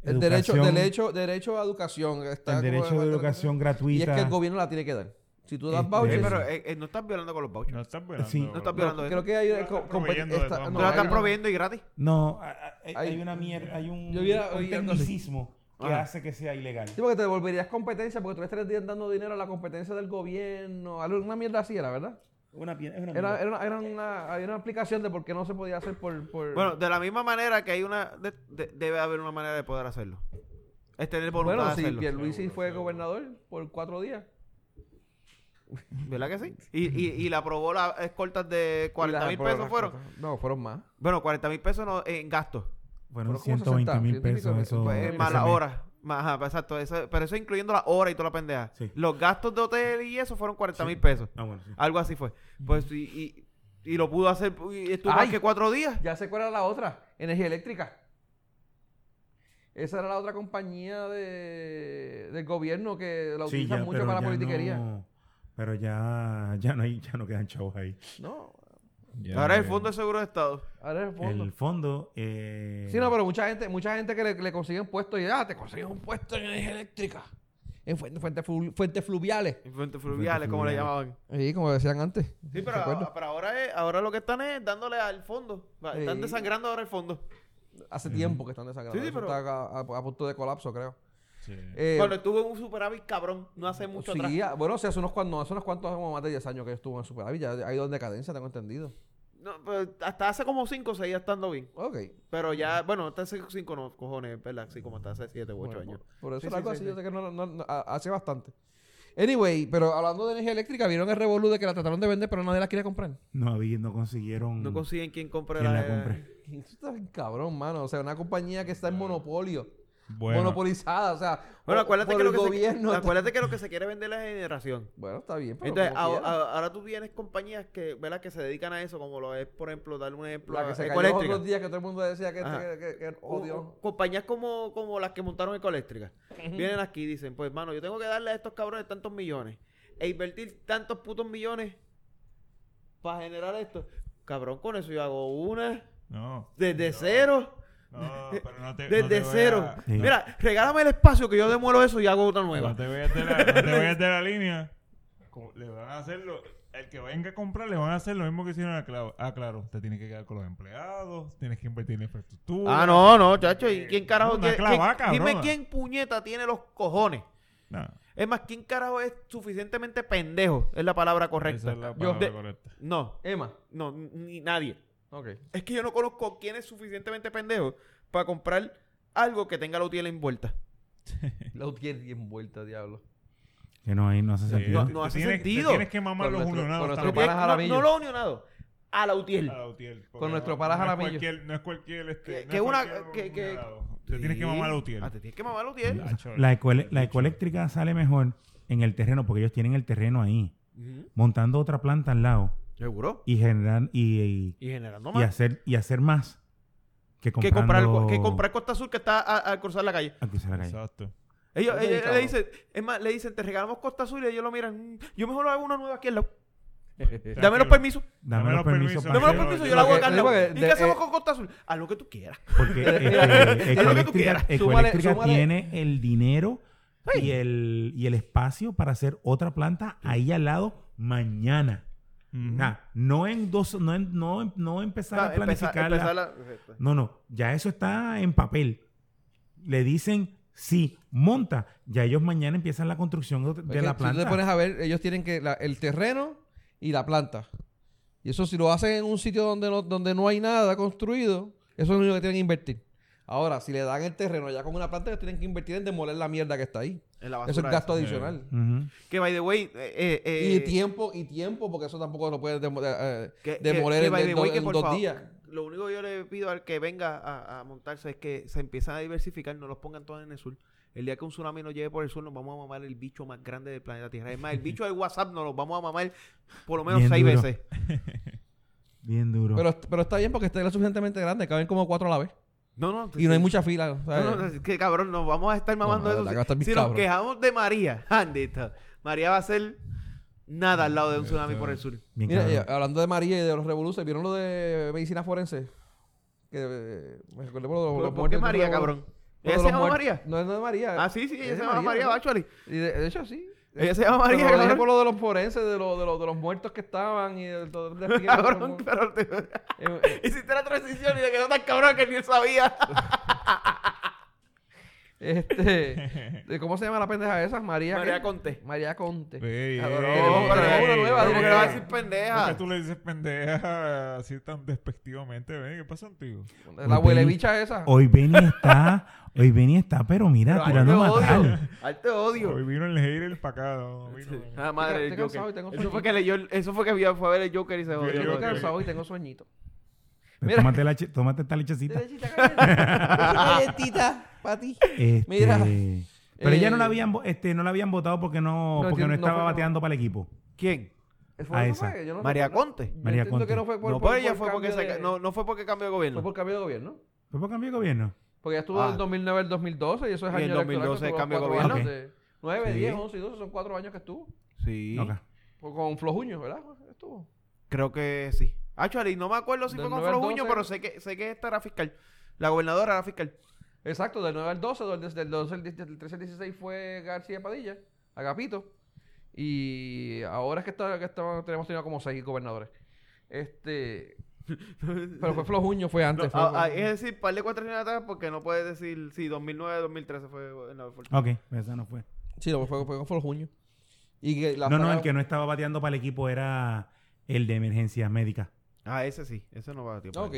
S1: el derecho,
S3: Educación-
S1: derecho, derecho a educación. Está
S3: el
S1: como-
S3: derecho de educación
S1: Y
S3: gratuita.
S1: es que el gobierno la tiene que dar. Si tú das
S3: Este,
S2: Oye,
S1: vouchers...
S3: Sí,
S2: pero eh, eh, no estás violando con los vouchers.
S4: No estás violando.
S3: Sí.
S4: bro.
S2: No estás
S1: no,
S2: violando
S1: creo
S2: eso.
S1: que hay...
S4: Tú la estás
S1: co-
S4: proveyendo
S1: esta-
S4: de todas
S1: no,
S2: Tú la
S4: maneras.
S1: hay
S2: estás
S1: una-
S2: proveyendo y gratis.
S3: No, a- a- hay,
S1: Hay-
S3: una mierda, hay un,
S1: Yo hubiera
S3: un
S1: oído algo así. Ah.
S3: tecnicismo que
S2: Ajá.
S3: hace que sea ilegal.
S1: Sí, porque te devolverías competencia porque tú estarías dando dinero a la competencia del gobierno. algo- Una mierda así era, ¿verdad?
S3: Una, pier- es una mierda.
S1: Era, era, una, era una, había una explicación de por qué no se podía hacer por... por...
S2: Bueno, de la misma manera que hay una. de- de- debe haber una manera de poder hacerlo. Es tener voluntad
S1: bueno,
S2: de
S1: si
S2: hacerlo.
S1: Pierluisi fue gobernador por cuatro días.
S2: ¿Verdad que sí? Y, y, y la aprobó las escoltas de 40
S1: Y
S2: mil
S1: las-
S2: pesos fueron.
S1: No, fueron más.
S2: Bueno, 40 mil pesos no, en gastos.
S3: Fueron
S1: Fueron como
S3: 120 mil
S1: 60,
S3: pesos.
S1: 120
S3: Eso,
S1: mil
S2: Pues,
S1: pesos.
S2: más
S3: ese
S2: las
S3: mes.
S2: horas. Más, ajá, exacto. Eso, pero eso incluyendo las horas y toda la pendeja.
S3: Sí.
S2: Los gastos de hotel y eso fueron 40 mil pesos.
S3: Ah, bueno, sí.
S2: Algo así fue. Pues, y, y, y lo pudo hacer. y estuvo
S1: Ay.
S2: más que cuatro días.
S1: Ya sé cuál era la otra, energía eléctrica. Esa era la otra compañía de, del gobierno que la
S3: Sí,
S1: utilizan
S3: ya,
S1: mucho
S3: pero
S1: para
S3: ya
S1: politiquería. No.
S3: no- pero ya, ya, no hay, ya no quedan chavos ahí.
S4: Ya,
S2: Ahora el
S4: eh,
S2: Fondo de Seguro de Estado.
S1: ahora es el fondo.
S3: El fondo. eh,
S1: Sí, no, pero mucha gente, mucha gente que le, le consiguen puestos y ah, te consiguen un puesto en energía eléctrica. En fuentes fuente flu- fuentes fluviales.
S2: Fuentes fluviales, como le
S3: fluviales.
S2: llamaban.
S1: Sí, como decían antes.
S2: Sí,
S1: ¿Se
S2: pero,
S1: acuerdan?
S2: a- pero ahora, es- ahora lo que están es dándole al fondo. Va, Están
S1: Sí.
S2: desangrando ahora el fondo.
S1: Hace tiempo que están desagradables.
S2: Sí, sí,
S1: Eso
S2: pero-
S1: Está a, a- a punto de colapso, creo.
S4: sí.
S1: Eh,
S2: Cuando estuvo en un superávit cabrón, no hace mucho
S1: sí,
S2: atrás.
S1: ah, bueno, o sea, hace unos, cuan- no, hace unos cuantos, como más de 10 años que estuvo en Superávit. Ya ha ido en decadencia, tengo entendido.
S2: No, pero hasta hace como 5 seguía estando bien.
S1: Ok.
S2: Pero ya, bueno, hasta hace 5 no, cojones, ¿verdad? Sí, como hasta hace 7 u 8
S1: Bueno, pues,
S2: años.
S1: Por, por eso
S2: Sí,
S1: era
S2: sí,
S1: algo
S2: sí,
S1: así,
S2: sí.
S1: yo sé que no, no- no- ha- hace bastante. Anyway, pero hablando de energía eléctrica, vieron el revolú de que la trataron de vender, pero nadie la quería comprar.
S3: No, había, no consiguieron.
S1: mm.
S2: No consiguen quien compre
S3: ¿Quién
S2: la,
S3: la compre?
S1: Eso está bien cabrón, mano. O sea, una compañía que está en monopolio,
S4: Bueno,
S1: monopolizada, o sea,
S2: Bueno,
S1: por-
S2: acuérdate
S1: por
S2: que, lo
S1: el
S2: que se-
S1: gobierno.
S2: acuérdate que lo que se quiere vender es la generación.
S1: Bueno, está bien, pero
S2: Entonces,
S1: como
S2: a-
S1: quiera.
S2: a- ahora tú tienes compañías que, ¿verdad? que se dedican a eso, como lo es, por ejemplo, darle un ejemplo
S1: la
S2: a
S1: que se cayó los
S2: Ecoeléctrica.
S1: otros días que todo el mundo decía que,
S2: Ajá. Uh,
S1: que, que- que-
S2: O-
S1: oh, Dios.
S2: o compañías como, como las que montaron Ecoeléctrica. Vienen aquí y dicen, pues, mano, yo tengo que darle a estos cabrones tantos millones e invertir tantos putos millones para generar esto. Cabrón, con eso yo hago una
S4: no,
S2: desde cero.
S4: no, pero no te, no
S2: Desde
S4: te voy
S2: cero.
S4: a-
S3: Sí.
S2: Mira, regálame el espacio que yo demuelo eso y hago otra nueva.
S4: No te voy a de la, no te vayas de la línea. Como le van a hacerlo. El que venga a comprar le van a hacer lo mismo que hicieron a Claro. Ah, claro, te tienes que quedar con los empleados, tienes que invertir en infraestructura.
S2: Ah, no, no, chacho. ¿Y quién carajo?
S4: Una
S2: quién-
S4: clavaca,
S2: quién- dime
S4: cabrona.
S2: quién puñeta tiene los cojones.
S4: No,
S2: Es más, ¿quién carajo es suficientemente pendejo? Es la palabra
S4: esa
S2: correcta.
S4: es la
S2: Yo-
S4: palabra
S2: de-
S4: correcta.
S2: No,
S1: Emma,
S2: no, ni nadie.
S1: ok.
S2: Es que yo no conozco quién es suficientemente pendejo para comprar algo que tenga la UTL envuelta.
S1: La UTIER bien vuelta, diablo.
S3: Que no, ahí no hace
S4: Sí,
S3: sentido.
S4: te-
S2: no
S4: te
S2: hace
S4: tienes-
S2: sentido.
S4: te Tienes que mamar
S1: Con
S4: los
S1: nuestro-
S4: unionados
S1: con nuestro
S2: No,
S1: Pero
S4: también.
S1: para
S2: no,
S1: Jaramillo.
S2: no lo unionado, a la UTL.
S4: a la UTIER, porque
S1: Con nuestro
S4: no-
S1: para
S4: no es
S1: Jaramillo.
S4: cualquier- No es cualquier. este,
S2: Que-
S4: no
S2: que
S4: es
S2: una-
S4: cualquier
S2: que- que-
S4: unionado. Te tienes que mamar la UTIER.
S2: Ah, te tienes que mamar la UTL.
S4: Nacho,
S3: La, ecoele- la ecoeléctrica sale mejor en el terreno porque ellos tienen el terreno ahí,
S2: Ujú.
S3: montando otra planta al lado
S2: Seguro.
S3: y generan y,
S2: Y generando
S3: y- y
S2: más.
S3: hacer y hacer más que
S2: Que comprar,
S3: comprando-
S2: que comprar Costa Azul que está a- al cruzar la calle.
S3: al cruzar la calle.
S4: Exacto.
S2: Ellos,
S1: Oye,
S2: ellos le
S1: cabrón.
S2: dicen, es más, le dicen, te regalamos Costa Azul y ellos lo miran. "Mm, Yo mejor lo hago una nueva aquí al lado. Dame los
S4: Tranquilo.
S2: permisos.
S3: Dame,
S4: Dame
S3: los
S4: los permisos.
S3: permisos. para
S2: Dame los
S4: yo-
S2: permisos, yo
S4: yo
S2: lo hago
S1: lo
S2: acá al
S1: que-
S2: lado.
S1: digo que
S2: ¿Y
S1: de-
S2: qué hacemos
S1: eh,
S2: con Costa Azul? Haz lo que tú quieras.
S3: Porque
S1: Dame
S3: este,
S2: lo que tú
S3: Ecoeléctrica,
S2: quieras.
S3: Ecoeléctrica
S1: Súmale- súmale.
S3: tiene el dinero y el, y el espacio para hacer otra planta ahí al lado mañana.
S4: Ujú.
S3: Nah, no en dos, no, en- no, en- no empezar
S2: Ah,
S3: a
S2: empezar-
S3: planificarla.
S2: empezar la-
S3: No, no, ya eso está en papel. Le dicen, sí, monta. Ya ellos mañana empiezan la construcción de
S1: Es que
S3: la
S1: Si tú te
S3: planta.
S1: pones a ver, ellos tienen que la- el terreno y la planta. Y eso si lo hacen en un sitio donde no, donde no hay nada construido, eso es lo único que tienen que invertir. Ahora, si le dan el terreno ya con una planta, ellos tienen que invertir en demoler la mierda que está ahí.
S2: en la basura.
S1: Eso es gasto
S3: Eh.
S4: esa.
S1: adicional.
S3: Ujú.
S2: esa. Que, by the way, eh, eh, eh,
S1: y tiempo, y tiempo, porque eso tampoco lo puedes demo- eh,
S2: que- que-
S1: demoler
S2: que,
S1: en,
S2: by the
S1: en
S2: way,
S1: do-
S2: que
S1: en
S2: por
S1: dos
S2: favor,
S1: días.
S2: Lo único que yo le pido al que venga a, a montarse es que se empiecen a diversificar, no los pongan todos en el sur. El día que un tsunami nos lleve por el sur, nos vamos a mamar el bicho más grande del planeta Tierra. Es más, el bicho del WhatsApp nos lo vamos a mamar por lo menos
S3: Bien
S2: seis
S3: duro.
S2: veces.
S3: Bien duro.
S1: Pero, pero está bien porque está lo suficientemente grande, caben como cuatro a la vez.
S2: No, no.
S1: Y no hay mucha eh. fila. o sea,
S2: No, no, es que cabrón, nos vamos a estar mamando
S1: la verdad
S2: eso.
S1: que va a estar
S2: Si,
S1: bien
S2: si nos
S1: cabrón.
S2: quejamos de María, andita, María va a ser nada al lado de un tsunami por el sur.
S3: Bien
S1: Mira,
S3: cabrón.
S1: y hablando de María y de los revoluces, ¿vieron lo de medicina forense? Que eh, me recordé por lo-
S2: ¿Por,
S1: los
S2: por
S1: muertos
S2: qué
S1: de
S2: María,
S1: revolu-
S2: cabrón?
S1: por
S2: ¿Ella
S1: los
S2: se llama
S1: muertos-
S2: María?
S1: No, no es María.
S2: Ah, sí, sí, ella
S1: Es
S2: se llama
S1: María.
S2: María Bacholi.
S1: Y de, de hecho, sí.
S2: Ella se llama
S1: Pero
S2: María,
S1: lo dije
S2: cabrón.
S1: por lo de los forenses, de, lo- de, lo- de los muertos que estaban y del todo de de-
S2: Cabrón,
S1: como-
S2: pero te-
S1: eh, eh,
S2: hiciste la transición y le quedó tan cabrón que ni él sabía.
S1: Este, de- ¿cómo se llama la pendeja esa? María
S2: María
S1: ¿qué?
S2: Conté.
S1: María Conte.
S4: Sí,
S1: Cabrón,
S4: eh,
S1: pero
S4: eh, eh,
S1: una nueva, digo,
S2: porque
S1: que
S2: le va a
S4: eh,
S2: decir
S4: ¿Por qué
S2: pendeja.
S4: tú le dices pendeja así tan despectivamente? Ven, ¿Qué pasa contigo?
S1: La huelebicha esa.
S3: Hoy Benny está, hoy Benny está, Ah, pero mira,
S2: Pero Al te
S3: tirando a
S2: odio.
S3: matar.
S2: Al te
S4: Hoy
S2: odio.
S4: vino el hater para acá. no vino.
S2: Ah, madre,
S1: Estoy
S2: el
S1: cansado
S2: Joker.
S1: y tengo
S2: Eso fue
S1: sueño.
S2: que leyó, el- eso fue que vio- fue a ver el Joker y se
S4: Yo
S2: jodió.
S1: Yo
S4: creo que-
S1: cansado y tengo sueñito. Mira.
S3: Tómate, la, che- tómate esta lechecita.
S1: para ti.
S3: Este,
S1: Mira.
S3: Pero ella no
S1: Eh,
S3: la habían, vo- este, no la habían votado porque no,
S1: No,
S3: porque no
S1: entiendo, no
S3: estaba
S1: fue-
S3: bateando para el equipo.
S2: ¿Quién?
S1: ¿Fue,
S3: A
S1: eso
S3: esa.
S1: fue? Yo no
S2: María
S1: recuerdo.
S2: Conte.
S1: Yo
S3: María
S1: entiendo que
S3: Conte.
S1: no fue por,
S2: No,
S1: por-
S2: pero ella
S1: por
S2: fue porque
S1: cambio
S2: se-
S1: de-
S2: no, no fue porque cambió de
S1: Fue
S2: gobierno.
S1: por cambio de gobierno.
S3: ¿Fue por cambio de gobierno?
S1: Porque ya estuvo
S2: Ah.
S1: del 2009 al 2012 y eso es
S2: Y
S1: año
S2: el
S1: electoral que
S2: 2012
S1: estuvo
S2: cambio de
S1: cuatro años
S3: gobierno.
S1: de- Nueve,
S2: Sí.
S1: diez, once y doce son cuatro años que estuvo.
S2: Sí.
S3: Ok.
S1: Con- Con Flojuño, ¿verdad? Estuvo.
S2: Creo que sí. Actually, no me acuerdo si
S1: Del
S2: fue con
S1: 9 al
S2: Flojuño,
S1: 12.
S2: pero sé que, sé que esta era fiscal. La gobernadora era fiscal.
S1: Exacto, del 9 al 12, del, del 12 al 10 del 13 al 16 fue García Padilla, Agapito. Y ahora es que, está, que está- tenemos tenido como seis gobernadores. Este, pero fue Flojuño, fue antes.
S2: No,
S1: fue-
S2: ah,
S1: fue-
S2: ah, es decir, par de cuatro años atrás, porque no puedes decir si 2009, 2013 fue gobernador. Fortuño.
S3: Ok, esa no fue.
S1: Sí, no, fue, fue con Flojuño. Y que la
S3: No, no,
S1: saga-
S3: el que no estaba bateando para el equipo era el de emergencias médicas.
S2: Ah, ese sí. Ese no va a tiempo.
S1: Ah, Ok.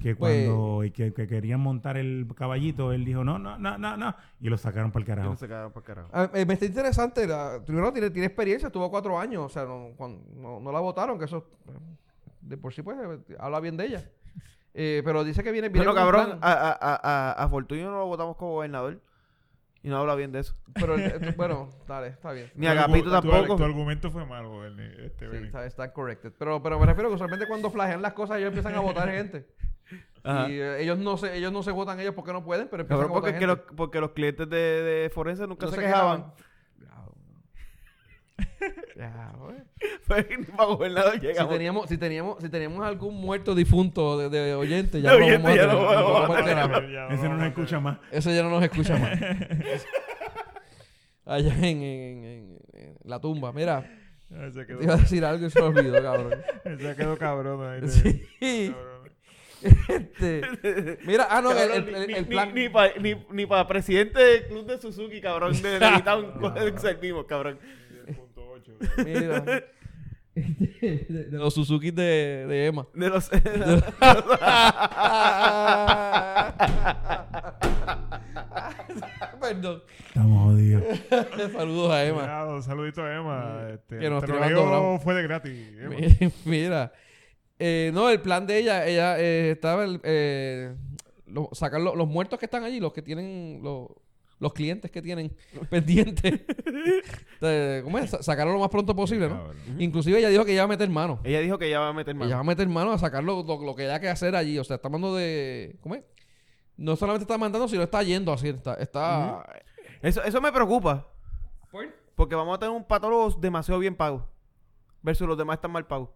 S3: Que
S1: Pues-
S3: cuando y que, que querían montar el caballito, él dijo, no, no, no, no, no. Y lo sacaron para el
S2: Yo
S3: carajo.
S2: no sé qué hago por carajo.
S1: Ah, eh, me está interesante. La, primero, tiene, tiene experiencia, estuvo cuatro años. O sea, no, cuan- no, no la votaron, que eso eh, de por sí, pues, eh, habla bien de ella. Eh, pero dice que viene bien.
S2: Bueno, cabrón, ah. a, a, a, a, a Fortuño no lo votamos como gobernador. Y no habla bien de eso.
S1: Pero, eh, tú- bueno, dale, está bien.
S2: Ni
S4: Tu
S2: a Capito
S4: argu- tu-
S2: tampoco.
S4: Tu argumento fue malo, Bernie. Este,
S1: Sí,
S4: Bernie.
S1: está, está corrected. Pero, pero me refiero que usualmente cuando flagean las cosas, ellos empiezan a votar gente.
S2: Ajá.
S1: Y eh, ellos no se, ellos no se votan ellos porque no pueden, pero empiezan
S2: Cabrón,
S1: a
S2: porque, es
S1: votar
S2: que los,
S1: gente.
S2: porque los clientes de, de Forense nunca
S1: No
S2: se,
S1: se
S2: quejaban.
S1: Cabrón.
S2: Fue que para gobernador
S1: Si
S2: llegamos.
S1: teníamos, si teníamos, si teníamos algún muerto difunto de, de oyente, ya
S2: De
S1: no
S2: oyente,
S1: vamos a
S2: ya
S1: tener-
S2: no
S1: no
S2: vamos a
S1: vamos a tener.
S4: Ya
S3: Ese no
S4: vamos
S3: nos
S4: a
S3: escucha más.
S1: Ese ya no nos escucha más. Allá en, en- en- en la tumba. Mira,
S4: tener- Ese
S1: te iba a
S4: quedó,
S1: decir algo y se me olvidó, cabrón.
S4: ese quedó cabrón. ahí,
S1: Sí.
S4: cabrón.
S1: Este, mira, ah, no, el,
S2: Cabrón,
S1: el- el-
S2: ni-
S1: el
S2: ni-
S1: plan.
S2: Ni, para presidente del club de Suzuki, cabrón, de Levitown, servimos, cabrón.
S4: 10.8,
S1: Mira. De, de los Suzuki de, de Emma.
S2: De los...
S1: Perdón.
S3: Estamos jodidos.
S1: Saludos a Emma.
S4: Cuidado, saludito a Emma. Este,
S1: Que nos
S4: el
S1: tiró la
S4: troleo
S1: dobra.
S4: fue de gratis. Emma.
S1: Mira. eh, no, el plan de ella, ella eh, estaba el, eh, lo- sacar lo- los muertos que están allí, los que tienen, los, los clientes que tienen pendientes. Eh, ¿Cómo es? Sa- Sacarlo lo más pronto posible, ¿no?
S4: Cabrón.
S1: Inclusive ella dijo que ella va a meter mano.
S2: Ella dijo que ella va a meter
S1: Ella va
S2: mano.
S1: a meter mano a sacar lo, lo- lo que haya que hacer allí. O sea, está mandando de. ¿Cómo es? No solamente está mandando, sino está yendo así. Está. está
S2: Mm. Eso, eso me preocupa,
S1: ¿Por?
S2: porque vamos a tener un patólogo demasiado bien pago, versus los demás están mal pagos.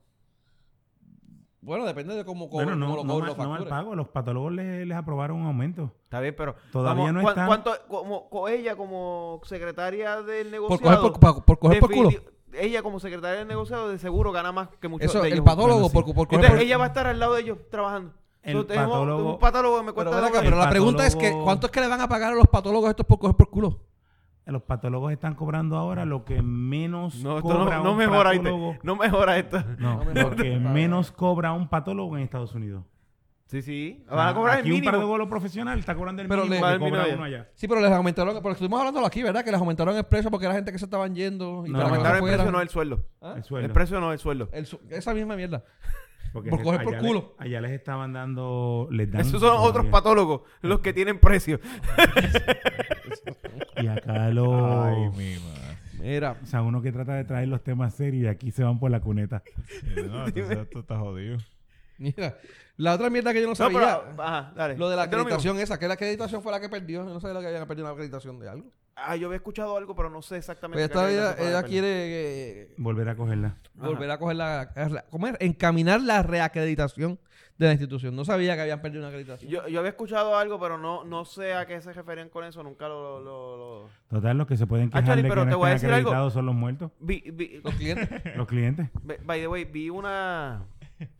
S1: Bueno, depende de cómo, cómo,
S3: Bueno, no,
S1: cómo
S3: no,
S1: lo cobren los
S3: mal- no mal
S1: factores.
S3: pago. Los patólogos le- les aprobaron un aumento.
S2: Está bien, pero...
S3: Todavía
S2: vamos,
S3: no
S2: ¿cuán-
S3: están.
S2: ¿Cuánto, como, co- ella como secretaria del
S1: por coger
S2: negociado...
S1: por, pa- por coger por culo.
S2: definiti- Ella como secretaria del negociado de seguro gana más que muchos
S1: Eso,
S2: de
S1: el
S2: ellos.
S1: patólogo,
S3: bueno, sí.
S1: por,
S3: Este
S1: por coger
S2: Entonces,
S1: por-
S2: ella va a estar al lado de ellos trabajando.
S3: El
S2: Entonces, tenemos-
S3: patólogo-
S2: tenemos un patólogo que me
S1: Pero,
S2: cuesta
S1: ven acá,
S2: dos
S1: pero
S3: el
S1: la pregunta es que
S3: patólogo-
S1: ¿cuánto es que le van a pagar a los patólogos estos por coger por culo?
S3: los patólogos están cobrando ahora lo que menos
S2: No, esto
S3: cobra
S2: no, no
S3: un
S2: mejora
S3: patólogo.
S2: este. No mejora esto.
S3: No,
S1: No mejora.
S3: lo que menos cobra un patólogo en Estados Unidos.
S2: Sí, sí. Van Ah, a cobrar el
S3: Aquí un
S2: mínimo.
S3: patólogo profesional está cobrando el
S1: Pero
S3: mínimo
S1: le-
S3: que
S2: Vale,
S3: cobra
S2: mira,
S3: uno allá.
S1: Sí, pero les aumentaron, porque estuvimos hablando aquí, ¿verdad? Que les aumentaron el precio porque era gente que se estaban yendo. Y
S3: No,
S1: para que
S2: Aumentaron el
S1: fueran.
S2: precio, no el sueldo.
S1: ¿Ah?
S3: El
S2: El
S3: sueldo.
S2: precio no el sueldo.
S1: El su- esa misma mierda.
S3: Porque
S2: Pues
S1: por coger
S3: es-
S1: por
S3: allá le-
S1: culo.
S3: allá les estaban dando... Les dan
S2: Esos son otros
S3: todavía.
S2: patólogos, los que tienen precio.
S3: Y acá los...
S4: Ay, mi madre.
S1: Mira,
S3: O sea, uno que trata de traer los temas serios y aquí se van por la cuneta.
S4: Sí, No, entonces esto está jodido.
S1: mira. La otra mierda que yo no
S2: No, pero.
S1: sabía.
S2: Ajá, dale.
S1: Lo de la
S2: Este es mismo.
S1: acreditación esa, que la acreditación fue la que perdió. Yo no sabía que habían perdido una acreditación de algo.
S2: Ah, yo había escuchado algo, pero no sé exactamente.
S1: Pero
S2: qué
S1: Pues esta ella,
S2: acreditación fue
S1: ella
S2: la que perdí.
S1: quiere eh,
S3: Volver a cogerla.
S2: Ajá.
S1: volver a coger la... a re- ¿Cómo es? Encaminar la reacreditación de la institución. No sabía que habían perdido una acreditación.
S2: Yo, yo había escuchado algo, pero no, no sé a qué se referían con eso. Nunca lo. lo- lo-
S3: Total, los que se pueden
S2: Ah,
S3: quejar
S2: Charlie,
S3: de que
S2: pero
S3: no
S2: te voy a
S3: estén
S2: decir algo.
S3: acreditados son los muertos,
S2: Vi- vi-
S1: Los clientes.
S3: los clientes.
S2: Be- By the way, vi una.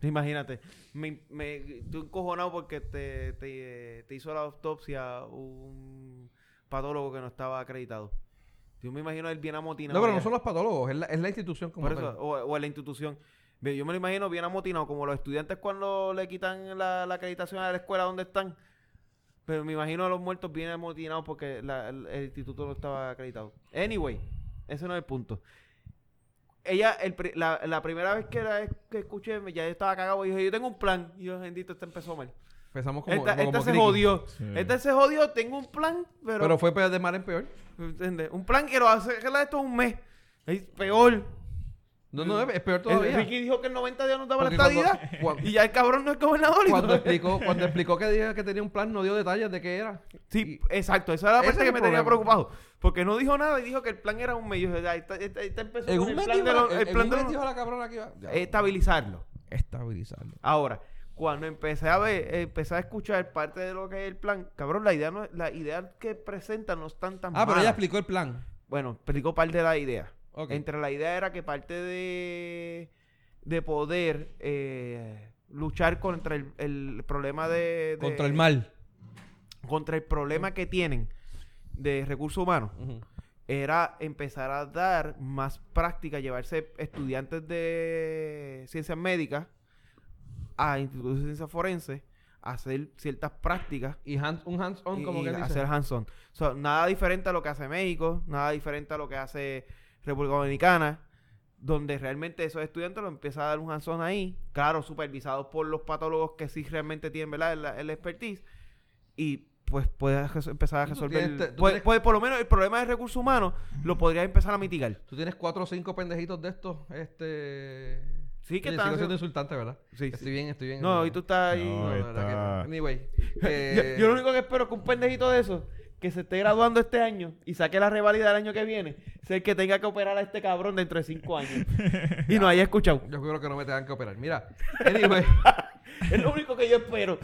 S2: Imagínate, me, me estoy encojonado porque te, te, te hizo la autopsia un patólogo que no estaba acreditado. Yo me imagino él bien amotinado.
S1: no, pero no
S2: allá.
S1: son los patólogos, es la, es la institución como
S2: Por eso,
S1: tal.
S2: o, o en la institución. Ve, Yo me lo imagino bien amotinado, como los estudiantes cuando le quitan la, la acreditación a la escuela donde están. Pero me imagino a los muertos bien amotinados porque la- el, el instituto no estaba acreditado. Anyway, ese no es el punto. Ella, el pri- la, la primera vez que, la, que escuché, me- ya yo estaba cagado y dije, yo tengo un plan. Y yo, bendito, este empezó mal.
S1: Empezamos como...
S2: Esta,
S1: como-
S2: esta
S1: como
S2: se
S1: criqui.
S2: jodió.
S4: Sí.
S2: Esta se jodió, tengo un plan, pero...
S1: Pero, fue pe- de mal en peor.
S2: ¿entiendes? Un plan que lo hace que la de esto es un mes. Es peor.
S1: No, no, es peor
S2: El
S1: todavía.
S2: Ricky dijo que en 90 días nos daba
S1: Porque
S2: la
S1: cuando-
S2: estadía
S1: cuando-
S2: y ya el cabrón no es gobernador. y
S1: Cuando
S2: todo.
S1: explicó, cuando explicó que, dijo que tenía un plan, no dio detalles de qué era.
S2: Sí, exacto. Esa era la
S1: Ese
S2: parte
S1: es
S2: que
S1: el
S2: me tenía
S1: problema.
S2: preocupado. Porque no dijo nada y dijo que el plan era un medio. Ahí está, ahí está- ahí está empezó
S1: En
S2: con
S1: un
S2: el
S1: mes
S2: plan
S1: dijo
S2: de
S1: la-
S2: lo-
S1: en-
S2: el
S1: en
S2: plan
S1: un
S2: de
S1: mes
S2: lo- Eh,
S1: dijo la cabrona que iba... Ya,
S2: estabilizarlo.
S1: Estabilizarlo.
S2: Ahora, cuando empecé a ver, empecé a escuchar parte de lo que es el plan, cabrón, la idea no, es- la idea que presenta no están tan
S1: Ah, pero
S2: malas.
S1: ella explicó el plan.
S2: Bueno, explicó parte de la idea.
S1: Ok.
S2: Entre la idea era que parte de, de poder eh, luchar contra el, el problema de, de-
S1: Contra el mal.
S2: Contra el problema que tienen de recursos humanos
S1: Ujú.
S2: era empezar a dar más práctica, llevarse estudiantes de ciencias médicas a institutos de ciencias forenses, a hacer ciertas prácticas
S1: Y hands- un hands-on,
S2: y-
S1: como
S2: y
S1: que él dice.
S2: hacer hands-on. So, nada diferente a lo que hace México, nada diferente a lo que hace República Dominicana, donde realmente esos estudiantes lo empiezan a dar un hands-on ahí, claro, supervisados por los patólogos que sí realmente tienen ¿verdad? El, el expertise, y pues puedes res- empezar a
S1: Tú
S2: resolver.
S1: tienes te- tú
S2: pues,
S1: tienes-
S2: pues, por lo menos el problema de recursos humanos lo podrías empezar a mitigar.
S1: Tú tienes cuatro o cinco pendejitos de estos, este...
S2: Sí, que
S1: Oye,
S2: están
S1: sigo siendo
S2: haciendo-
S1: insultante, ¿verdad?
S2: Sí,
S1: Estoy
S2: sí.
S1: bien, estoy bien.
S2: No, y tú estás ahí.
S4: No,
S1: No, la
S4: está-
S1: verdad que no. Anyway.
S2: Yo,
S1: eh,
S2: yo lo único que espero es que un pendejito de esos que se esté graduando este año y saque la revalida el año que viene, sea el que tenga que operar a este cabrón dentro de cinco años. y no haya escuchado.
S1: Yo creo que no me tengan que operar. Mira, anyway.
S2: Es lo único que yo espero.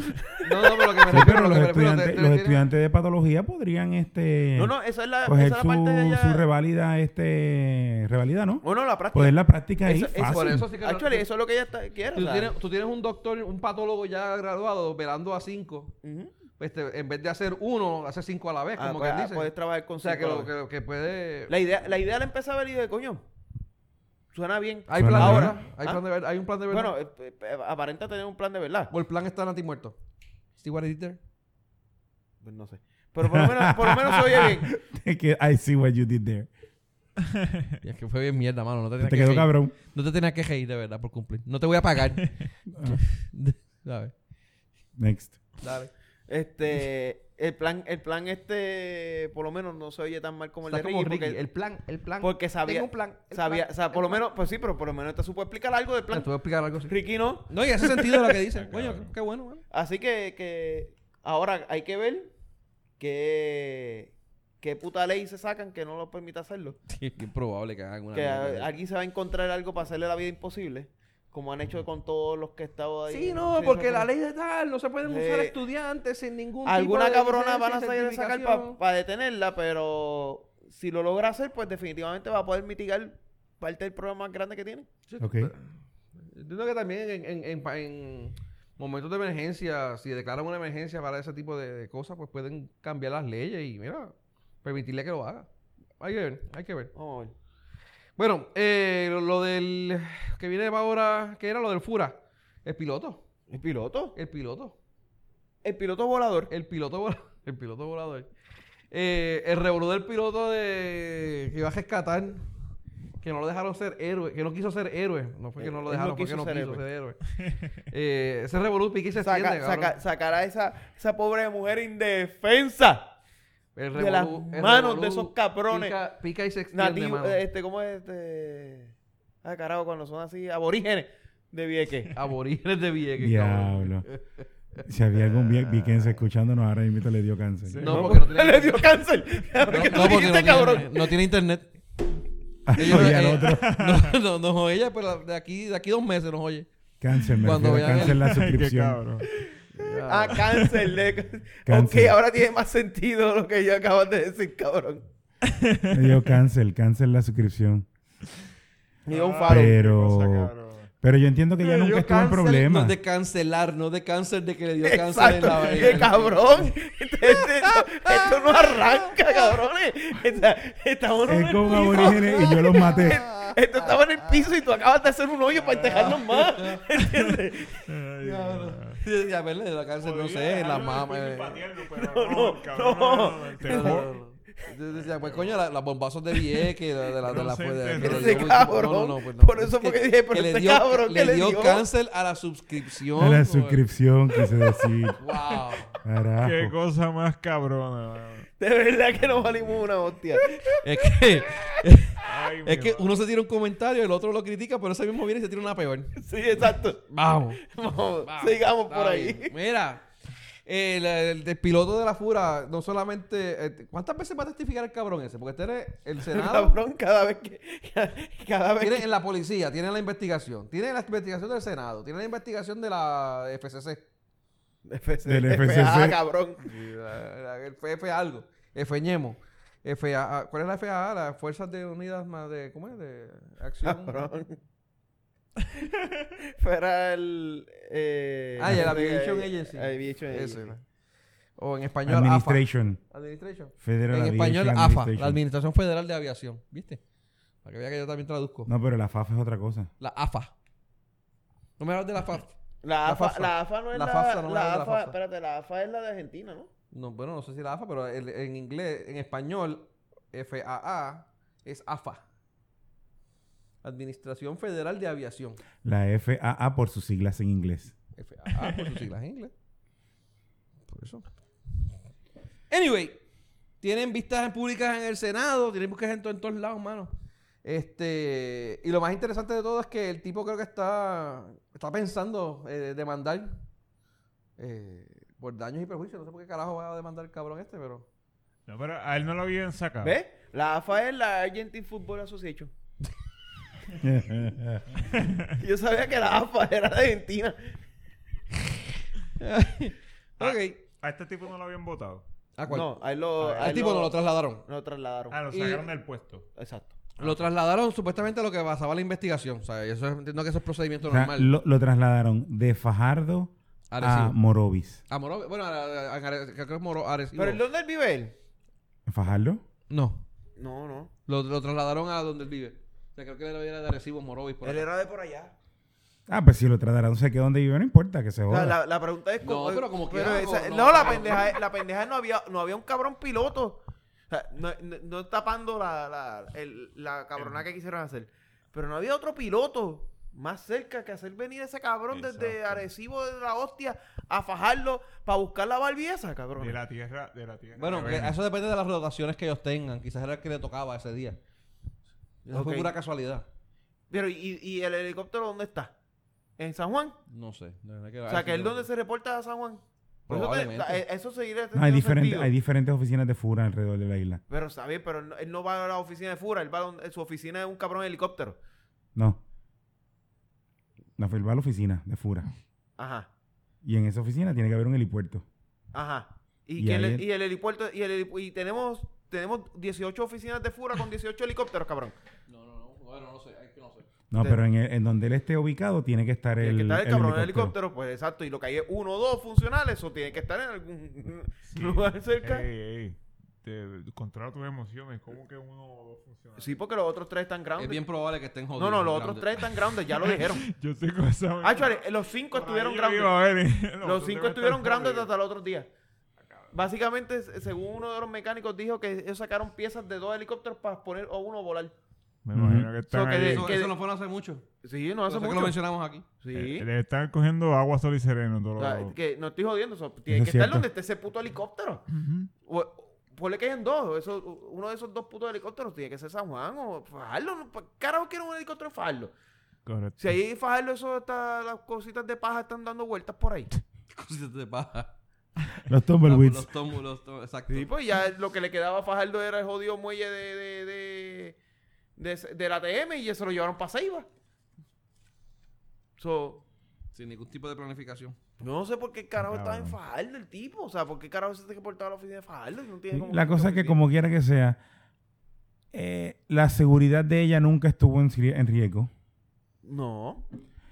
S1: No, no, pero lo que me
S3: Sí,
S1: refiero,
S3: pero
S1: lo
S3: los
S1: que me refiero,
S3: estudiantes,
S1: te- te
S3: los
S1: refieres-
S3: estudiantes de patología podrían este
S2: No, no, esa es la, esa es
S3: coger
S2: la
S3: su,
S2: parte de ella.
S3: su revalida, este revalida, ¿no?
S2: Bueno, la práctica.
S3: Poder la práctica ahí
S2: Eso- eso-
S3: fácil.
S1: Por eso sí que... no-
S2: Actually,
S1: tú-
S2: eso es lo que ella está, quiere.
S1: Tú
S2: o sea.
S1: tienes, tú tienes un doctor, un patólogo ya graduado, velando a cinco.
S2: Ujú.
S1: Este, en vez de hacer uno, hace cinco a la vez,
S2: Ah,
S1: como
S2: pues,
S1: quien
S2: ah,
S1: dice.
S2: puedes trabajar con
S1: o sea, que, lo,
S2: psicólogo.
S1: que, que puede...
S2: la idea La idea la empecé a ver y de coño, suena bien.
S1: Hay
S3: Suena
S1: plan de
S3: bien.
S1: verdad. Hay,
S2: Ah.
S1: plan de verdad. Hay un plan de verdad.
S2: Bueno, eh, eh, eh, aparenta tener un plan de verdad.
S1: o el plan está anti muerto. See what I did there?
S2: Pues no sé. Pero por lo menos, por lo menos se oye bien.
S3: Es que I see what you did there.
S1: Y es que fue bien mierda, mano. No te,
S3: Te,
S1: tenías que
S3: quedó
S1: reír.
S3: cabrón.
S1: No te tenías que reír de verdad por cumplir. No te voy a pagar. ¿Sabes?
S3: Next.
S1: Dale.
S2: Este, el plan, el plan este, por lo menos no se oye tan mal como el
S1: Está
S2: de Ricky,
S1: como Ricky,
S2: porque,
S1: el plan, el plan.
S2: porque sabía,
S1: Tengo un plan. el
S2: sabía,
S1: plan,
S2: o sea,
S1: el
S2: por lo
S1: plan.
S2: menos, pues sí, pero por lo menos te supo explicar algo del
S1: Ah,
S2: plan.
S1: Te voy a explicar algo así.
S2: Ricky no,
S1: No, y hace sentido lo que dicen.
S4: Ah,
S1: Coño,
S4: cabrón.
S1: qué bueno, mano.
S2: así que, que ahora hay que ver qué, qué puta ley se sacan que no lo permite hacerlo.
S1: Sí, es que es probable que hagan una.
S2: que
S1: mierda de
S2: a-
S1: eso.
S2: alguien se va a encontrar algo para hacerle la vida imposible, como han hecho con todos los que estaban ahí.
S1: Sí,
S2: en-
S1: no,
S2: sí,
S1: porque
S2: eso-
S1: la ley de tal no se pueden usar
S2: Eh,
S1: estudiantes sin ningún
S2: Alguna
S1: tipo de
S2: cabrona van a
S1: licencia y
S2: salir a sacar para
S1: certificación.
S2: detenerla, pero si lo logra hacer, pues definitivamente va a poder mitigar parte del problema más grande que tiene.
S1: Sí,
S3: Ok.
S1: pero- Entiendo que también en, en- en pa- en momentos de emergencia, si declaran una emergencia para ese tipo de, de cosas, pues pueden cambiar las leyes y, mira, permitirle que lo haga. Hay que ver, hay que ver.
S2: Vamos a ver.
S1: Bueno, eh, lo, lo del que viene ahora, que era lo del Fura, el piloto,
S2: ¿El piloto?
S1: el piloto,
S2: El piloto volador.
S1: el piloto volador, el piloto volador. Eh, el revolú del piloto de que iba a rescatar, que no lo dejaron ser héroe, que no quiso ser héroe, no fue que no
S2: Él
S1: lo
S2: no
S1: dejaron, fue
S2: quiso
S1: que no
S2: ser
S1: quiso
S2: héroe.
S1: ser héroe. Eh, ese revolú pique se
S2: Saca-
S1: extiende,
S2: saca-
S1: cabrón.
S2: sacar a esa, esa pobre mujer indefensa
S1: El
S2: de las
S1: revolú- el
S2: manos de
S1: revolú
S2: esos cabrones
S1: Pica, pica y se extiende,
S2: nativos.
S1: mano.
S2: eh, Este, ¿cómo es este? Ah, carajo, cuando son así, aborígenes de Vieques.
S1: Aborígenes de Vieques, cabrón.
S3: Diablo. Si había algún vie- viquense escuchándonos, ahora mismo le dio cáncer.
S4: Sí.
S1: No, porque no tiene
S2: le dio cáncer. ¿Qué tú dijiste, cabrón?
S1: Tiene, no tiene internet. Ellos-
S3: Había el
S1: eh,
S3: otro.
S1: No, no, nos oye ella, pero de aquí, de aquí dos meses nos oye.
S3: Cáncer, me
S1: Cuando
S3: refiero,
S1: vean
S3: cáncer la
S4: Qué
S3: suscripción.
S4: cabrón.
S2: Ah, cáncer. De...
S3: Cáncer.
S2: Ok, ahora tiene más sentido lo que yo acabas de decir, cabrón.
S3: Me dio cáncer, cáncer la suscripción.
S2: Y un
S4: Ah,
S2: faro.
S3: Pero-
S4: qué cosa, cabrón.
S3: Pero yo entiendo que ya nunca estuvo en
S1: No
S3: problemas.
S1: de cancelar, no de cáncer de que le dio cáncer en la
S2: Exacto. ¡Qué cabrón! Este- este- esto, esto no arranca, cabrones. Esta- Estamos en
S3: Es
S2: el
S3: con
S2: piso.
S3: aborígenes y yo los maté.
S2: Esto estaba en el piso y tú acabas de hacer un hoyo para dejarnos más.
S4: Ay, Dios.
S1: Sí, A ver, le dio cáncer, no
S4: Podría
S1: sé, en la
S4: dejarlo
S1: mama.
S4: después de
S1: eh.
S4: patearlo, pero
S2: No,
S4: no,
S2: no,
S4: cabrón,
S2: no.
S4: te jod-
S1: No, no, no. Yo decía, pues coño, la- las bombazos de Vieques, de, de la... De la pues, de- que le
S2: Ese
S1: dio-
S2: cabrón.
S1: pues,
S2: Por eso fue que dije, pero
S1: le
S2: ese
S1: dio-
S2: cabrón que
S1: le
S2: le
S1: dio
S2: dio.
S1: cáncer a la suscripción.
S3: A la
S1: güey.
S3: suscripción, quise decir.
S1: Wow.
S4: Qué
S3: Carajo.
S4: cosa más cabrona. mano.
S2: De verdad que no valimos una hostia.
S1: Es que,
S4: Ay, mi
S1: es que
S4: madre.
S1: uno se tira un comentario, el otro lo critica, pero ese mismo viene y se tira una peor.
S2: Sí, exacto.
S1: Vamos.
S2: Vamos,
S1: Vamos,
S2: sigamos
S1: está
S2: por
S1: bien.
S2: ahí.
S1: Mira, el, el- el piloto de la FURA, no solamente. eh, ¿Cuántas veces va a testificar el cabrón ese? Porque este eres el Senado.
S2: Cabrón, cada vez que. Cada vez
S1: tiene
S2: que.
S1: en la policía, tiene en la investigación, tiene en la investigación del Senado, tiene en la investigación de la FCC.
S2: FCC,
S3: Del
S2: FA,
S3: FCC.
S2: ah, cabrón.
S1: Y la- la- El FF algo, FEñemo. FAA, ah, ¿Cuál es la FAA? Las Fuerzas de Unidas más de. ¿Cómo es? De Acción.
S2: Cabrón. Fuera el. Eh,
S1: Ah, y el
S2: de-
S1: Aviation Agency.
S2: Aviation
S1: Eso
S2: Agency.
S1: era. O en español,
S3: Administration.
S1: AFA. Administration.
S3: Federal
S1: en español,
S3: Aviation
S1: AFA, la
S3: Administration.
S1: Administración Federal de Aviación. ¿Viste? Para que vea que yo también traduzco.
S3: No, pero la FAFA es otra cosa.
S1: La AFA. No me hablas de la AFA.
S2: La
S1: La
S2: AFA,
S1: FAFSA.
S2: la AFA no es
S1: La
S2: la.
S1: FAFSA, no me acuerdo de
S2: la
S1: la
S2: AFA,
S1: FAFSA.
S2: espérate, la AFA es la de Argentina, ¿no?
S1: No, bueno, no sé si la AFA, pero el- en inglés, en español, FAA es AFA. Administración Federal de Aviación.
S3: La FAA por sus siglas en inglés.
S1: FAA Ah, por sus siglas en inglés. Por eso. Anyway, tienen vistas en públicas en el Senado, tienen vistas en, to- en todos lados, mano. Este, y lo más interesante de todo es que el tipo creo que está, está pensando eh, demandar eh, por daños y perjuicios. No sé por qué carajo va a demandar el cabrón este, pero.
S4: No, pero a él no lo habían sacado.
S2: ¿Ves? La AFA es la Argentine Football Association. Yo sabía que la AFA era de Argentina.
S4: Ah.
S1: ok.
S4: A este tipo no lo habían votado.
S1: ¿A cuál?
S2: No, ahí lo.
S4: Ah,
S2: ahí
S1: Al tipo no lo trasladaron.
S2: lo trasladaron.
S4: Ah, lo
S1: Y-
S4: sacaron del puesto.
S2: Exacto.
S1: Lo trasladaron supuestamente a lo que basaba la investigación. O sea, eso es- entiendo que eso es procedimiento
S3: O sea,
S1: normal.
S3: Ah,
S1: Ah,
S3: lo, ah, lo trasladaron de Fajardo a
S1: Arecibo.
S3: Morovis.
S1: A Moro- bueno, a, a- a- Are- creo que es Moro- Arecibo.
S2: ¿Pero el dónde él vive él?
S3: ¿Fajardo?
S1: No,
S2: No, no.
S1: lo, lo trasladaron a donde él vive. O sea, creo que él era de Arecibo, Morovis, por
S2: él
S1: acá.
S2: era de por allá.
S3: Ah, pues si lo trasladaron, sé que dónde vive, no importa, que se
S2: O sea,
S3: joda.
S2: la, la pregunta es
S1: No,
S2: cómo.
S1: pero como quiera,
S2: esa-
S1: no,
S2: no,
S1: no,
S2: la
S1: no.
S2: pendeja, es- la pendeja es no había, no había un cabrón piloto. O sea, no, no- no tapando la, la, el- la cabrona que quisieron hacer. Pero no había otro piloto más cerca que hacer venir ese cabrón desde
S4: Exacto.
S2: Arecibo de la hostia a fajarlo para buscar la barbieza, cabrón.
S4: De la tierra, de la tierra.
S1: Bueno,
S4: que
S1: que
S4: viene.
S1: eso depende de las rotaciones que ellos tengan. Quizás era el que le tocaba ese día. Eso fue
S2: Ok.
S1: pura casualidad.
S2: Pero, ¿y, y el helicóptero dónde está? ¿En San Juan?
S1: No sé. de verdad
S2: O
S1: a
S2: sea,
S1: ver
S2: que
S1: si
S2: él
S1: lo-
S2: donde se reporta a San Juan. Por eso, te-
S1: Ah, Probablemente.
S2: eh, eso seguirá
S3: No, hay,
S2: teniendo
S3: diferentes,
S2: sentido.
S3: hay diferentes oficinas de FURA alrededor de la isla.
S2: Pero está bien, pero él no, él no va a la oficina de Fura, él va a donde- su oficina es un cabrón de helicóptero.
S3: No. No, fue- él va a la oficina de FURA.
S2: Ajá,
S3: Y en esa oficina tiene que haber un helipuerto.
S2: ajá. Y,
S3: Y
S2: que
S3: ahí
S2: el,
S3: en-
S2: y el helipuerto, y, el helipu- y tenemos, tenemos 18 oficinas de Fura con 18 helicópteros, cabrón.
S1: No, no, no. Bueno, no sé. Es que no sé.
S3: No,
S2: Sí.
S3: pero en, el- en donde él esté ubicado tiene que estar el,
S2: tiene que estar el,
S3: el
S2: cabrón de helicóptero, pues exacto. Y lo que hay es uno o dos funcionales, o tiene que estar en algún
S4: Sí. Eh.
S2: lugar cerca.
S4: Ey, ey. este, controla tus emociones, cómo que uno o dos funciona.
S2: Sí, porque los otros tres están
S1: Es
S2: grounded.
S1: bien probable que estén jodidos.
S2: no, no, los
S1: grandes.
S2: otros tres están grounded, ya lo dijeron.
S4: Yo estoy con esa.
S2: Actually, los cinco estuvieron grounded.
S4: Eh,
S2: Los cinco estuvieron grandes hasta el otro día. Ah, Básicamente, s- según uno de los mecánicos dijo que ellos sacaron piezas de dos helicópteros para poner a uno a volar.
S4: Me imagino que
S2: So
S4: están
S2: que
S4: ahí. Eh,
S2: de-
S1: Eso,
S2: que-
S1: eso no fue hace mucho.
S2: Sí, no hace
S1: Eso que
S2: mucho.
S1: lo mencionamos aquí.
S2: Sí.
S4: Eh, Le están cogiendo agua, sol y sereno. Todo
S2: O sea,
S4: lo-
S2: que no estoy jodiendo. Eso. Tiene
S3: Eso
S2: que
S3: es
S2: estar
S3: cierto.
S2: donde esté ese puto helicóptero.
S4: Ujú.
S2: O, o- ponle que hayan dos. Eso, uno de esos dos putos helicópteros tiene que ser San Juan o Fajardo. no, pa- Carajo, quiero un helicóptero en Fajardo.
S4: Correcto.
S2: Si ahí en Fajardo, eso está, las cositas de paja están dando vueltas por ahí.
S1: Cositas de paja.
S3: Los
S1: Los,
S3: tumbleweeds.
S1: los tomo- los tomo- exacto.
S2: Sí, pues ya lo que le quedaba a Fajardo era el jodido muelle de, de, de, de, de la TM y eso lo llevaron para Ceiba. So,
S1: Sin ningún tipo de planificación.
S2: yo no sé por qué carajo estaba en
S4: Cabrón.
S2: Fajardo el tipo. O sea, por qué carajo se tiene que portar a la oficina de Fajardo. No tiene como
S3: La cosa es que, como quiera que sea, eh, la seguridad de ella nunca estuvo en, siri- en riesgo.
S2: No.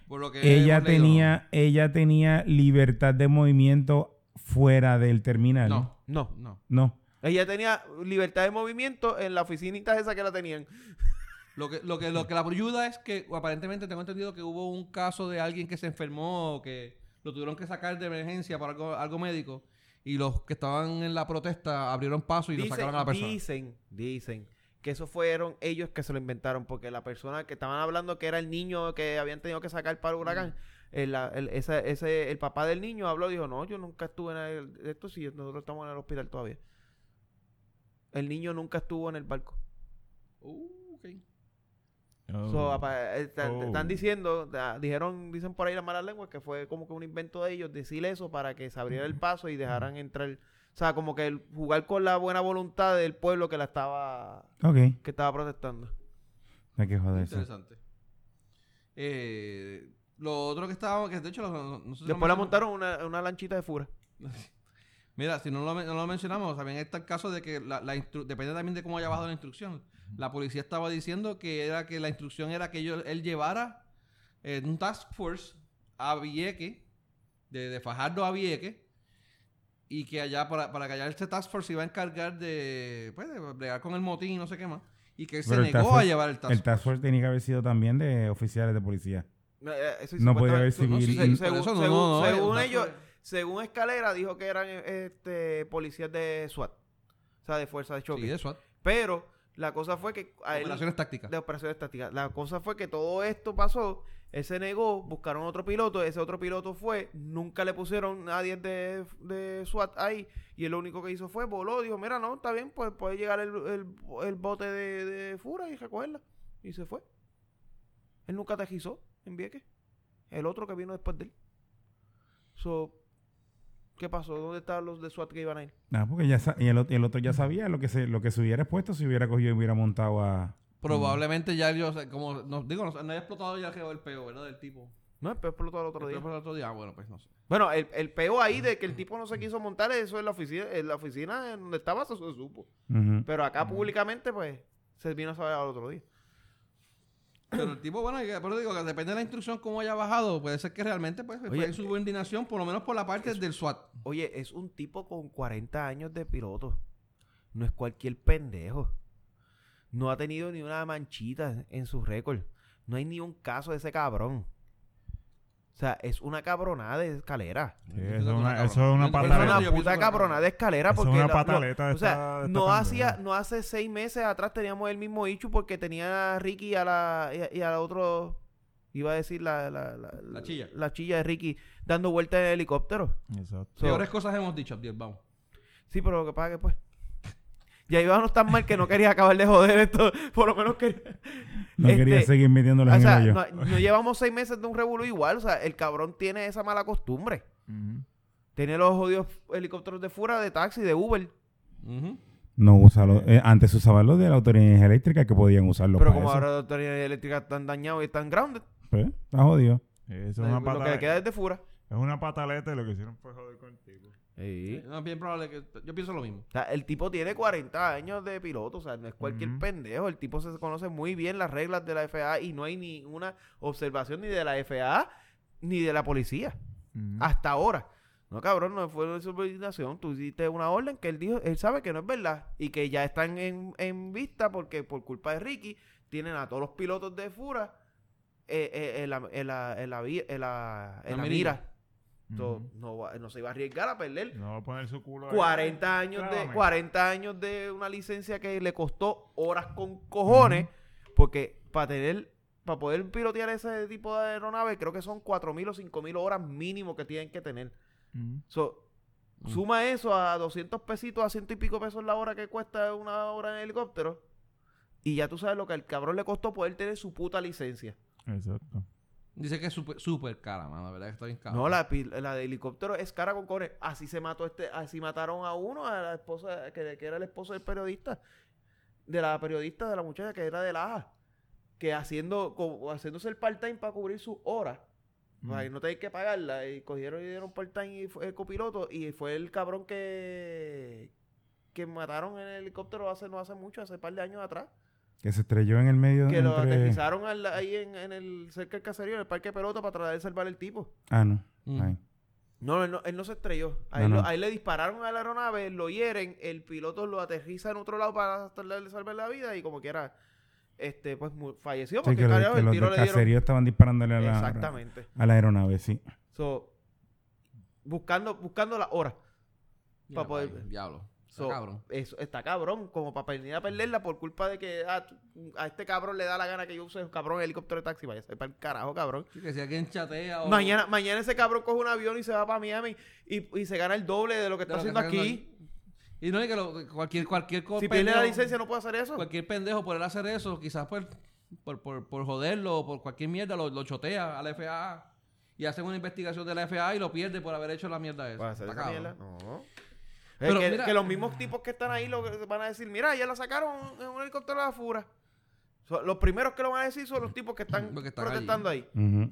S1: Por lo que
S2: Eh,
S3: Ella
S1: hemos leído,
S3: tenía, ella tenía libertad de movimiento fuera del terminal.
S1: No,
S2: No.
S1: no.
S3: No.
S2: Ella tenía libertad de movimiento en la oficinita esa que la tenían.
S1: Lo que, lo, que, lo que la ayuda es que aparentemente tengo entendido que hubo un caso de alguien que se enfermó o que lo tuvieron que sacar de emergencia para algo, algo médico y los que estaban en la protesta abrieron paso y lo
S2: Dicen,
S1: sacaron a la persona.
S2: dicen, dicen que eso fueron ellos que se lo inventaron porque la persona que estaban hablando que era el niño que habían tenido que sacar para el huracán, el, la- el- esa- ese, el papá del niño habló y dijo, no, yo nunca estuve en el- esto, si nosotros estamos en el hospital todavía. El niño nunca estuvo en el barco.
S1: Uh, ok.
S4: Oh.
S2: So, apa- eh, ta-
S4: Oh.
S2: Están diciendo, da- dijeron, dicen por ahí las malas lenguas que fue como que un invento de ellos decir eso para que se abriera el paso y dejaran entrar. O sea, como que el- jugar con la buena voluntad del pueblo que la estaba
S3: Ok.
S2: que estaba protestando.
S3: Hay que joderse.
S1: Interesante. Eh, lo otro que estaba, que de hecho, lo- lo- nosotros lo
S2: Después la
S1: mencionamos-
S2: montaron una, una lanchita de fura.
S1: Mira, si no lo, men- no lo mencionamos, también está el caso de que la, la instru- depende también de cómo haya bajado la instrucción. La policía estaba diciendo que era que la instrucción era que ellos- él llevara eh, un task force a Vieque, de, de Fajardo a Vieque, y que allá para, para que allá este task force se iba a encargar de, pues, de bregar con el motín y no sé qué más, y que él se
S3: Pero el task
S1: negó a
S3: force-
S1: llevar el task
S3: El Task Force tenía que haber sido también de oficiales de policía.
S2: No, eh, eso
S3: No
S2: supuestamente-
S3: podía haber
S2: tú- no,
S3: civil.
S2: se-
S1: Sí,
S2: según-
S1: por eso no,
S2: según-
S1: no, no,
S2: según
S1: no, no.
S2: ellos, según Escalera dijo que eran eh, este, policías de SWAT, o sea, de fuerza de choque.
S1: Sí, de SWAT.
S2: Pero la cosa fue que a él-
S1: Operaciones tácticas.
S2: de operaciones tácticas. La cosa fue que todo esto pasó, él se negó, buscaron otro piloto, ese otro piloto fue, nunca le pusieron nadie de, de SWAT ahí, y él lo único que hizo fue voló, dijo, mira, no, está bien, pues puede llegar el, el- el bote de, de Fura y recogerla. Y se fue. Él nunca aterrizó en Vieques. El otro que vino después de él. So, ¿Qué pasó? ¿Dónde estaban los de SWAT que iban a ir?
S3: Ah, porque ya sa- y el, ot- el otro ya sabía lo que se, lo que se hubiera expuesto si hubiera cogido y hubiera montado a.
S1: Probablemente ya ellos, eh, como, no, digo, no, no haya explotado ya el peo, ¿verdad? Del tipo.
S2: No, después explotó el otro
S1: El
S2: día.
S1: peo por el otro día, ah, bueno, pues no sé.
S2: Bueno, el, el peo ahí de que el tipo no se quiso montar, eso en la oficina, en la oficina en donde estaba, eso se supo.
S3: Ujú.
S2: Pero acá públicamente, pues, se vino a saber al otro día.
S1: Pero el tipo, bueno, que- por eso digo que depende de la instrucción cómo haya bajado. Puede ser que realmente pues,
S2: Oye,
S1: fue en subordinación, por lo menos por la parte del SWAT.
S2: Oye, es un tipo con 40 años de piloto. No es cualquier pendejo. No ha tenido ni una manchita en su récord. No hay ni un caso de ese cabrón. O sea, es una cabronada de escalera.
S4: Sí, eso es una, eso es una
S1: Pero
S2: Es
S1: Claro,
S4: pataleta.
S1: yo
S2: una
S1: pienso
S2: puta
S1: que-
S2: cabrona de escalera
S4: Eso
S2: porque
S4: es una
S2: la- lo-
S4: pataleta de
S2: o sea,
S4: esta- de esta
S2: no hacía
S4: pandemia.
S2: no hace seis meses atrás teníamos el mismo issue porque tenía a Ricky y a la y a- y al otro iba a decir la la, la,
S1: La chilla.
S2: la chilla de Ricky dando vueltas en el helicóptero
S4: Exacto.
S2: So,
S1: Peores cosas hemos dicho, Abdiel, vamos.
S2: sí pero lo que pasa es que pues ya íbamos tan mal que no quería acabar de joder esto por lo menos que
S3: No
S2: Este,
S3: quería seguir metiéndolo
S2: o
S3: en
S2: sea,
S3: el hoyo.
S2: no, no llevamos seis meses de un revolú igual o sea el cabrón tiene esa mala costumbre
S4: Ujú.
S2: tiene los jodidos helicópteros de fuera de taxi de Uber
S1: Ujú.
S3: No usarlo. eh, antes usaban los de la autoridad eléctrica que podían usarlo.
S2: Pero
S3: para
S2: como
S3: eso.
S2: ahora la autoridad eléctrica están dañados y están grounded,
S3: Pues, está jodido.
S4: Eso es una
S2: lo que le queda
S4: pataleta.
S2: es de fura.
S4: Es una pataleta y lo que hicieron fue joder contigo.
S2: Sí.
S1: No, es bien probable que. Yo pienso lo mismo.
S2: O sea, el tipo tiene 40 años de piloto, o sea, no es cualquier
S4: Ujú.
S2: pendejo. El tipo se conoce muy bien las reglas de la FAA y no hay ni una observación ni de la FAA ni de la policía.
S4: Ujú.
S2: Hasta ahora. No, cabrón, no fue de subordinación. Tú hiciste una orden que él dijo, él sabe que no es verdad y que ya están en, en vista porque por culpa de Ricky tienen a todos los pilotos de Fura eh, eh, en la, en la, en la, vi- en la- en
S1: La
S2: la
S1: mirilla.
S2: mira. So, no, va- no se iba a arriesgar a perder
S4: No va a poner su culo ahí.
S2: 40 años de
S4: Clávame.
S2: 40 años de una licencia que le costó horas con cojones porque para tener para poder pilotear ese tipo de aeronave creo que son 4000 o 5000 horas mínimo que tienen que tener.
S4: Ujú.
S2: So, suma eso a 200 pesitos a ciento y pico pesos la hora que cuesta una hora en helicóptero y ya tú sabes lo que al cabrón le costó poder tener su puta licencia.
S4: Exacto.
S1: Dice que es súper super cara, mano. La verdad que está bien cara.
S2: No, la, pi- la de helicóptero es cara con cobre. Así se mató este, así mataron a uno, a la esposa, que, que era el esposo del periodista, de la periodista, de la muchacha que era de la AJA, que haciendo, co- haciéndose el part-time para cubrir sus horas, para que Pues no tener que pagarla, y cogieron y dieron part-time y fue el copiloto, y fue el cabrón que, que mataron en el helicóptero hace, no hace mucho, hace par de años atrás.
S3: Que se estrelló en el medio
S2: Que lo
S3: entre-
S2: aterrizaron al- ahí en, en el, cerca del caserío, en el parque de pelota, para tratar de salvar el tipo.
S3: Ah, no.
S1: Mm.
S3: Ahí.
S2: No, él no, él no se estrelló. A,
S3: No,
S2: él,
S3: no.
S2: lo- a él le dispararon a la aeronave, lo hieren, el piloto lo aterriza en otro lado para tratar de salvar la vida y como quiera, este, pues mu- falleció
S3: Sí, que,
S2: porque
S3: lo-
S2: carajo,
S3: que
S2: el
S3: los
S2: tiro
S3: del
S2: le dieron.
S3: caserío estaban disparándole a la,
S2: Exactamente.
S3: a la aeronave, sí.
S2: So, buscando, buscando las horas.
S1: Mira,
S2: pa' poder-
S1: vaya, Diablo. Está
S2: So,
S1: cabrón.
S2: Eso, está cabrón, como para venir a perderla por culpa de que ah, tú- a este cabrón le da la gana que yo use un cabrón helicóptero de taxi. Vaya, para el carajo, cabrón.
S1: Sí, que si alguien chatea o...
S2: Mañana, mañana ese cabrón coge un avión y se va para Miami y, y se gana el doble de lo que
S1: de
S2: está
S1: lo que
S2: haciendo aquí.
S1: Y no es que lo- cualquier, cualquier co-
S2: Si pierde la
S1: pendejo-
S2: licencia no puede hacer eso.
S1: Cualquier pendejo por él hacer eso, quizás por, por, por, por joderlo o por cualquier mierda, lo, lo chotea a la FAA. Y hacen una investigación de la FAA y lo pierde por haber hecho la mierda esa.
S2: Para hacer
S1: Está
S2: esa
S1: cabrón.
S2: mierda, No.
S1: Pero
S2: Es que,
S1: mira-
S2: que los mismos tipos que están ahí lo van a decir, mira, ya la sacaron en un helicóptero de la fura. So, los primeros que lo van a decir son los tipos que están,
S1: Los que están
S2: protestando ahí.
S3: Ujú.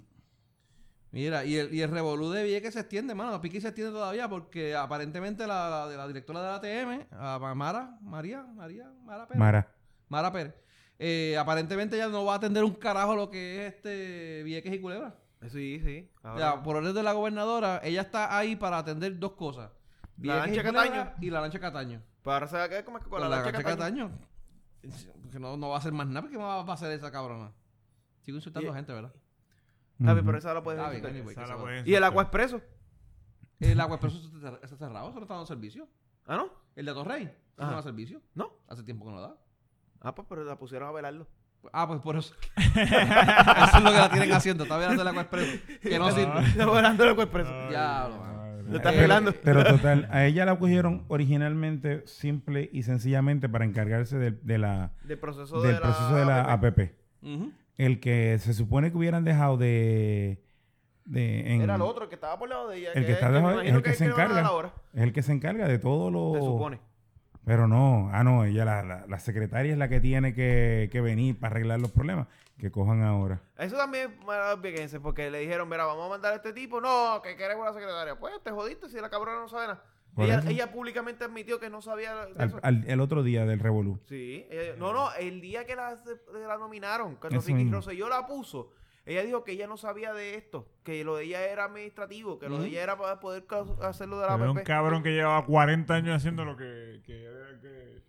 S1: Mira, y el, y el revolú de Vieques se extiende, mano. Piqui se extiende todavía porque aparentemente la, la, la directora de la ATM, a Ma- Mara, María, María, Mara Pérez.
S3: Mara.
S1: Mara Pérez. eh, aparentemente ella no va a atender un carajo lo que es este Vieques y Culebra.
S2: Eh, Sí, sí.
S1: O
S2: Ahora-
S1: sea, por orden de la gobernadora, ella está ahí para atender dos cosas.
S2: La
S1: Vieques y
S2: lancha
S1: Culebra
S2: Cataño.
S1: Y la lancha Cataño.
S2: Pero pues, ahora se va a quedar como que con la, lancha
S1: cancha
S2: Cataño.
S1: Cataño. Que no, no va a hacer más nada porque va va a hacer esa cabrona. Sigo insultando
S2: Y-
S1: a gente, ¿verdad?
S2: Está bien,
S3: Ujú.
S2: pero esa la puedes
S1: Está bien,
S2: disfrutar.
S1: anyway,
S4: Esa
S1: que
S4: la
S1: se joda.
S4: pueden
S2: Y el
S4: soltar.
S2: agua expreso.
S1: El agua expreso está cer- está cerrado, eso no está dando servicio.
S2: ¿Ah, no?
S1: El de Torrey, eso
S2: Ajá.
S1: no da servicio.
S2: ¿No?
S1: Hace tiempo que no da.
S2: Ah, pues, pero la pusieron a velarlo.
S1: Ah, pues por eso. eso es lo que la tienen haciendo. Está velando el agua expreso. Que no
S4: Ah.
S1: sirve.
S2: Está velando el agua expreso.
S4: Ay,
S1: Diablo,
S4: mi
S1: mano.
S4: madre.
S2: Lo están
S1: Eh,
S2: velando.
S3: Pero total, a ella la cogieron originalmente simple y sencillamente para encargarse del, de la,
S2: Del proceso de
S3: del
S2: la...
S3: proceso de la APP.
S1: Ujú.
S3: El que se supone que hubieran dejado de... de en-
S2: Era el otro, el que estaba por lado de ella.
S3: El que está
S2: me
S3: debajo-
S2: imagino
S3: es el que se
S2: le van a dar
S3: encarga.
S2: ahora,
S3: Es el que se encarga de todo lo...
S2: se supone.
S3: Pero no, ah, no, ella, la, la- la secretaria es la que tiene que, que venir para arreglar los problemas que cojan ahora.
S2: Eso también es maravilloso, porque le dijeron, mira, vamos a mandar a este tipo. No, que queremos la secretaria. Pues te jodiste si la cabrona no sabe nada.
S3: Por
S2: Ella,
S3: eso.
S2: ella públicamente admitió que no sabía de
S3: Al-
S2: eso.
S3: al- el otro día del Revolú.
S2: Sí, ella- no, no, el día que la, la nominaron, cuando
S3: Eso
S2: Ricky
S3: mismo.
S2: Rosselló la puso, ella dijo que ella no sabía de esto, que lo de ella era administrativo, que lo de
S1: Ujú.
S2: ella era para poder caus- hacerlo de la
S4: Pero un
S2: APP.
S4: cabrón que llevaba 40 años haciendo lo que... Que, era que,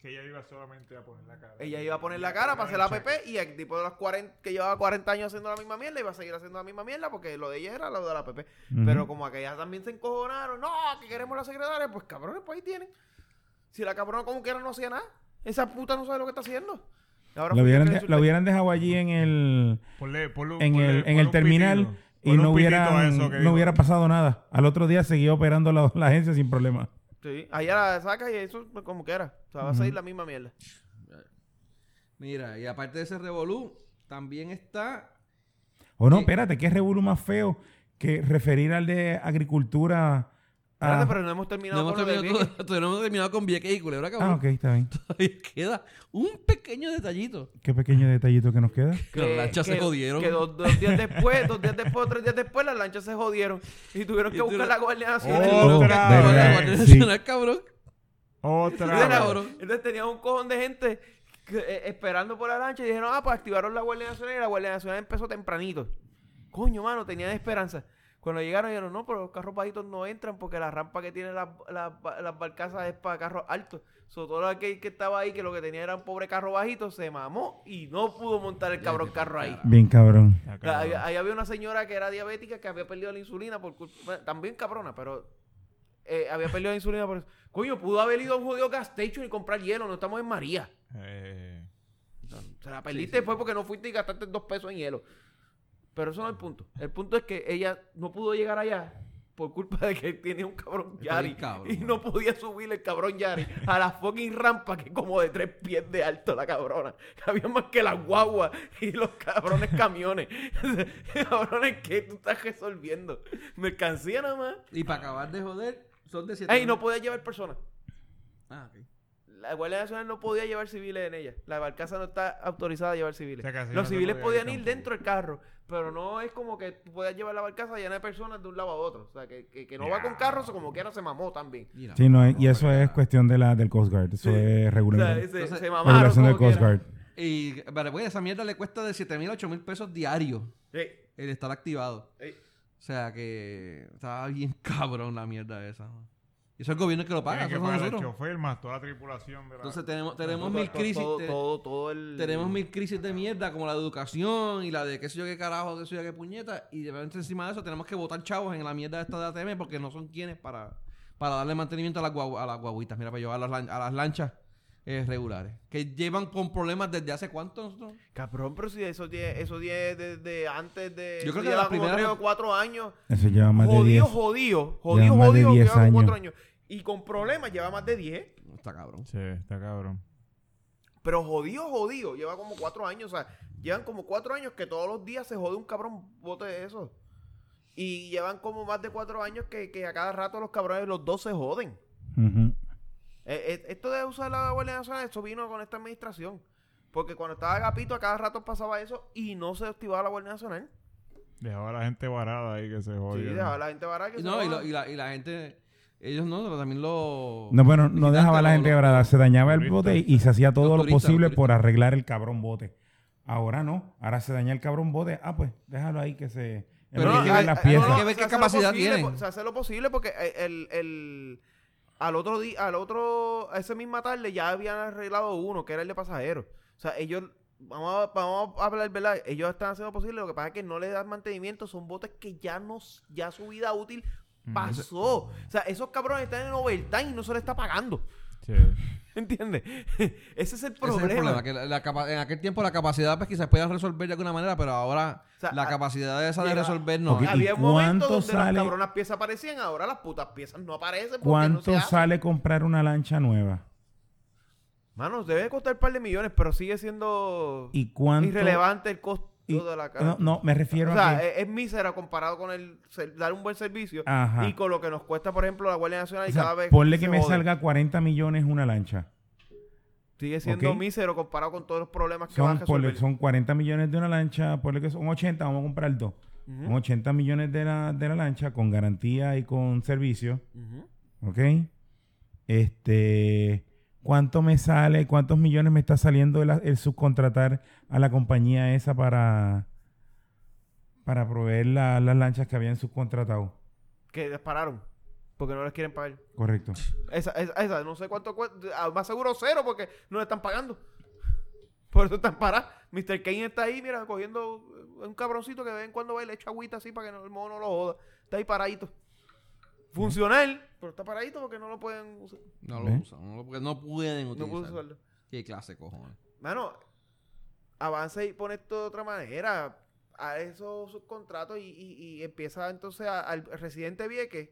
S4: que ella iba solamente a poner la cara.
S2: Ella iba a poner la cara para hacer la APP y el tipo de los 40, que llevaba 40 años haciendo la misma mierda iba a seguir haciendo la misma mierda porque lo de ella era lo de la APP. Pero como aquellas también se encojonaron, no, que queremos la secretaria, pues cabrones, pues ahí tienen. Si la cabrona como quiera no hacía nada, esa puta no sabe lo que está haciendo. Y ahora fue
S3: Lo
S2: que
S3: hubieran,
S2: le
S3: de-
S2: insulté.
S3: lo hubieran dejado allí en el,
S4: Ponle, ponle,
S3: en
S4: ponle-
S3: el, en
S4: ponle
S3: el
S4: un
S3: terminal
S4: pitito.
S3: y
S4: Ponle
S3: no
S4: un pitito
S3: hubiera,
S4: a eso que
S3: no
S4: dijo.
S3: hubiera pasado nada. Al otro día seguía operando la, la agencia sin problema.
S2: Sí, allá la saca y eso pues, como quiera. O sea, va a salir la misma mierda.
S1: Mira, y aparte de ese revolú, también está.
S3: O no,
S1: Sí.
S3: espérate, ¿qué Revolú más feo que referir al de agricultura a...
S2: Espérate, pero no hemos
S1: No
S2: terminado
S1: hemos,
S2: con lo de
S1: terminado,
S2: Vieques.
S1: todo- todavía no hemos terminado con Vieques y Culebra, cabrón.
S3: Ah, ok, está bien.
S1: Todavía queda un pequeño detallito.
S3: Qué pequeño detallito que nos queda.
S1: Que las lanchas se jodieron.
S2: Que dos, dos días después, dos días después, tres días después, las lanchas se jodieron. Y tuvieron que
S1: Y tú
S2: buscar
S1: no-
S2: la Guardia Nacional.
S4: Oh, Otra
S1: Cabrón, la
S4: vez,
S1: Guardia
S3: sí.
S1: Nacional, cabrón.
S4: Otra
S2: Entonces,
S1: Claro.
S4: vez.
S1: cabrón.
S2: Entonces tenían un cojón de gente que, eh, esperando por la lancha y dijeron, ah, pues activaron la Guardia Nacional y la Guardia Nacional empezó tempranito. Coño, mano, tenían esperanza. Cuando llegaron dijeron, no, pero los carros bajitos no entran porque la rampa que tienen las, las ba- las barcazas es para carros altos. Sobre todo aquel que estaba ahí, que lo que tenía era un pobre carro bajito, se mamó y no pudo montar el cabrón carro ahí.
S3: Bien cabrón.
S4: Ah,
S2: La-
S4: cabrón.
S2: ahí, ahí había una señora que era diabética que había perdido la insulina por culpa. bueno, También cabrona, pero. eh, había perdido la insulina por eso. Coño, pudo haber ido a un jodido gas station y comprar hielo. No estamos en María.
S4: Eh,
S2: Se la perdiste fue porque no fuiste y gastaste dos pesos en hielo. Pero eso no es el punto. El punto es que ella no pudo llegar allá por culpa de que tiene un Este cabrón
S1: Está
S2: Yari.
S1: bien cabrón,
S2: y no
S1: mano.
S2: podía subir el cabrón Yari a la fucking rampa que es como de tres pies de alto la cabrona. Que había más que las guaguas y los cabrones camiones. cabrones que tú estás resolviendo. Mercancía nada más.
S1: Y para acabar de joder, son de 7
S2: Ey, no podía llevar personas.
S1: Ah, ok.
S2: La Guardia Nacional no podía llevar civiles en ella. La barcaza no está autorizada a llevar civiles.
S4: O sea, casi no
S2: Los
S4: se
S2: civiles
S4: podía ir
S2: podían ir
S4: tampoco.
S2: dentro del carro, pero no es como que tú puedas llevar la barcaza llena de personas de un lado a otro. O sea, que, que- que no va con carros, como quiera se mamó también.
S1: Mira.
S3: Sí, no, y eso
S1: para
S3: es
S1: allá.
S3: cuestión de la, del Coast Guard. Eso es
S2: O sea,
S3: regular.
S2: se- se,
S1: Entonces,
S2: mamaron
S3: regulación del
S2: como
S3: Coast
S2: quiera.
S3: Guard.
S1: Y para pues, esa mierda le cuesta de 7 mil a 8 mil pesos diarios
S2: Ey,
S1: el estar activado.
S2: ey.
S1: O sea que estaba bien cabrón la mierda esa. ¿no? Y eso es el gobierno que lo paga,
S4: tiene que
S1: eso no
S4: pagar el
S1: nosotros.
S4: chofer más toda la tripulación de la...
S1: Entonces tenemos, tenemos
S2: Todo-
S1: mil
S2: todo-
S1: crisis.
S2: Todo,
S1: te-
S2: todo- todo el...
S1: Tenemos mil crisis de mierda, como la de educación y la de qué sé yo qué carajo, qué sé yo qué puñeta. Y de repente encima de eso tenemos que votar chavos en la mierda esta de ATM porque no son quienes para, para darle mantenimiento a las, guagua- a las guaguitas. Mira, para llevar a las, lan- a las lanchas eh, regulares. Que llevan con problemas desde hace cuánto nosotros.
S2: Cabrón, pero si esos 10 esos diez desde antes de...
S1: Yo creo
S2: eso
S1: que
S2: lleva
S1: la
S2: como
S1: primera-
S2: tres o 4 años.
S3: Eso lleva más de
S2: Jodido,
S3: 10.
S2: jodido,
S3: Lleva
S2: jodido,
S3: más de
S2: jodido, que
S3: 10
S2: lleva como cuatro
S3: años.
S2: años. Y con problemas lleva más de 10.
S1: Está cabrón.
S4: Sí, está cabrón.
S2: Pero jodido, jodido. Lleva como cuatro años. O sea, llevan como cuatro años que todos los días se jode un cabrón bote de eso. Y llevan como más de cuatro años que, que a cada rato los cabrones, los dos se joden.
S3: Ujú.
S2: Eh, eh, esto de usar la Guardia Nacional, esto vino con esta administración. Porque cuando estaba Gapito, a cada rato pasaba eso y no se activaba la Guardia Nacional.
S4: Dejaba a la gente varada ahí que se
S2: Sí,
S4: jodía.
S2: dejaba la gente barata que
S1: Y
S2: se
S1: no, y,
S2: joda.
S1: lo- y la, y la gente, ellos no, pero también lo...
S3: No, bueno, no
S1: visitante,
S3: dejaba a la
S1: lo-
S3: gente
S1: lo-
S3: brada. Se dañaba el
S4: turistas.
S3: bote y se hacía todo
S1: Los
S3: lo
S1: turistas, los
S3: posible
S1: turistas.
S3: por arreglar el cabrón bote. Ahora no. Ahora se daña el cabrón bote. Ah, pues déjalo ahí que se... en
S1: Pero
S3: lo
S1: no,
S3: que llegan
S1: hay-
S3: las
S1: hay-
S3: piezas.
S1: no, no, que ver
S2: se
S1: qué
S2: hace lo
S1: capacidad
S2: posible,
S1: tienen.
S2: po- Se hace lo posible porque eh, el, el- el- al otro día, al otro, a esa misma tarde ya habían arreglado uno, que era el de pasajeros. O sea, ellos, vamos a, vamos a hablar, ¿verdad? Ellos están haciendo lo posible, lo que pasa es que no le dan mantenimiento, son botes que ya no, s- ya su vida útil
S3: Mm,
S2: pasó. O sea, esos cabrones están en overtime y no se les está pagando.
S4: Sí.
S2: ¿Entiendes? ese es el
S1: Ese es
S2: problema.
S1: el problema, que la- la capa- en aquel tiempo la capacidad pues quizás podía resolver de alguna manera, pero ahora
S2: O sea,
S1: la
S2: a-
S1: capacidad esa de
S2: llega-
S1: resolver no.
S3: Ok,
S1: hay.
S3: ¿y
S2: Había
S3: cuánto
S2: momentos donde
S3: sale-
S2: las cabronas piezas aparecían, ahora las putas piezas no aparecen. Porque no se
S3: ¿Cuánto
S2: hacen.
S3: sale comprar una lancha nueva?
S2: Mano, debe costar un par de millones, pero sigue siendo
S3: ¿Y cuánto...?
S2: irrelevante el costo
S3: y-
S2: de la cara.
S3: no, no, me refiero
S2: o
S3: a
S2: sea, eh,
S3: que...
S2: es, es mísera comparado con el ser- dar un buen servicio
S3: Ajá.
S2: y con lo que nos cuesta, por ejemplo, la Guardia Nacional y
S3: o sea,
S2: cada vez
S3: ponle que
S2: se
S3: me
S2: jode.
S3: salga 40 millones una lancha.
S2: Sigue siendo
S3: Ok.
S2: mísero comparado con todos los problemas que
S3: Son,
S2: vas a
S3: ponle-
S2: resolver.
S3: son 40 millones de una lancha, ponle que son 80, vamos a comprar dos.
S2: Ujú.
S3: Son 80 millones de la, de la lancha con garantía y con servicio.
S2: Ujú.
S3: ¿Ok? Este, ¿cuánto me sale? ¿Cuántos millones me está saliendo el, el subcontratar a la compañía esa para, para proveer la- las lanchas que habían subcontratado?
S2: Que dispararon porque no les quieren pagar.
S3: Correcto.
S2: Esa, esa, esa, no sé cuánto cuesta. ah, Más seguro cero porque no le están pagando. Por eso están paradas. Mr. Kane está ahí, mira, cogiendo eh, un cabroncito que de vez en cuando va y le echa agüita así para que no- el mono no lo joda. Está ahí paradito. Funcional, pero está paradito porque no lo pueden usar.
S1: No lo
S3: ¿Ves?
S1: usan, no lo- porque no pueden
S2: No
S1: utilizar.
S2: pueden usarlo.
S1: Qué clase, cojones.
S2: Mano, avanza y pone esto de otra manera. A esos subcontratos y, y- y empieza entonces a- al residente Vieques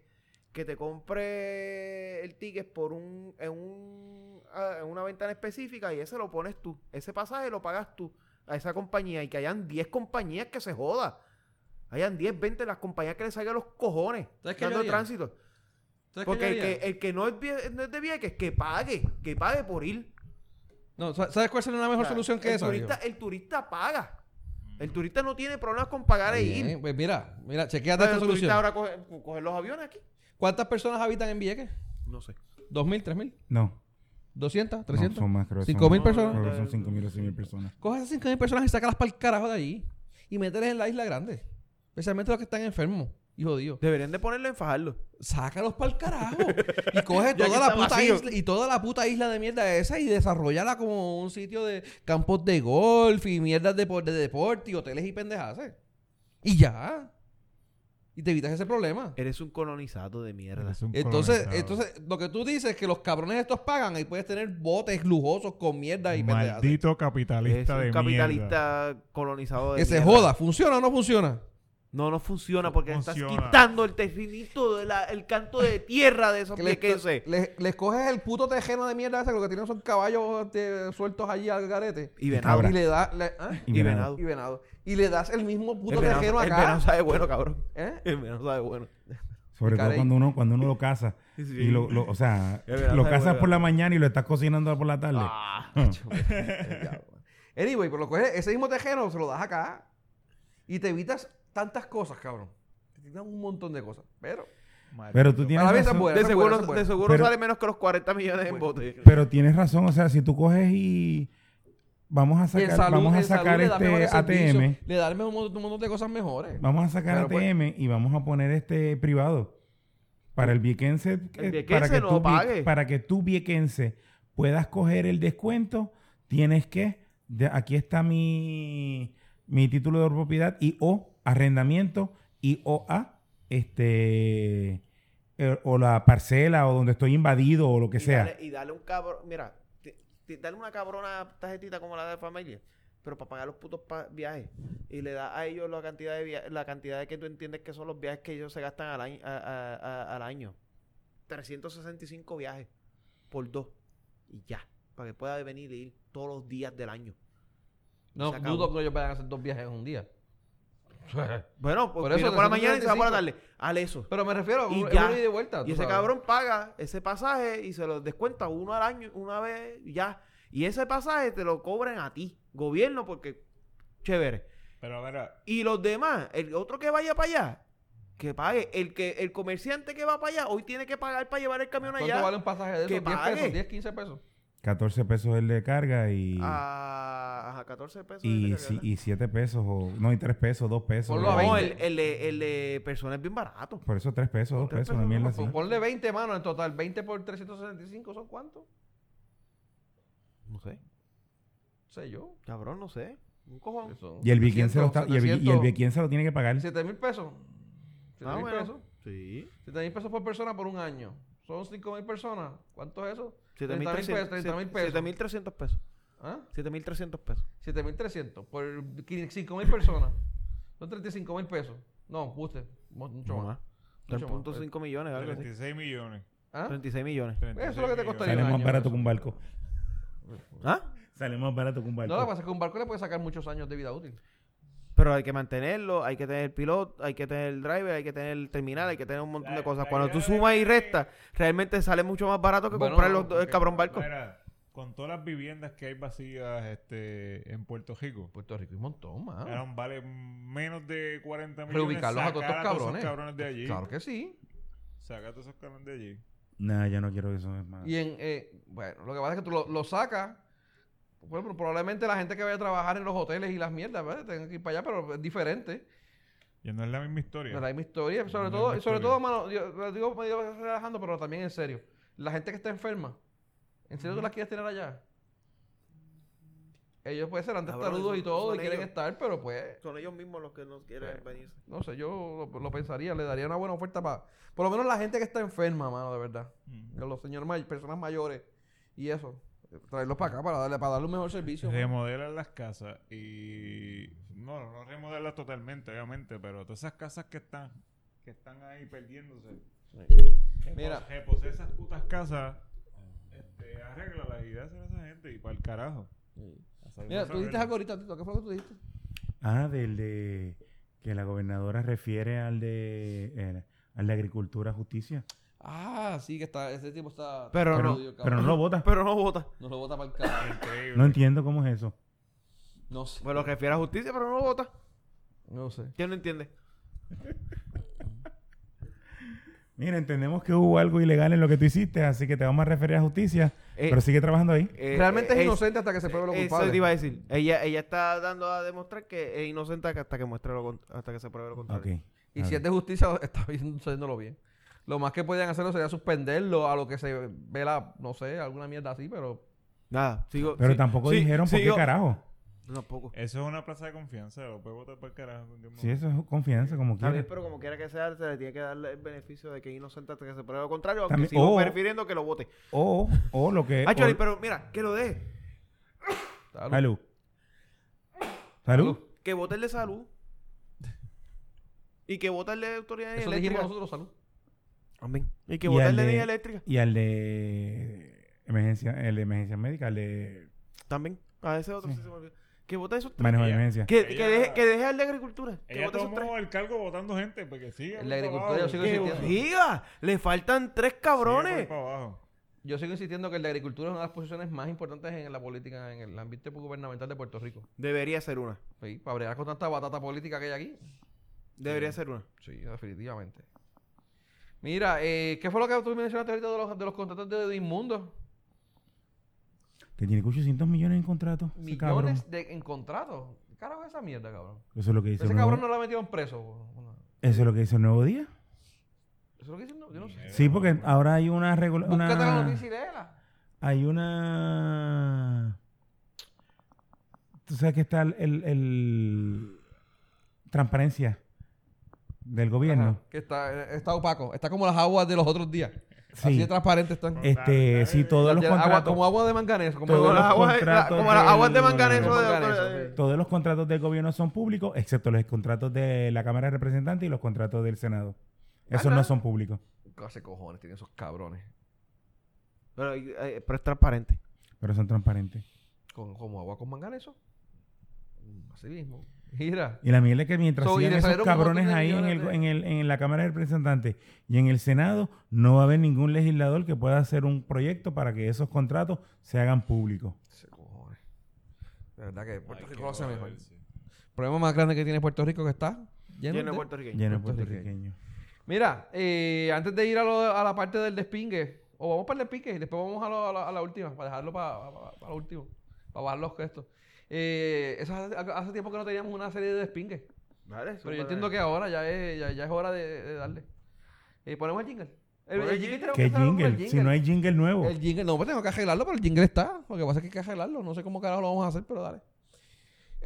S2: que te compre el ticket por un en, un a- en una ventana específica y ese lo pones tú. Ese pasaje lo pagas tú a esa compañía y que hayan 10 compañías que se joda. Hayan 10, 20 las compañías que le salgan los cojones
S1: ¿Sabes qué yo
S2: dando
S1: haría?
S2: tránsito.
S1: ¿Sabes qué yo
S2: Porque el
S1: haría?
S2: que, el que no, es, vie- no es de Vieques, que pague, que pague por ir.
S1: No, ¿sa- ¿Sabes cuál sería una mejor
S2: O sea,
S1: solución que
S2: el
S1: esa?
S2: Turista, el turista paga. El turista no tiene problemas con pagar
S1: Diego?
S2: e
S1: Bien,
S2: ir.
S1: Pues mira, mira, chequeate
S2: Pero
S1: esta
S2: el
S1: solución.
S2: turista ahora coge, coge los aviones aquí.
S1: ¿Cuántas personas habitan en Vieques?
S2: No sé.
S1: ¿Dos mil, tres mil?
S3: No.
S1: ¿200?
S3: no,
S1: ¿300?
S3: son más, creo que
S1: ¿Cinco
S3: son-
S1: mil personas?
S3: creo que son 5 mil o 6 mil personas.
S1: Coge esas cinco mil personas y sácalas para el carajo de allí. Y mételes en la isla grande. Especialmente los que están enfermos. Y jodido.
S2: Deberían de ponerlo en fajarlo.
S1: Sácalos para el carajo. Y coge
S2: Ya que
S1: toda la
S2: está
S1: puta
S2: vacío.
S1: isla y toda la puta isla de mierda esa y desarrollala como un sitio de campos de golf y mierdas de, por- de deporte y hoteles y pendejadas. ¿eh? Y ya. Y te evitas ese problema.
S2: Eres un colonizado de mierda.
S4: Eres un
S1: Entonces,
S4: colonizador.
S1: entonces, lo que tú dices es que los cabrones estos pagan y puedes tener botes lujosos con mierda y pendejadas.
S4: Maldito capitalista
S2: es
S4: de
S2: un
S4: mierda.
S2: capitalista colonizado de
S1: Que se
S2: mierda.
S1: joda. ¿Funciona o no funciona?
S2: No, no funciona
S4: No
S2: porque estás
S4: funciona.
S2: quitando el tefinito del canto de tierra de esos
S1: Que les,
S2: piequenses.
S1: les- les coges el puto tejeno de mierda ese que lo que tienen son caballos este, sueltos allí al garete.
S2: Y venado.
S3: Cabra.
S1: Y le da... le- ¿ah?
S2: Y venado.
S1: y venado. Y le das el mismo
S2: El
S1: puto tejero
S2: venado, el venado
S1: acá.
S2: sabe bueno, cabrón.
S1: ¿eh?
S2: El venado sabe bueno.
S3: Sobre todo
S1: Picarey.
S3: cuando uno, cuando uno lo casa.
S2: Sí, sí.
S3: Y lo, lo- o sea,
S2: Es verdad,
S3: lo
S2: sabe
S3: casas
S2: verdad.
S3: por la mañana y lo estás cocinando por la tarde.
S2: Ah,
S1: Anyway, pero lo coges, ese mismo tejeno se lo das acá. Y te evitas tantas cosas, cabrón. Te evitas un montón de cosas. Pero.
S3: Pero tú tienes
S1: Para mí
S3: razón.
S1: esas buenas.
S2: de
S1: Esa es buena,
S2: seguro,
S1: esa es buena.
S2: de seguro
S3: Pero-
S2: sale menos que los 40 millones en bote.
S3: Pero tienes razón, o sea, si tú coges y vamos a
S1: y en
S3: sacar,
S1: salud-
S3: vamos a
S1: en salud
S3: sacar
S1: le das
S3: este
S1: mejores
S3: ATM,
S1: servicios, Le das un montón, un montón de cosas mejores.
S3: vamos a sacar
S1: Claro, pues.
S3: ATM y vamos a poner este privado para el viequense, eh, para
S2: viequense
S3: que
S2: no
S3: tú vie-
S2: pague.
S3: para que tú viequense puedas coger el descuento, tienes que de- aquí está mi mi título de propiedad y o arrendamiento y o a este eh, o la parcela o donde estoy invadido o lo que
S2: y
S3: sea.
S2: Dale, y dale un cabrón. Mira, te- te- dale una cabrona tarjetita como la de familia. Pero para pagar los putos pa- viajes. Y le da a ellos la cantidad de via- la cantidad de que tú entiendes que son los viajes que ellos se gastan al, año- a- a- a- al año. 365 viajes por dos. Y ya. Para que pueda venir y ir todos los días del año.
S1: No,
S2: se acabó.
S1: dudo que ellos puedan hacer dos viajes en un día.
S2: Bueno, pues
S1: Por
S2: por,
S1: eso,
S2: por la
S1: 365.
S2: mañana y se va por la tarde. Haz eso.
S1: Pero me refiero a
S2: Y
S1: un,
S2: ya.
S1: es una ida y vuelta. Ah, tú
S2: Y ese
S1: sabes.
S2: cabrón paga ese pasaje y se lo descuenta uno al año, una vez, y ya. Y ese pasaje te lo cobran a ti, gobierno, porque chévere.
S4: Pero mira,
S2: Y los demás, el otro que vaya para allá, que pague. El que el comerciante que va para allá, hoy tiene que pagar para llevar el camión
S1: ¿Cuánto
S2: allá.
S1: vale un pasaje de
S2: que
S1: esos? ¿10
S2: pague.
S1: pesos? ¿10, 15 pesos?
S3: 14 pesos el de carga y,
S2: A, a 14 pesos.
S3: y,
S2: Ah, es la que
S3: si-
S2: gana.
S3: y 7 pesos, o no, y 3 pesos, 2 pesos.
S1: Ponlo a
S3: o-
S2: no,
S1: 20.
S2: el, el, de- el de persona es bien barato.
S3: Por eso 3 pesos, 2
S2: Tres
S3: pesos, una
S2: pesos,
S3: mierda
S2: no,
S3: así.
S1: Pues Ponle 20, mano, en total. 20 por 365 son cuántos?
S2: No sé,
S1: No sé yo.
S2: cabrón, no sé. Un cojón.
S3: Y el Viquén se lo está, y el, vi- y el Viquén se lo tiene que pagar.
S1: 7 mil pesos. 7
S2: Más o
S1: mil
S2: menos.
S1: pesos.
S2: Sí.
S1: 7 mil pesos por persona por un año. Son 5 mil personas. ¿Cuánto es eso?
S2: 7 mil
S1: 30 mil pesos.
S2: 300 pesos.
S1: ¿Ah?
S2: 7 mil 300 pesos.
S1: 7 mil 300 por 5 mil personas. Son 35 mil pesos. No, usted. mo- Mucho
S2: No
S1: más.
S2: más.
S1: Mucho más.
S2: 3.5 millones, algo así.
S4: 36 millones.
S1: ¿Ah?
S2: 36 millones.
S4: 36
S1: Eso es lo que te
S4: millones.
S1: costaría.
S3: Sale
S1: año,
S3: más barato
S1: eso.
S3: que un barco.
S2: ¿Ah?
S3: Sale más barato que un
S1: No, pues. lo que
S3: barco.
S1: pasa es que un barco le puede sacar muchos años de vida útil.
S2: Pero hay que mantenerlo, hay que tener el piloto, hay que tener el driver, hay que tener el terminal, hay que tener un montón de
S4: La-
S2: cosas.
S4: la
S2: Cuando tú
S4: idea
S2: sumas
S4: de-
S2: y restas, realmente sale mucho más barato que
S1: Bueno,
S2: comprar los,
S1: porque-
S2: el cabrón barco.
S4: Mira, con todas las viviendas que hay vacías este, en Puerto Rico,
S1: Puerto Rico hay un montón, más.
S4: eran vale menos de 40 millones.
S1: Reubicarlos a todos
S4: sacar
S1: estos
S4: esos
S1: cabrones.
S4: cabrones de allí.
S1: Claro que sí.
S4: Sacar a todos esos cabrones de allí.
S3: No, yo no quiero que eso. Es más.
S1: Y en, eh, bueno, lo que pasa es que tú lo, lo sacas. Bueno, pero probablemente la gente que vaya a trabajar en los hoteles y las mierdas, ¿verdad? Tengan que ir para allá, pero es diferente.
S4: Ya no es la misma historia.
S1: No la misma historia. Sobre
S4: la
S1: todo,
S4: misma
S1: y sobre
S4: historia.
S1: todo, mano, yo lo digo medio relajando, pero también en serio. La gente que está enferma, ¿en serio tú las quieres tener allá? Ellos pueden ser antes
S2: Cabrón,
S1: tarudos y
S2: son-
S1: todo,
S2: son
S1: y quieren
S2: ellos.
S1: estar, pero pues,
S2: Son ellos mismos los que no quieren venirse.
S1: no sé, yo lo, lo pensaría, le daría una buena oferta para, por lo menos la gente que está enferma, mano, de verdad.
S4: Mm.
S1: Los señores, may- personas mayores y eso. Traerlos para acá para darle, para darle un mejor servicio. mano.
S4: Remodelan las casas y. No, no remodelarlas totalmente, obviamente, pero todas esas casas que están que están ahí perdiéndose.
S1: Mira.
S4: Mira. Repose esas putas casas, este, arréglalas y dáselas a esa gente y para el carajo.
S1: Mira, tú dijiste algo ahorita, Tito, ¿qué fue lo que tú dijiste?
S3: Ah, del de que la gobernadora refiere al de eh, al de agricultura justicia.
S1: Ah, sí, que está, ese tipo está...
S2: Pero
S3: Pero,
S1: jodido,
S3: pero no
S1: cabrón.
S3: lo vota.
S2: Pero no vota.
S1: No lo bota para el carajo.
S4: Increíble.
S3: No entiendo cómo es eso.
S1: No sé.
S2: Bueno, refiere a justicia, pero no vota.
S1: No sé.
S2: ¿Quién no entiende?
S3: Mira, entendemos que hubo algo ilegal en lo que tú hiciste, así que te vamos a referir a justicia,
S2: Eh,
S3: pero sigue trabajando ahí.
S2: Eh,
S1: Realmente
S2: eh,
S1: es
S2: es-
S1: inocente hasta que se pruebe lo
S2: Eso te
S1: culpable.
S2: iba a decir. Ella, ella está dando a demostrar que es inocente hasta que muestre lo, con- hasta que se pruebe lo contrario.
S3: Ok.
S1: Y
S5: Ok.
S1: si es de justicia, está bien, haciéndolo bien. Lo más que podían hacerlo sería suspenderlo a lo que se ve la, no sé, alguna mierda así, pero
S2: Nada, sigo.
S3: Pero
S2: sí,
S3: tampoco
S2: sí,
S3: dijeron por
S2: sigo-
S3: qué carajo.
S2: Tampoco.
S4: Eso es una plaza de confianza, lo puede votar para el carajo. en cualquier
S3: Sí,
S4: momento.
S3: eso es confianza, como
S2: Está bien,
S3: quieras.
S2: pero como quiera que sea, se le tiene que dar el beneficio de que es inocente hasta que se pruebe lo contrario, aunque
S3: También-
S2: sigo
S3: oh. Eh,
S2: prefiriendo que lo vote.
S3: O, o lo que...
S2: Ah,
S3: o-
S2: Chori, pero mira, que lo dé.
S1: Salud.
S3: Salud. Salud.
S2: Que vote el de salud. Y que vote el de autoridades
S1: eso dijimos
S2: eléctricas.
S1: nosotros, salud.
S2: Amén. Y que
S3: Y
S2: vote
S3: al
S2: el de
S3: de-
S2: energía eléctrica.
S3: Y al de emergencia, el de emergencia médica, el de
S2: También. A ese otro sí se me olvidó. Que vote esos tres.
S3: manejo de
S4: Ella-
S3: emergencia.
S2: Que,
S4: Ella-
S2: que, deje, que deje al de agricultura. Que
S4: Ella
S2: vote esos tres.
S4: tomó el cargo votando gente porque sigue.
S1: El de agricultura, yo sigo
S2: Que
S1: insistiendo.
S2: diga, le faltan tres cabrones.
S1: Yo sigo insistiendo que el de agricultura es una de las posiciones más importantes en la política, en el ambiente gubernamental de Puerto Rico.
S2: Debería ser una.
S1: Sí, para bregar con tanta batata política que hay aquí.
S2: Debería ser una.
S1: Sí, definitivamente. Mira, eh, ¿qué fue lo que tú mencionaste ahorita de los, de los contratos de, de Inmundo?
S3: Que tiene 800 millones en contrato. ese cabrón.
S1: Millones de, en contratos. ¿Qué carajo es esa mierda, cabrón?
S3: Eso es lo que dice
S1: Ese
S3: el
S1: cabrón no
S3: nuevo,
S1: lo ha metido en preso. bo.
S3: Eso es lo que dice el nuevo día.
S1: Eso es lo que dicen, no, yo no sé.
S3: Sí, porque ahora hay una regula-
S1: Eh, Búscate la
S3: una-
S1: noticia y léela.
S3: Hay una. Tú sabes que está el. el- el- Transparencia del gobierno.
S1: Ajá, Que está, eh, está opaco. Está como las aguas de los otros días.
S3: Sí.
S1: Así de transparente están.
S3: Este, sí, todos los
S1: Tiene agua-
S3: contratos.
S1: como agua de manganeso. Como
S3: Todos
S1: agua-
S2: Como las
S3: los
S2: aguas, la-
S3: contratos
S2: como las aguas de
S3: del-
S2: manganeso de
S1: Manganeso,
S2: autoridades.
S1: sí.
S3: Todos los contratos del gobierno son públicos, excepto los contratos de la Cámara de Representantes y los contratos del Senado. Esos
S1: Ajá.
S3: no son públicos.
S1: Casi cojones tienen esos cabrones.
S2: Pero, eh, pero es transparente.
S3: Pero son transparentes.
S1: Con, como agua con manganeso. Mm, Así mismo. Mira.
S3: Y la mierda es que mientras
S1: So, y
S3: sigan
S1: le
S3: esos
S1: salieron un montón
S3: cabrones
S1: de
S3: ahí en, el,
S1: millones de-
S3: en, el- en la Cámara de Representantes y en el Senado, no va a haber ningún legislador que pueda hacer un proyecto para que esos contratos se hagan públicos.
S1: Casi cojones. De verdad que Puerto Rico lo hace mejor. El problema más grande que tiene Puerto Rico que está lleno,
S2: Lleno de
S1: de-
S2: puertorriqueños.
S3: Lleno de
S1: Puertorriqueño.
S3: puertorriqueños.
S1: Mira, eh, antes de ir a, lo- a la parte del despingue, o vamos para el despingue y después vamos a, lo- a la, a la última, para dejarlo para, para, para lo último, para bajar los gestos. Eh, eso hace, hace tiempo que no teníamos una serie de despingue,
S2: Vale, eso
S1: pero yo
S2: para-
S1: entiendo que ahora ya es, ya, ya es hora de, de darle. Eh, ponemos el jingle. El,
S2: Pon el jingle.
S1: tenemos que
S3: ¿Qué
S1: hacerlo con el
S3: jingle? Si no hay jingle nuevo.
S1: El jingle, no, pues tengo que arreglarlo, pero el jingle está. Lo que pasa es que hay que arreglarlo. No sé cómo carajo lo vamos a hacer, pero dale.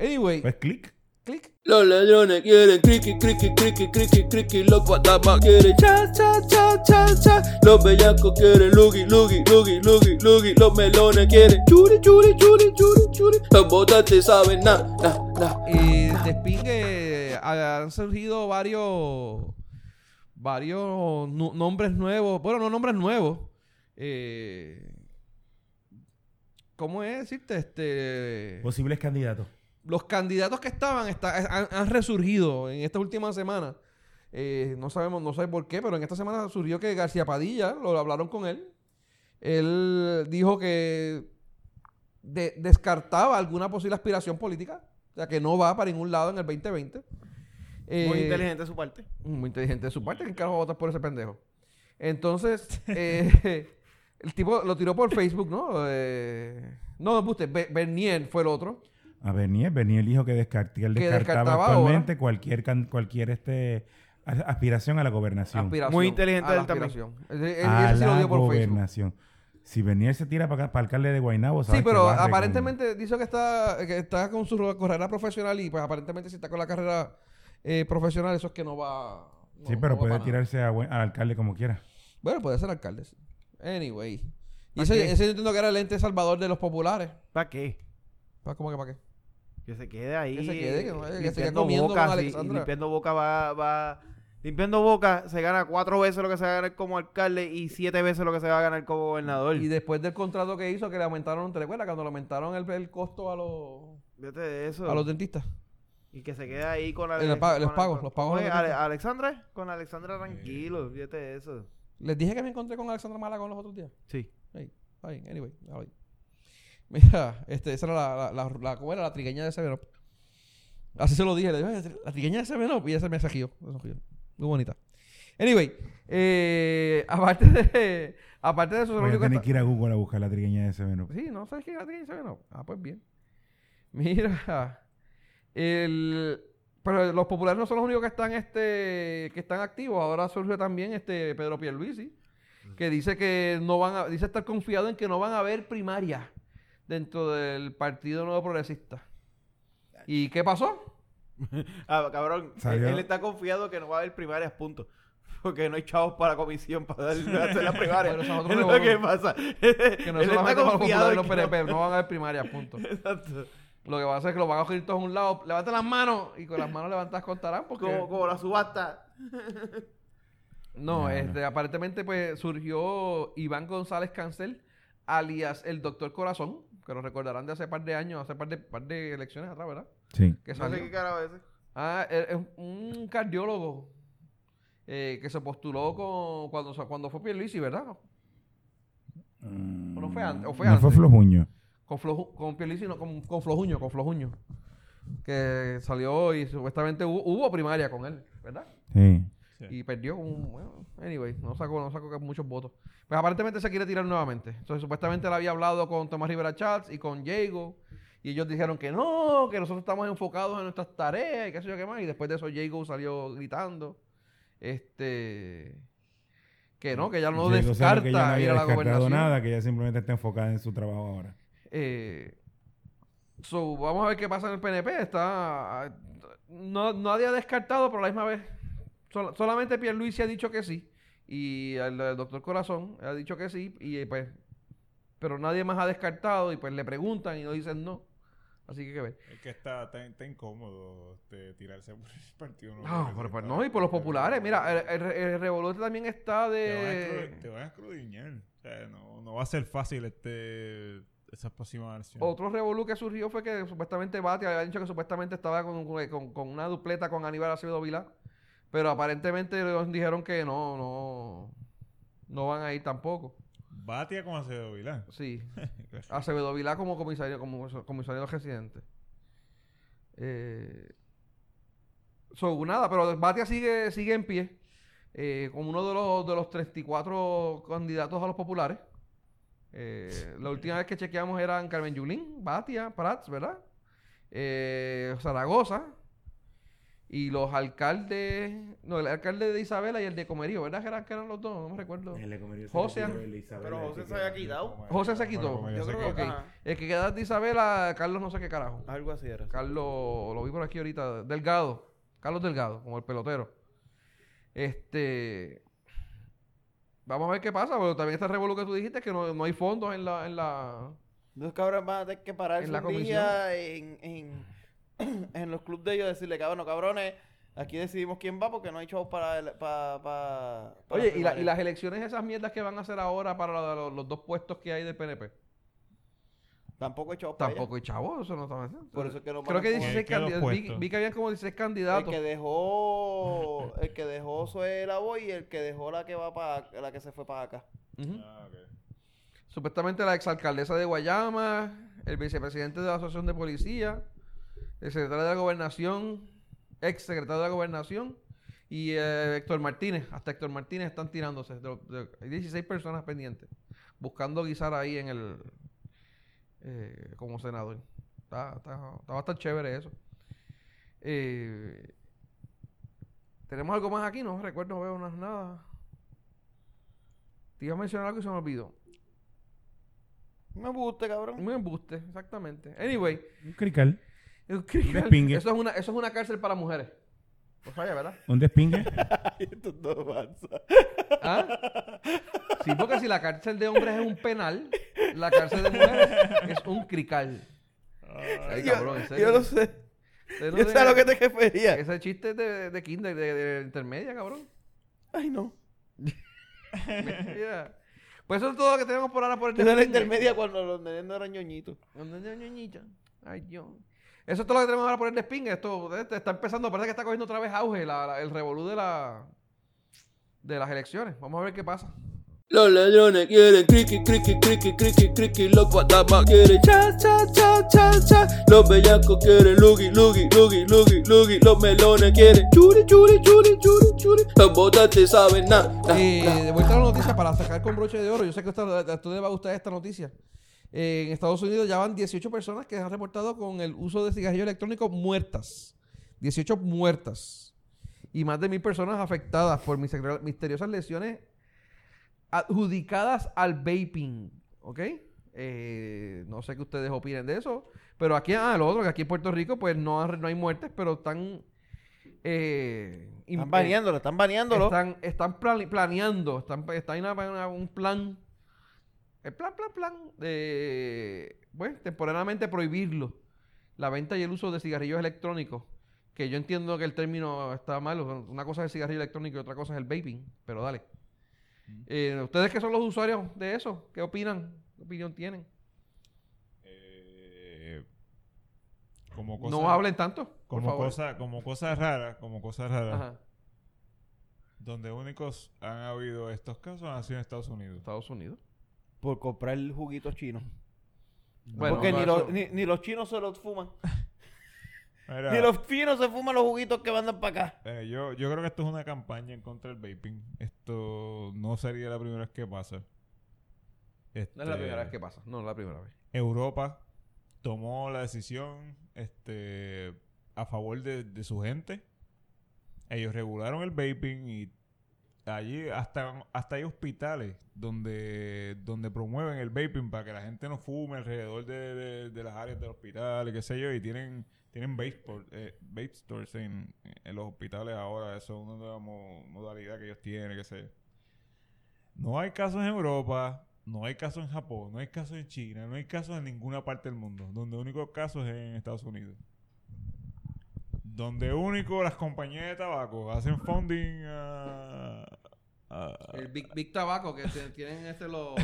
S1: Anyway,
S3: Pues clic.
S1: click.
S6: Los ladrones quieren criqui, criqui, criqui, criqui, criqui. Los guatamas quieren cha, cha, cha, cha, cha. Los bellacos quieren lugi, lugi, lugi, lugi, lugi. Los melones quieren churi, churi, churi, churi, churi. Las botas te saben na, na, na.
S1: Eh, Despingue han surgido varios varios nu- nombres nuevos. Bueno, no nombres nuevos. Eh, ¿Cómo es decirte? Este,
S3: Posibles candidatos.
S1: los candidatos que estaban está- eh, han, han resurgido en estas últimas semanas. Eh, no sabemos, no sé por qué, pero en esta semana surgió que García Padilla, lo hablaron con él. Él dijo que de- descartaba alguna posible aspiración política, o sea, que no va para ningún lado en el 2020. Eh,
S2: Muy inteligente de su parte.
S1: muy inteligente de su parte, que carajo va a votar por ese pendejo? Entonces, eh, el tipo lo tiró por Facebook, ¿no? Eh, no, usted, Bernier fue el otro.
S3: A Bernier, Bernier dijo que, descart- que él
S1: Que
S3: descartaba
S1: descartaba
S3: actualmente cualquier, can- cualquier este, a- aspiración a la gobernación.
S1: Aspiración,
S2: Muy inteligente
S1: a la
S2: él también.
S1: aspiración. Ese-
S3: a
S1: ese sí lo
S3: la
S1: dio por Facebook.
S3: gobernación. Si Bernier se tira para, alcalde de Guaynabo,
S1: Sí,
S3: sabes que
S1: pero
S3: barre con-
S1: aparentemente dice que está, que está con su carrera profesional y pues aparentemente si está con la carrera eh, profesional eso es que no va... no-
S3: Sí,
S1: no
S3: pero
S1: va
S3: puede
S1: para nada.
S3: tirarse a buen- al alcalde como quiera.
S1: Bueno, puede ser alcalde. sí. Anyway. Y
S2: ¿Pa
S1: ese,
S2: qué?
S1: ese yo entiendo que era el ente salvador de los populares.
S2: ¿Para qué?
S1: Pa- ¿Cómo que para qué?
S2: Que se quede ahí.
S1: Que se quede, que no- que se quede
S2: limpiando
S1: comiendo
S2: boca,
S1: con
S2: sí, y
S1: Alexandra.
S2: limpiando boca va, va... Limpiando boca se gana cuatro veces lo que se va a ganar como alcalde y siete veces lo que se va a ganar como gobernador.
S1: Y después del contrato que hizo que le aumentaron, ¿te recuerdas? Cuando le aumentaron el, el costo a los,
S2: Vete de eso.
S1: a los dentistas.
S2: Y que se quede ahí con...
S1: El
S2: Alex-
S1: pa- los
S2: con-
S1: pagos,
S2: con-
S1: los pagos
S2: ¿cómo
S1: de
S2: es?
S1: los
S2: Ale-
S1: dentistas.
S2: Alexandra, con
S1: Eh.
S2: Alexandra tranquilo, fíjate de eso.
S1: Les dije que me encontré con Alexandra Malagón los otros días.
S2: Sí.
S1: Ahí, está bien, anyway, ahí. Mira, este, esa era la, la, la, la- ¿cómo era? La trigueña de Seven Up. Así se lo dije, le dije, "Oye, la trigueña de Seven Up, y ella se me sajió. Muy bonita. Anyway, eh, aparte de, aparte de eso, se lo
S3: Voy a
S1: único que
S3: tener
S1: está-
S3: que ir a Google a buscar la trigueña de ese menú.
S1: Sí, no sabes qué es la trigueña de Seven Up. Ah, pues bien. Mira, el, Pero los populares no son los únicos que están, este, que están activos. Ahora surge también este Pedro Pierluisi, que dice que no van a, dice estar confiado en que no van a haber primarias dentro del Partido Nuevo Progresista. ¿Y qué pasó?
S2: Ah, cabrón, él,
S3: Salió.
S2: él está confiado que no va a haber primarias, punto. Porque no hay chavos para la comisión para darle hacer las primarias.
S1: Bueno, eso es otro
S2: es lo
S1: revolú.
S2: que pasa.
S1: Que no
S2: él está
S1: solamente para los
S2: confiado
S1: populares y
S2: en
S1: los
S2: que no-
S1: PNP, no van a haber primarias, punto.
S2: Exacto.
S1: Lo que va a hacer es que los van a coger todos a un lado, levanten las manos y con las manos levantadas contarán porque...
S2: Como, como la subasta.
S1: No,
S3: No,
S1: este, aparentemente pues surgió Iván González Cancel, alias el Doctor Corazón, que lo recordarán de hace par de años, hace par de, par de elecciones atrás, ¿verdad?
S3: Sí.
S1: Que
S2: No sé
S1: salió.
S2: qué cara es ese.
S1: Ah, es es un cardiólogo eh, que se postuló con, cuando, se- cuando fue Pierluisi, ¿verdad? ¿O no fue antes? ¿O fue
S3: No fue
S1: antes?
S3: flojuño.
S1: Con, Floju- con Pierluisi, no, con, con Flojuño, con Flojuño. Que salió y supuestamente hubo, hubo primaria con él, ¿verdad?
S3: Sí.
S1: Y perdió como un... bueno, anyway, no sacó, no sacó muchos votos. Pues aparentemente se quiere tirar nuevamente. Entonces, supuestamente él había hablado con Tomás Rivera Chats y con Jago. Y ellos dijeron que no, que nosotros estamos enfocados en nuestras tareas y qué sé yo qué más. Y después de eso, Jago salió gritando. Este... Que no, que ya no
S3: Sí, yo sé
S1: descarta
S3: que ella no
S1: ir
S3: había
S1: a la
S3: descartado
S1: gobernación.
S3: nada, que ella simplemente está enfocada en su trabajo ahora.
S1: Eh, so, vamos a ver qué pasa en el PNP. Está, no, nadie ha descartado, pero a la misma vez. sol- solamente Pierluisi ha dicho que sí. Y el, doctor Corazón ha dicho que sí. Y eh, pues. Pero nadie más ha descartado. Y pues le preguntan y no dicen no. Así que hay que ver.
S4: Es que está tan, tan incómodo este, tirarse por el partido.
S1: No, pero, pues, no, y por los populares. Mira, el, el, el revolute también está
S4: Te van a escru- te
S1: de.
S4: van a escrudiñar. O sea, no, no va a ser fácil este, esas próximas elecciones.
S1: Otro revolú que surgió fue que supuestamente Bati había dicho que supuestamente estaba con, con- con una dupleta con Aníbal Acevedo Vilá. Pero aparentemente ellos dijeron que no, no. No van a ir tampoco.
S4: Batia con Acevedo Vilá.
S1: Sí. Acevedo Vilá como comisario, como comisario residente. Eh, so, nada, pero Batia sigue, sigue en pie. eh, como uno de los, de los 34 candidatos a los populares. Eh, la última vez que chequeamos eran Carmen Yulín, Batia, Prats, ¿verdad? Eh, Zaragoza. Y los alcaldes. No, el alcalde de Isabela y el de Comerío, ¿verdad? Que eran, que eran los dos, no me recuerdo. José-
S2: Pero José se había quitado.
S1: José se quitó.
S4: como ya
S2: Yo
S4: se
S2: creo que.
S4: quitó.
S2: ajá,
S1: El que queda de Isabela, Carlos no sé qué carajo.
S2: Algo así era.
S1: Carlos, lo vi por aquí ahorita, Delgado, Carlos Delgado, como el pelotero. Este, vamos a ver qué pasa, pero también este revuelo que tú dijiste que no, no hay fondos en la, en la,
S2: Los cabrones van a tener que pararse
S1: En la
S2: un día en, en, en los clubes de ellos decirle, cabrón, cabrones, aquí decidimos quién va porque no hay chavos para... el- pa- pa- para
S1: Oye, y, la- y
S2: primarias".
S1: las elecciones esas mierdas que van a hacer ahora para lo- lo- los dos puestos que hay del PNP.
S2: Tampoco hay chavos para allá.
S1: Tampoco hay chavos, eso no está
S2: Por eso es que no van
S1: Creo
S2: a
S1: que
S2: coger.
S1: 16
S4: Que hay dos
S1: candidatos, vi,
S4: puestos.
S1: vi que habían como 16
S2: El
S1: candidatos.
S2: que dejó... El que dejó Zoe la voz y el que dejó la que va para... La que se fue para acá.
S1: Ujú.
S4: Ah, ok.
S1: Supuestamente la exalcaldesa de Guayama, el vicepresidente de la Asociación de Policía, el secretario de la Gobernación, ex secretario de la Gobernación y eh, Héctor Martínez. Hasta Héctor Martínez están tirándose. de lo- de- hay 16 personas pendientes buscando guisar ahí en el. eh, como senador. Está, está- está bastante chévere eso. Eh, ¿Tenemos algo más aquí? No recuerdo, no veo más nada. Te iba a mencionar algo y se me olvidó.
S2: Me gusta, cabrón.
S1: Un embuste, exactamente. Anyway,
S3: Un crical.
S1: un crical.
S3: Despingue.
S1: eso es una, eso es una cárcel para mujeres. Pues vaya, ¿verdad?
S3: Un despingue.
S2: Ay, estos dos avanzan.
S1: ¿Ah? Sí, porque si la cárcel de hombres es un penal, la cárcel de mujeres es un crical. Ay,
S2: Yo-
S1: cabrón, en
S2: yo,
S1: serio.
S2: no sé.
S1: Ustedes no
S2: Yo sé a lo que
S1: tienen-
S2: te refería.
S1: Ese chiste es de, de kinder, de, de intermedia, cabrón.
S2: Ay, no.
S1: Mira. Pues eso es todo lo que tenemos por ahora por el
S2: Yo era la
S1: despingue.
S2: intermedia cuando los nenes no eran ñoñitos.
S1: Cuando yo ñoñita. Ay, yo. Eso es todo lo que tenemos ahora por el despingue. Esto este, está empezando, parece que está cogiendo otra vez auge la- la- el revolú de, la, de las elecciones. Vamos a ver qué pasa.
S6: Los ladrones quieren criqui, criqui, criqui, criqui, criqui, los guatamas quieren cha, cha, cha, cha, cha, los bellacos quieren lugi, lugi, lugi, lugi, lugi, los melones quieren churi, churi, churi, churi, churi, los votantes saben nada.
S1: Y de vuelta a la noticia para sacar con broche de oro. Yo sé que a usted- a usted le va a gustar esta noticia. Eh, en Estados Unidos ya van 18 personas que se han reportado con el uso de cigarrillos electrónicos muertas 18 muertas y más de mil personas afectadas por mister- misteriosas lesiones adjudicadas al vaping. ¿Ok? Eh, no sé qué ustedes opinen de eso. Pero aquí, ah, lo otro, que aquí en Puerto Rico, pues no, ha- no hay muertes, pero están. eh, im- eh,
S2: Están baneándolo, están baneándolo.
S1: están, están plane- planeando, están, está ahí una- una- un plan, el plan, plan, plan, de, bueno, temporalmente prohibirlo, la venta y el uso de cigarrillos electrónicos, que yo entiendo que el término está malo, una cosa es el cigarrillo electrónico y otra cosa es el vaping, pero dale.
S2: Mm.
S1: Eh, Ustedes que son los usuarios de eso, ¿qué opinan? ¿Qué opinión tienen?
S4: Eh, como cosa,
S1: no hablen tanto, por
S4: como
S1: favor.
S4: cosa, como cosa rara, como cosa rara.
S1: Ajá,
S4: Donde únicos han habido estos casos han sido en Estados Unidos.
S1: Estados Unidos.
S2: Por comprar el juguito chino.
S1: Bueno,
S2: Porque ni,
S1: eso-
S2: los, ni, ni los chinos se los fuman.
S4: Mira,
S2: Ni los chinos se fuman los juguitos que mandan para acá.
S4: eh, yo, yo creo que esto es una campaña en contra del vaping. Esto no sería la primera vez que pasa.
S1: No es la
S4: Este,
S1: primera vez que pasa, no es la primera vez.
S4: Europa tomó la decisión este, a favor de, de su gente. Ellos regularon el vaping y allí hasta, hasta hay hospitales donde, donde promueven el vaping para que la gente no fume alrededor de, de- de las áreas del hospital, qué sé yo, y tienen, tienen vape, por- eh, vape stores en, en los hospitales ahora. Eso es una nueva mo- modalidad que ellos tienen, qué sé yo. No hay casos en Europa, no hay casos en Japón, no hay casos en China, no hay casos en ninguna parte del mundo. Donde único caso es en Estados Unidos. Donde único las compañías de tabaco hacen funding a... a-
S7: El Big, Big Tabaco, que te- tienen este los...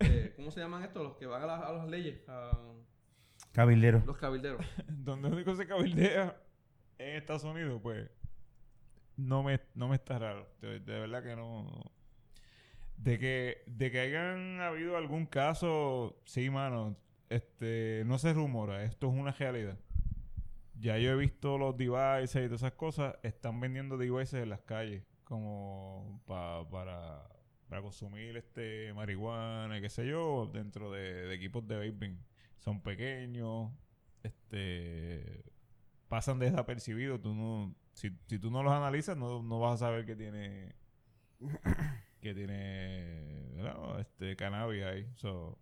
S7: eh, ¿Cómo se llaman estos? Los que van a, las- a las leyes, a
S3: Cabildero.
S7: los cabilderos.
S4: donde único se cabildea en Estados Unidos, pues... No me, no me está raro. De, de verdad que no... De que, de que hayan habido algún caso, sí, mano, este, no se rumora, esto es una realidad. Ya yo he visto los devices y todas esas cosas, están vendiendo devices en las calles, como pa- para, para consumir este marihuana, qué sé yo, dentro de, de equipos de vaping. Son pequeños, este pasan desapercibidos, tú no, si, si tú no los analizas, no, no vas a saber que tiene que tiene ¿verdad? este cannabis ahí. So,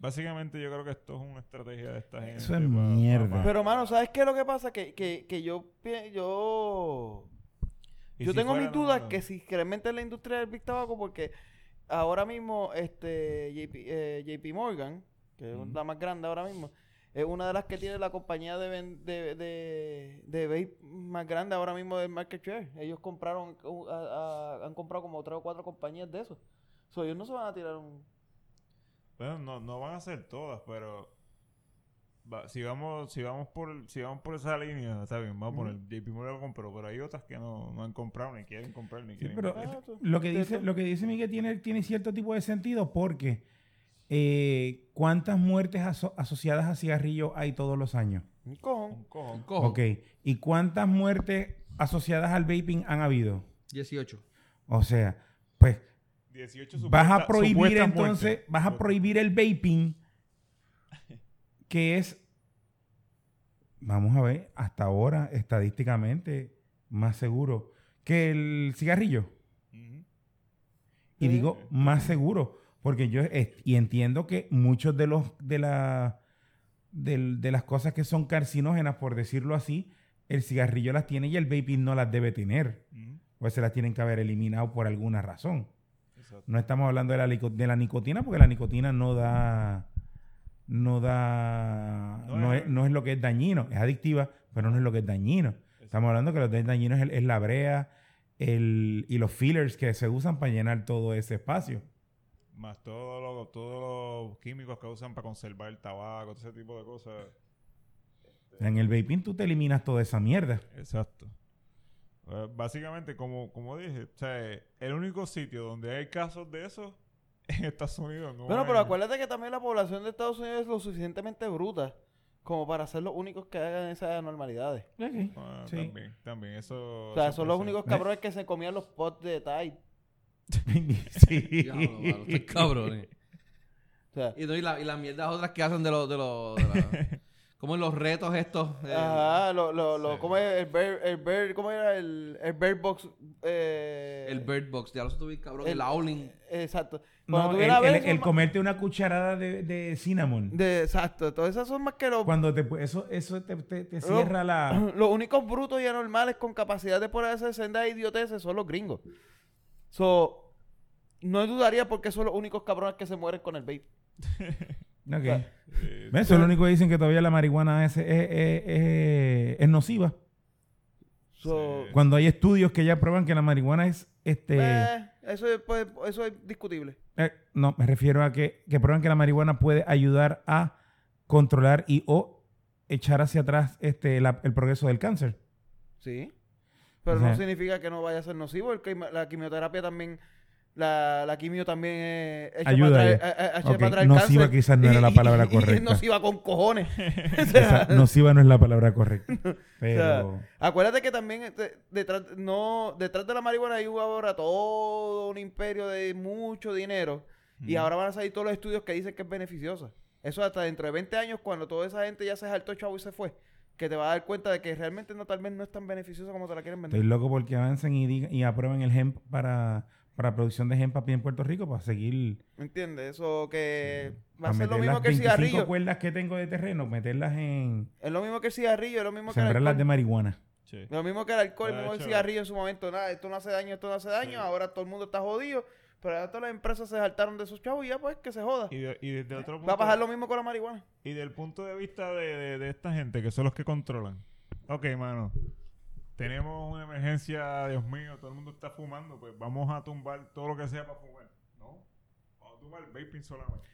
S4: básicamente yo creo que esto es una estrategia de esta gente.
S3: Eso es mierda.
S2: Pero, mano, ¿sabes qué es lo que pasa? Que, que, que yo, pi- yo
S4: Y
S2: Yo
S4: si
S2: tengo
S4: fuera,
S2: mis
S4: no,
S2: dudas
S4: no.
S2: que si incrementen la industria del Big Tabaco porque ahora mismo este JP, eh, JP Morgan, que es la más grande ahora mismo, es una de las que tiene la compañía de, ven- de, de, de vape más grande ahora mismo del market share. Ellos compraron, uh, a- a- han comprado como tres o cuatro compañías de eso. So, ellos no se van a tirar un...
S4: Bueno, no, no van a ser todas, pero va- si vamos si vamos por si vamos por esa línea, está bien, vamos a poner JP Morgan compró, pero hay otras que no, no han comprado ni quieren comprar ni
S3: Sí,
S4: quieren.
S3: pero
S4: comprar.
S2: Ah, tú-
S3: lo que
S2: tú-
S3: dice,
S2: tú-
S3: lo que dice Miguel tiene, tiene cierto tipo de sentido porque eh, ¿cuántas muertes aso- asociadas a cigarrillos hay todos los años?
S2: Un cojón.
S4: Un cojón.
S7: Cojo,
S3: Ok. ¿Y cuántas muertes asociadas al vaping han habido?
S7: 18.
S3: O sea, pues
S4: 18
S3: vas a
S4: supuesta-
S3: prohibir
S4: supuestas
S3: entonces,
S4: muertes.
S3: vas a prohibir el vaping, que es, vamos a ver, hasta ahora estadísticamente más seguro que el cigarrillo.
S4: Ujú.
S3: Y digo más seguro, porque yo eh, y entiendo que muchos de los de la del- de las cosas que son carcinógenas, por decirlo así, el cigarrillo las tiene y el vaping no las debe tener,
S4: Ujú.
S3: pues se las tienen que haber eliminado por alguna razón.
S4: Exacto.
S3: No estamos hablando de la, lico- de la nicotina porque la nicotina no da no da
S4: No
S3: no
S4: es-
S3: es, no es lo que es dañino, es adictiva, pero no es lo que es dañino. Estamos hablando que lo que es dañino es, el- es la brea el, y los fillers que se usan para llenar todo ese espacio.
S4: Más todos los todos los químicos que usan para conservar el tabaco, todo ese tipo de cosas.
S3: En el vaping tú te eliminas toda esa mierda.
S4: Exacto. Eh, Básicamente, como, como dije, o sea, eh, el único sitio donde hay casos de eso en Estados Unidos. No
S2: Bueno,
S4: hay.
S2: pero acuérdate que también la población de Estados Unidos es lo suficientemente bruta como para ser los únicos que hagan esas anormalidades.
S4: Ah,
S3: Sí.
S4: También, también, eso.
S2: O sea,
S4: eso
S2: son los
S4: puede ser.
S2: únicos cabrones que se comían los pots de Tide.
S3: sí.
S7: Diablo, mano, estos cabrones.
S2: O sea,
S7: Y, no, y la- y las mierdas otras que hacen de los... De los de la- como en los retos estos. eh,
S2: Ajá, lo, lo, lo, ¿cómo es? El Bird, el Bird- ¿cómo era? El, el Bird Box. eh,
S7: el Bird Box, ya lo sé tú bien, cabrón. El,
S2: el-
S7: Owling.
S2: Exacto.
S3: No,
S2: Cuando tú
S3: el,
S2: vienes a ver,
S3: el-
S2: son
S3: el
S2: más-
S3: comerte una cucharada de, de cinnamon.
S2: de- exacto, todas esas son más que los,
S3: Cuando te pu- eso, eso te, te-
S2: Oh.
S3: te cierra la.
S2: los únicos brutos y anormales con capacidad de poder hacer sendas e idioteces son los gringos. So, no dudaría porque son los únicos cabrones que se mueren con el vape.
S3: Ok.
S2: Eh,
S3: ¿Ves? Eso es lo único que dicen que todavía la marihuana es, es- es- es- es nociva.
S2: So,
S3: Cuando hay estudios que ya prueban que la marihuana es este.
S2: eh, eso, es, pues, eso es discutible.
S3: Eh, no, me refiero a que, que prueban que la marihuana puede ayudar a controlar y o echar hacia atrás este, la- el progreso del cáncer.
S2: Sí. Pero
S3: Ajá.
S2: no significa que no vaya a ser nocivo. El quima- la quimioterapia también. La, la quimio también eh, echa
S3: Ayuda
S2: para
S3: ahí.
S2: atrás- eh, eh, echa
S3: Ok,
S2: para atrás el
S3: nociva
S2: cáncer.
S3: quizás no era la palabra
S2: y- y- y
S3: correcta.
S2: es nociva con cojones. O sea,
S3: Esa nociva no es la palabra correcta. Pero.
S2: o sea, acuérdate que también este, detrás, no, detrás de la marihuana hay ahora todo un imperio de mucho dinero. Y ahora van a salir todos los estudios que dicen que es beneficiosa. Eso hasta dentro de 20 años, cuando toda esa gente ya se saltó chavo y se fue. Que te vas a dar cuenta de que realmente no, tal vez no es tan beneficiosa como te la quieren vender.
S3: Estoy loco porque avancen y, digan- y aprueben el hemp para, para producción de hemp aquí en Puerto Rico para seguir.
S2: ¿Me entiendes? Eso que va
S3: para
S2: a ser lo
S3: meter
S2: mismo
S3: las pues.
S2: que el
S3: 25
S2: cigarrillo.
S3: cuerdas que tengo de terreno, meterlas en.
S2: Es lo mismo que el cigarrillo, es lo mismo que el
S3: sembrarlas
S2: alcohol.
S3: de marihuana.
S4: Sí.
S2: Lo mismo que el alcohol, lo
S4: De
S2: mismo que el
S4: hecho.
S2: cigarrillo en su momento. Nada, esto no hace daño, esto no hace daño. Ahora todo el mundo está jodido. Pero ahora todas las empresas se saltaron de sus chavos y ya pues que se joda.
S4: Y, de- y desde otro punto,
S2: Va a pasar lo mismo con la marihuana.
S4: y del punto de vista de, de- de esta gente, que son los que controlan. Ok, mano. Tenemos una emergencia, Dios mío, todo el mundo está fumando, pues vamos a tumbar todo lo que sea para fumar. No, vamos a tumbar el vaping solamente.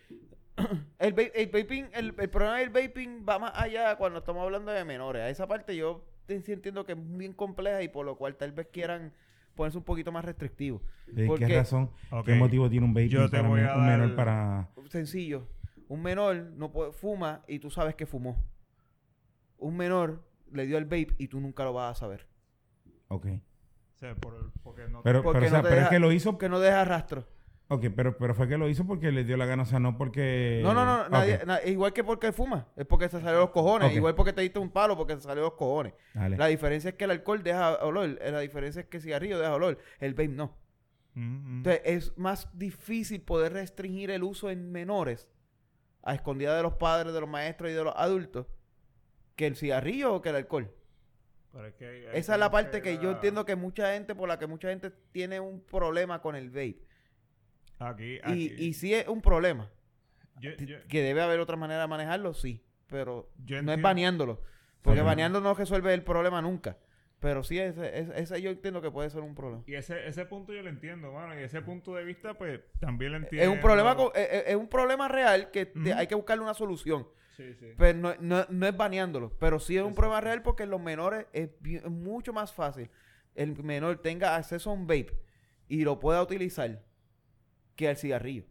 S2: El, va- el vaping, el, el problema del vaping va más allá cuando estamos hablando de menores. A esa parte yo te- sí entiendo que es bien compleja y por lo cual tal vez quieran ponerse un poquito más restrictivos.
S3: ¿De
S2: ¿Por
S3: qué,
S2: qué?
S3: razón?
S4: Ok.
S3: ¿Qué motivo tiene un baby
S4: Yo te
S3: para
S4: voy
S3: men-
S4: a
S3: un
S4: dar-
S3: menor para.?
S2: sencillo. Un menor no puede, fuma y tú sabes que fumó. Un menor le dio el vape y tú nunca lo vas a saber.
S3: Ok.
S4: O sea, por- porque no
S3: Pero,
S2: Porque
S3: pero,
S2: no
S3: o sea,
S2: te
S3: pero
S2: deja-
S3: es que lo hizo.
S2: Porque no deja rastro.
S3: Ok, pero, pero fue que lo hizo porque le dio la gana, o sea, no porque.
S2: no, no, no.
S3: Eh, Ok.
S2: nadie- na- igual que porque fuma. Es porque se salió los cojones.
S3: Ok.
S2: Igual porque te diste un palo porque se salió los cojones.
S3: Dale.
S2: La diferencia es que el alcohol deja olor. eh, La diferencia es que el cigarrillo deja olor. El vape no.
S4: Mm, mm.
S2: Entonces es más difícil poder restringir el uso en menores a escondida de los padres, de los maestros y de los adultos que el cigarrillo o que el alcohol.
S4: Pero es que hay- hay
S2: Esa es la
S4: gente
S2: parte que yo entiendo que mucha gente, por la que mucha gente tiene un problema con el vape.
S4: Aquí, aquí.
S2: Y, y sí es un problema.
S4: Yo- yo-
S2: Que debe haber otra manera de manejarlo, sí. Pero
S4: yo
S2: no es
S4: entiendo-
S2: baneándolo. Porque
S3: Ajá.
S2: baneando no resuelve el problema nunca. Pero sí, ese, ese- ese yo entiendo que puede ser un problema.
S4: Y ese, ese punto yo lo entiendo, mano. Y ese punto de vista, pues, también lo entiendo.
S2: Es un, problema con- es- es, es un problema real que te-
S4: Ujú.
S2: hay que buscarle una solución.
S4: Sí, sí.
S2: Pero Pues no, no- no es baneándolo. Pero sí es un problema real porque en los menores es, bi- es mucho más fácil el menor tenga acceso a un vape y lo pueda utilizar que al cigarrillo.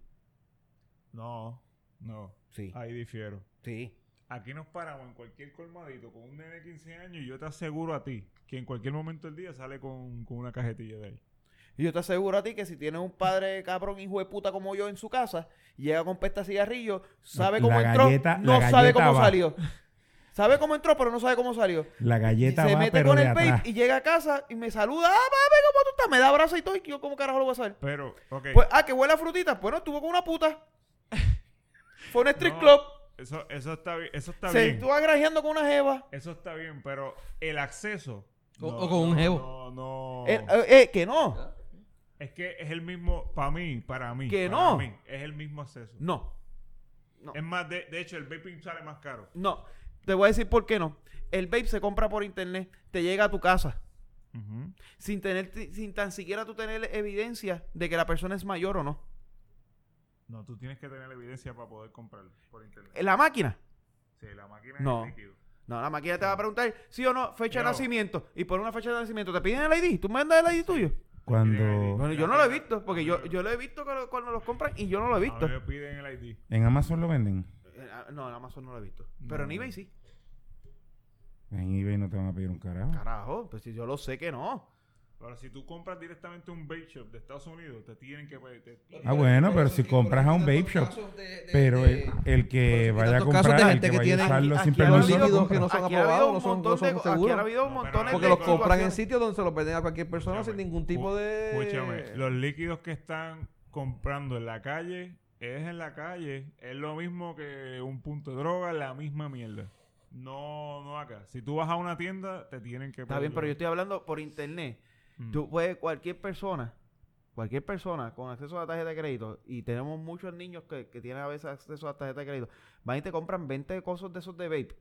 S4: No, no.
S2: Sí,
S3: Ah.
S4: Ahí difiero.
S2: sí.
S4: Aquí nos paramos en cualquier colmadito con un nene de 15 años y yo te aseguro a ti que en cualquier momento del día sale con, con una cajetilla de ahí.
S2: Y yo te aseguro a ti que si tienes un padre cabrón hijo de puta como yo en su casa, llega con pesta de cigarrillo, sabe
S3: La
S2: cómo entró,
S3: galleta-
S2: no
S3: la
S2: sabe
S3: galleta
S2: cómo
S3: va.
S2: salió. Sabe cómo entró, pero no sabe cómo salió.
S3: La
S2: Y
S3: galleta
S2: se
S3: va,
S2: mete
S3: pero
S2: con
S3: de
S2: el vape
S3: atrás.
S2: y llega a casa y me saluda. Ah, papi, ¿cómo tú estás? Me da abrazo y todo. Y yo, ¿cómo carajo lo voy a saber?
S4: Pero, ok.
S2: Pues, ah, que huele a frutitas. Bueno, estuvo con una puta. Fue a un strip
S4: No,
S2: club.
S4: Eso, eso está, bi- eso está
S2: se
S4: bien.
S2: estuvo agrajeando con una jeva.
S4: Eso está bien, pero el acceso.
S7: O- o con un jevo.
S4: No, no.
S2: Eh, eh, eh, que no.
S4: es que es el mismo, para mí, para mí.
S2: Que
S4: para
S2: no.
S4: mí, es el mismo acceso.
S2: No, no.
S4: Es más, de, de hecho, el vaping sale más caro.
S2: no. Te voy a decir por qué no. El vape se compra por internet. Te llega a tu casa.
S4: Ujú.
S2: Sin, tener, sin tan siquiera tú tener evidencia de que la persona es mayor o no.
S4: No, tú tienes que tener evidencia para poder comprarlo por internet.
S2: ¿La máquina?
S4: Sí, la máquina
S2: Eh, No.
S4: es el líquido.
S2: No, la máquina te va a preguntar sí o no, fecha
S4: Claro.
S2: de nacimiento. Y por una fecha de nacimiento te piden el ID. ¿Tú mandas el ID tuyo?
S3: Cuando.
S2: Bueno, yo no lo he visto. Porque yo, yo lo he visto cuando, cuando los compran y yo no lo he
S4: A
S2: visto.
S4: mí me piden el ID.
S3: En Amazon lo venden.
S2: Eh, ah, No, en Amazon no lo he visto. Pero en eBay sí.
S3: En eBay no te van a pedir un carajo.
S2: Carajo, pues si yo lo sé que no.
S4: Ahora, si tú compras directamente un vape shop de Estados Unidos, te tienen que... pe- te-
S3: Ah, bueno, pero si compras a un vape shop. Pero el,
S4: Este,
S3: el que
S4: pues,
S1: Pero
S3: vaya a
S1: tantos casos de
S3: comprar, el
S1: gente
S3: que
S1: que
S3: vaya
S1: tiene-
S3: a usarlo
S1: aquí-
S3: sin
S1: aquí ha habido
S3: permiso, lo
S1: individuos
S3: compra.
S1: que no son
S2: Aquí ha habido
S1: aprobados,
S2: un
S1: no son-
S2: montón
S1: no son
S2: de- aquí ha
S1: seguros.
S2: habido un
S4: No, pero no-
S2: montón de
S1: Porque los
S4: situaciones.
S1: compran en
S2: situaciones.
S1: sitios donde se los venden a cualquier persona
S4: Escúchame,
S1: sin ningún tipo
S4: escú-
S1: de...
S2: Eh.
S4: Escúchame, los líquidos que están comprando en la calle, es en la calle, es lo mismo que un punto de droga, la misma mierda. No, no acá. Si tú vas a una tienda, te tienen que...
S2: Está bien, pero yo estoy hablando por internet.
S4: Mm.
S2: Tú puedes, cualquier persona, cualquier persona con acceso a la tarjeta de crédito, y tenemos muchos niños que, que tienen a veces acceso a la tarjeta de crédito, van y te compran 20 cosas de esos de vape,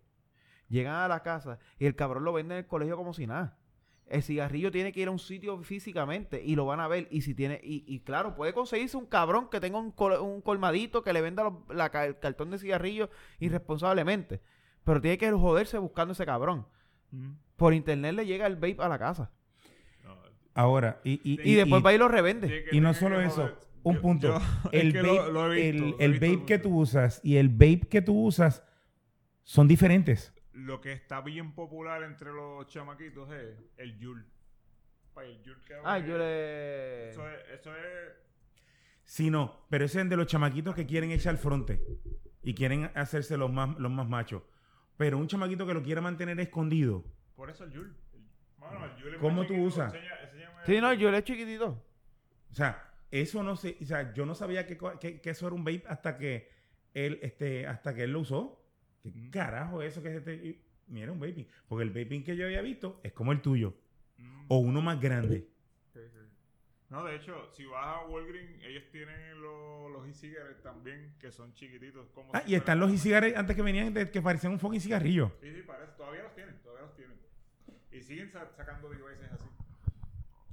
S2: llegan a la casa y el cabrón lo vende en el colegio como si nada. El cigarrillo tiene que ir a un sitio físicamente y lo van a ver. Y si tiene, y, y claro, puede conseguirse un cabrón que tenga un, col- un colmadito que le venda los- la ca- el cartón de cigarrillo irresponsablemente. Pero tiene que joderse buscando ese cabrón.
S4: Mm.
S2: Por internet le llega el vape a la casa.
S4: No,
S3: Ahora, y, y,
S2: Y, después va y lo revende.
S4: tiene que-
S3: y
S4: tiene
S3: no solo
S4: que
S3: eso,
S4: joder.
S3: un
S4: Yo-
S3: punto.
S4: yo- es
S3: el
S4: que
S3: vape,
S4: lo- lo he visto,
S3: el,
S4: lo he
S3: el
S4: visto
S3: vape que
S4: mucho.
S3: tú usas y el vape que tú usas son diferentes.
S4: Lo que está bien popular entre los chamaquitos es el Yul. Pues, El Yule que
S2: Ah,
S1: Eh,
S4: es-
S2: yo le...
S4: Eso es, eso es
S3: Si no, pero ese es de los chamaquitos que quieren echar fronte y quieren hacerse los más, los más machos. Pero un chamaquito que lo quiera mantener escondido.
S4: por eso el Yul. Mano, el Yule es
S3: ¿Cómo
S4: más
S3: tú
S4: chiquito,
S3: usas?
S4: enseña- enséñame-
S2: Sí, no, yo le chiquitito.
S3: O sea, eso no sé. O sea, yo no sabía que, co- que- que eso era un vape hasta que él, este, hasta que él lo usó. ¿Qué carajo eso que se te- Mira, un vaping. Porque el vaping que yo había visto es como el tuyo.
S4: Mm.
S3: O uno más grande.
S4: Sí, sí. No, de hecho, si vas a Walgreens, ellos tienen los, los e-cigarettes también, que son chiquititos. Como
S3: Ah,
S4: si
S3: y están los
S4: fueran-
S3: e-cigarettes antes que venían de- que parecían un fucking cigarrillo.
S4: Sí, sí, parece. Todavía los tienen, todavía los tienen. Y siguen sa- sacando devices así.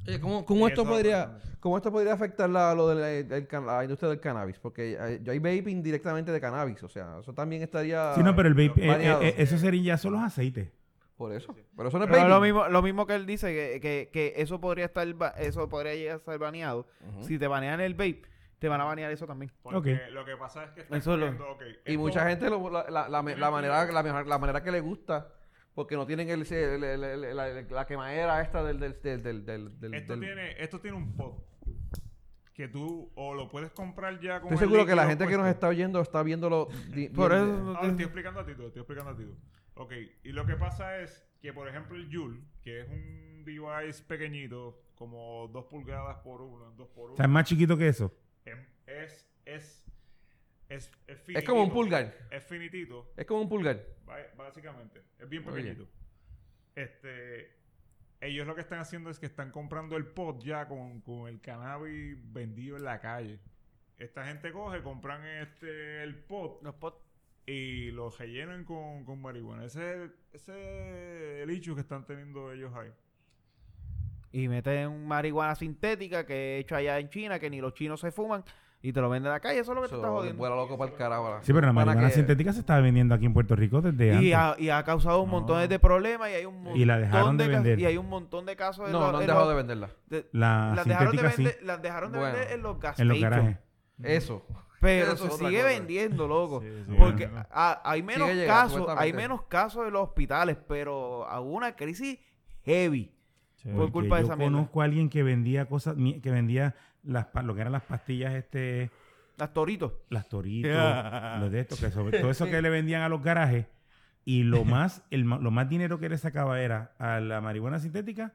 S1: Oye, ¿cómo, cómo esto
S4: Eso,
S1: podría,
S4: perdón.
S1: ¿cómo esto podría afectar la, lo de la, el can- la industria del cannabis? Porque hay, hay vaping directamente de cannabis, o sea, eso también estaría...
S2: Ah,
S3: sí, no, pero el vape, eh,
S1: variado.
S3: eh, eh, eso serían ya solo los aceites.
S1: Por eso, pero eso no es
S2: Pero
S1: vaping.
S2: lo mismo, lo mismo que él dice, que, que, que eso podría estar ba- eso podría llegar a estar baneado.
S1: Ujú.
S2: Si te banean el vape, te van a banear eso también.
S4: Porque
S3: Ok.
S4: lo que pasa es que están
S2: Eso lo-
S4: cogiendo, ok,
S1: Y
S4: esto-
S1: mucha gente, lo- la, la- la me- la manera, la, mejor- la manera que le gusta, porque no tienen el, el- el- el- la, la quemadera esta del... del, del, del, del, del-
S4: Esto,
S1: del-
S4: tiene, esto tiene un pod. Que tú o lo puedes comprar ya con
S1: Estoy
S4: el
S1: seguro que la
S4: líquido pues,
S1: gente que nos
S4: puesto.
S1: está oyendo está viéndolo... di-
S2: Por
S1: bien-
S2: eso-
S4: Ahora estoy explicando a ti, todo, estoy explicando a ti. todo. Ok, y lo que pasa es que, por ejemplo, el Joule, que es un device pequeñito, como 2 pulgadas por 1, 2 por
S3: O sea, es
S4: 1,
S3: más chiquito que eso.
S4: es, es, es, es,
S1: Es como un
S4: finitito,
S1: pulgar.
S4: Es finitito,
S1: Es como un pulgar.
S4: ba- básicamente. Es bien
S1: Muy
S4: pequeñito. Este, ellos lo que están haciendo es que están comprando el pot ya con, con el cannabis vendido en la calle. Esta gente coge, compran este el pot
S2: Los pot-
S4: y lo rellenan con, con marihuana. Ese es, el, ese es el issue que están teniendo ellos ahí.
S2: Y meten marihuana sintética que he hecho allá en China, que ni los chinos se fuman, y te lo venden a la calle, eso es lo que te
S1: Eso
S2: está jodiendo.
S1: vuela loco para el carajo. ahora.
S3: Sí, pero la
S1: Para
S3: marihuana
S1: que-
S3: sintética se estaba vendiendo aquí en Puerto Rico desde
S2: Y
S3: antes.
S2: ha, y ha causado un
S3: No.
S2: montón de problemas y hay un montón
S3: Y la dejaron de
S2: ca-
S3: vender.
S2: y hay un montón de casos en
S1: No,
S2: los-
S1: no han
S2: en
S1: dejado
S2: los-
S1: de venderla.
S2: de-
S3: La
S2: las dejaron de
S3: sintética Ah, sí,
S2: vender, las dejaron de
S1: Bueno.
S2: vender en los gas
S3: en los
S2: stations.
S3: garajes.
S1: Eso.
S2: Pero
S1: Eso
S2: se
S1: es otra
S2: sigue
S1: cosa.
S2: vendiendo, loco.
S4: Sí, sí,
S2: porque
S4: bueno.
S2: a- hay menos
S1: llegando,
S2: casos, hay
S1: supuestamente.
S2: menos casos en los hospitales, pero hubo una crisis heavy. Por
S3: Porque
S2: culpa de
S3: yo
S2: esa mierda.
S3: conozco a alguien que vendía cosas, mi- que vendía las, pa- lo que eran las pastillas, este,
S2: Las toritos.
S3: las toritos, los de estos, que sobre- todo eso que le vendían a los garajes. Y lo más, el, ma- lo más dinero que le sacaba era a la marihuana sintética,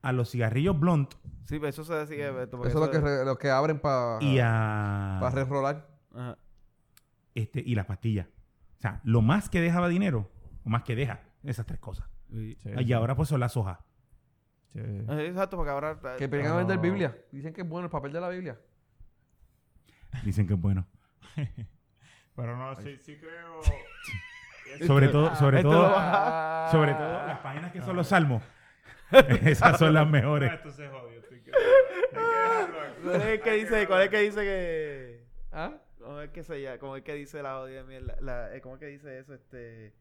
S3: a los cigarrillos blunt
S2: Sí, pero eso se sigue. Beto, porque
S1: Eso es lo que,
S2: eso-
S1: re- lo que abren para
S3: y a
S1: para resrolar.
S2: Ajá.
S3: este, y las pastillas. O sea, lo más que dejaba dinero, o más que deja, esas tres cosas. Y ahora pues son las hojas.
S2: Eh, Exacto, porque ahora.
S1: Que pegan a vender Biblia. Dicen que es bueno el papel de la Biblia.
S3: Dicen que es bueno.
S4: Pero no, ah, sí, sí creo. Este
S3: Sobre todo, sobre
S2: esto
S3: todo,
S2: lo va-
S3: sobre todo las páginas que son los salmos. Esas son las
S4: Ah,
S3: mejores.
S4: esto se jodió. esto hay que- hay que dejarlo aquí.
S2: ¿Cuál es el que
S4: Hay
S2: dice? ¿Cuál es el que dice que.?
S1: ¿Ah?
S2: ¿Cómo es que se llama? ¿Cómo es que dice la odia mierda? La, eh, ¿Cómo es que dice eso? Este.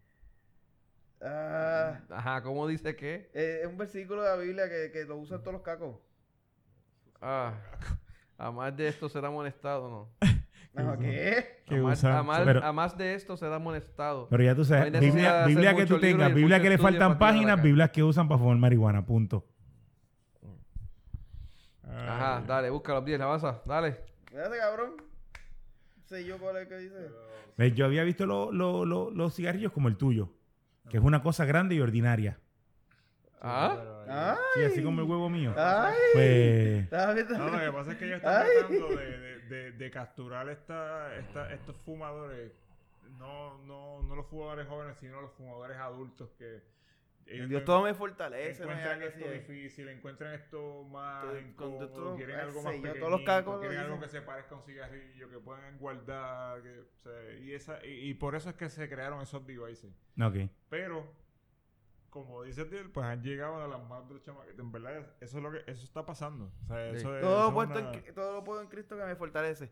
S2: Ah,
S1: Ajá, ¿cómo dice que?
S2: eh, es un versículo de la Biblia que, que lo usan todos los cacos.
S1: Ah, a más de esto será amonestado, ¿no?
S2: No, Ah, ¿Qué?
S1: A más,
S4: usan-
S1: a más-
S3: pero-
S1: a más de esto será amonestado.
S3: Pero ya tú sabes,
S1: No hay necesidad de
S3: Biblia,
S1: hacer
S3: Biblia que
S1: mucho
S3: tú
S1: libro y
S3: tengas,
S1: mucho
S3: Biblia que le
S1: estudio para
S3: faltan
S1: tirar la
S3: páginas,
S1: calle.
S3: Biblias que usan para fumar marihuana, punto.
S1: Ajá, dale, busca los 10, la basa, dale.
S2: Espérate, cabrón. Sé yo cuál es el que dice.
S3: ¿Ves? Yo había visto lo- lo- lo- los cigarrillos como el tuyo, que es una cosa grande y ordinaria.
S1: Ajá.
S4: ¿Ah?
S2: ¡Ay!
S3: Sí, así como el huevo mío.
S2: Ah, ¡Ay!
S3: Pues,
S2: ¿Estás viendo?
S4: eh, No, lo que pasa es que ellos están
S2: Ay.
S4: tratando de, de- de- de capturar esta, esta- estos fumadores. No, no, no los fumadores jóvenes, sino los fumadores adultos que... ellos
S2: Dios
S4: no-
S2: todo me fortalece. no me
S4: encuentran
S2: hagas
S4: esto
S2: así.
S4: difícil, encuentran esto más
S2: Todo-
S4: incómodo,
S2: con todo-
S4: quieren
S2: ah,
S4: algo más
S2: sí, yo
S4: pequeñito,
S2: todos los cacos
S4: quieren
S2: lo
S4: algo que
S2: dicen.
S4: se parezca a un cigarrillo, que puedan guardar, que, o sea, y, esa, y, y por eso es que se crearon esos devices.
S3: ok.
S4: Pero, como dice Diel, pues han llegado a las manos de los chamaquitos. En verdad, eso es lo que, eso está pasando. O sea,
S1: Sí.
S4: eso es, eh,
S2: Todo,
S4: eso
S2: lo
S4: es
S1: pues,
S2: puesto en
S4: una-
S2: Cri- todo lo puedo en Cristo que me fortalece.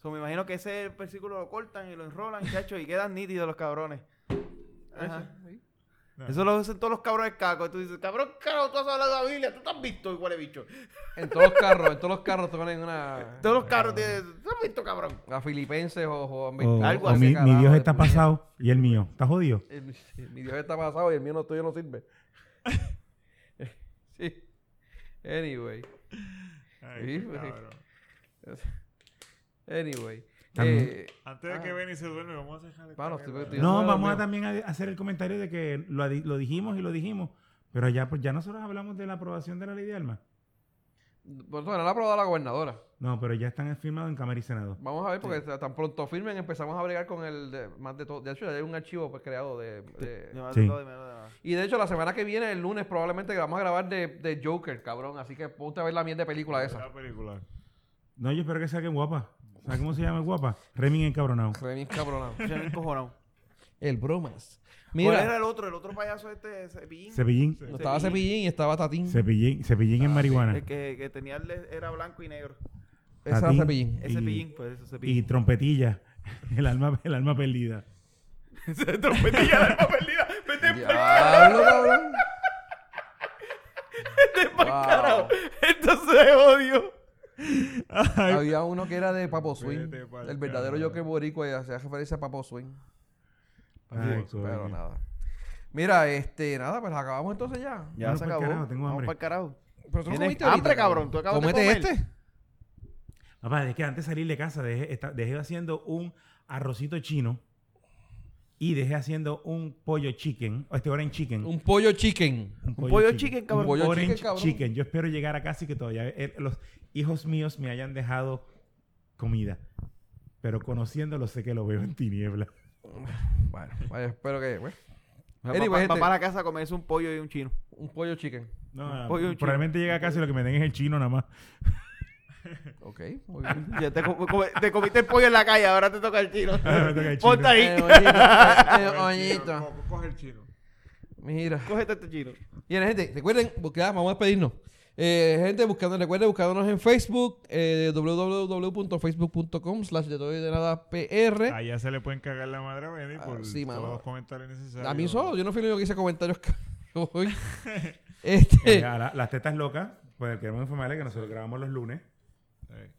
S2: So, me imagino que ese versículo lo cortan y lo enrolan, chacho, y quedan nítidos los cabrones. Ajá.
S4: No.
S2: Eso lo hacen todos los cabrones cacos. Y tú dices, cabrón, caro, tú has hablado de la Biblia, tú te has visto, igual de bicho.
S1: En todos los carros, en todos los carros te ponen una.
S2: Todos los carros tienes, tú has visto, cabrón.
S1: A filipenses o, o a-
S3: O,
S1: algo
S3: o
S1: así,
S3: mi, mi
S1: carajo,
S3: Dios
S1: de
S3: está
S1: tu vida.
S3: pasado y el mío. ¿Está jodido?
S1: El- mi Dios está pasado y el mío no tuyo no sirve. sí. Anyway.
S4: Ay,
S1: Sí, pues.
S4: cabrón.
S1: Anyway.
S3: También.
S1: Eh,
S4: Antes de
S1: Ah.
S4: que Benny se duerme, vamos a dejar
S1: Mano,
S4: esta
S1: estoy-
S4: mierda.
S1: estoy-
S3: No,
S1: no,
S3: vamos a
S1: no.
S3: también a hacer el comentario de que lo, adi- lo dijimos y lo dijimos, pero ya, pues ya nosotros hablamos de la aprobación de la ley de alma.
S1: bueno, no la ha aprobado la gobernadora.
S3: No, pero ya están firmados en Cámara y Senado.
S1: Vamos a ver, porque t- tan pronto firmen, empezamos a bregar con el de, más de todo. De hecho, ya hay un archivo pues, creado de, de-
S2: Yo me
S3: Sí.
S2: hago todo de menos de nada.
S1: Y de hecho, la semana que viene, el lunes, probablemente vamos a grabar de, de Joker, cabrón. Así que ponte a ver la mierda de película esa.
S4: La película.
S3: No, yo espero que saquen guapa. ¿Sabes cómo se llama el guapa? Reming encabronado.
S1: Remín cabronado.
S2: Yo me he encojonado.
S1: El bromas.
S2: ¿Cuál era
S1: Mira,
S2: el otro? El otro payaso este, Cepillín.
S3: Cepillín.
S1: no estaba Cepillín y estaba Tatín.
S3: Cepillín, cepillín en marihuana.
S2: El Ah, que, que tenía el- era blanco y negro.
S1: Ese era
S3: Tatín.
S1: Cepillín.
S2: Ese
S3: Y-
S2: pillín, pues ese
S3: Y
S2: cepillín.
S3: trompetilla. El alma, el alma perdida.
S2: Ese trompetilla de alma perdida. Vete
S1: Diablo, cabrón.
S2: pa'l
S1: Wow.
S2: carajo. Entonces odio.
S1: Había uno que era de Papo Swing.
S4: Vete pa'l
S1: El verdadero
S4: carajo.
S1: Joker boricua y hacía referencia a Papo Swing.
S3: Ay,
S1: Pero
S3: coño.
S1: nada. Mira, este, nada, pues acabamos entonces ya.
S2: Ya
S3: Bueno,
S2: se
S3: pa'l
S2: acabó.
S3: carajo, tengo
S2: Vamos
S3: hambre.
S2: pa'l carajo.
S1: Pero tú no
S2: Tienes
S1: comiste ahorita,
S2: hambre, cabrón. Tú acabas de
S1: Comete
S2: comer.
S1: este.
S3: Papá, es que antes de salir de casa dejé, esta- dejé haciendo un arrocito chino y dejé haciendo un pollo chicken, o este orange chicken.
S1: Un pollo chicken.
S2: Un pollo chicken,
S1: Un
S2: cabrón.
S1: pollo
S3: Orange
S1: chicken, cabrón.
S3: chicken. Yo espero llegar a casa y que todavía eh, los hijos míos me hayan dejado comida. Pero conociéndolo sé que lo veo en tiniebla.
S1: Bueno, vaya, espero que. bueno,
S2: Va,
S1: Anyway,
S2: va- va
S1: gente.
S2: para casa Pues, a comerse un pollo y un chino.
S1: un pollo chicken.
S3: No,
S2: pollo chino.
S3: probablemente llegue a casa y lo que me den es el chino nada más.
S1: Ok, muy bien.
S2: Ya te, com- come- te comiste el pollo en la calle, ahora te toca el chino.
S3: Ahora me toca el chino.
S2: Ponte ahí.
S1: Eh, oñito, eh,
S4: Coge
S1: eh,
S4: el chino,
S1: oñito.
S4: co- Coge el chino.
S1: Mira.
S2: Cógete este chino.
S1: Bien, gente, recuerden, buscar, vamos a despedirnos. Eh, gente, buscando, recuerden buscándonos en Facebook, eh, www.facebook.com slash de todo y de nada PR.
S4: Allá se le pueden cagar la madre a Benny
S1: ¿Eh? Ah,
S4: por
S1: sí,
S4: todos
S1: mano.
S4: los comentarios necesarios.
S1: A mí solo, yo no fui el único que hice comentarios hoy.
S3: Eh,
S1: Este,
S3: a la- las tetas locas, pues queremos informarles que nosotros grabamos los lunes
S4: Eh,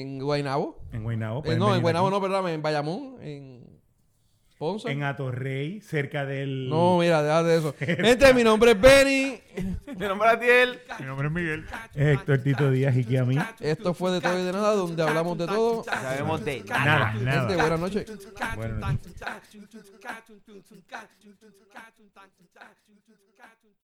S1: en Guaynabo.
S3: en Guaynabo.
S1: Eh,
S3: pueden
S1: no,
S3: venir
S1: en Guaynabo
S3: aquí.
S1: no, perdón, en Bayamón, en Ponce.
S3: En Atorrey, cerca del...
S1: No, mira, déjate de eso. Gente, mi nombre es Benny.
S2: Mi nombre es Atiel.
S4: Mi nombre es Miguel.
S3: Héctor Tito Díaz y que a mí.
S1: Esto fue de todo y de nada, donde hablamos de todo.
S2: Sabemos de
S3: Nada,
S1: Gente,
S3: nada.
S1: buenas noches.
S3: Buenas noches.
S5: Buenas noches.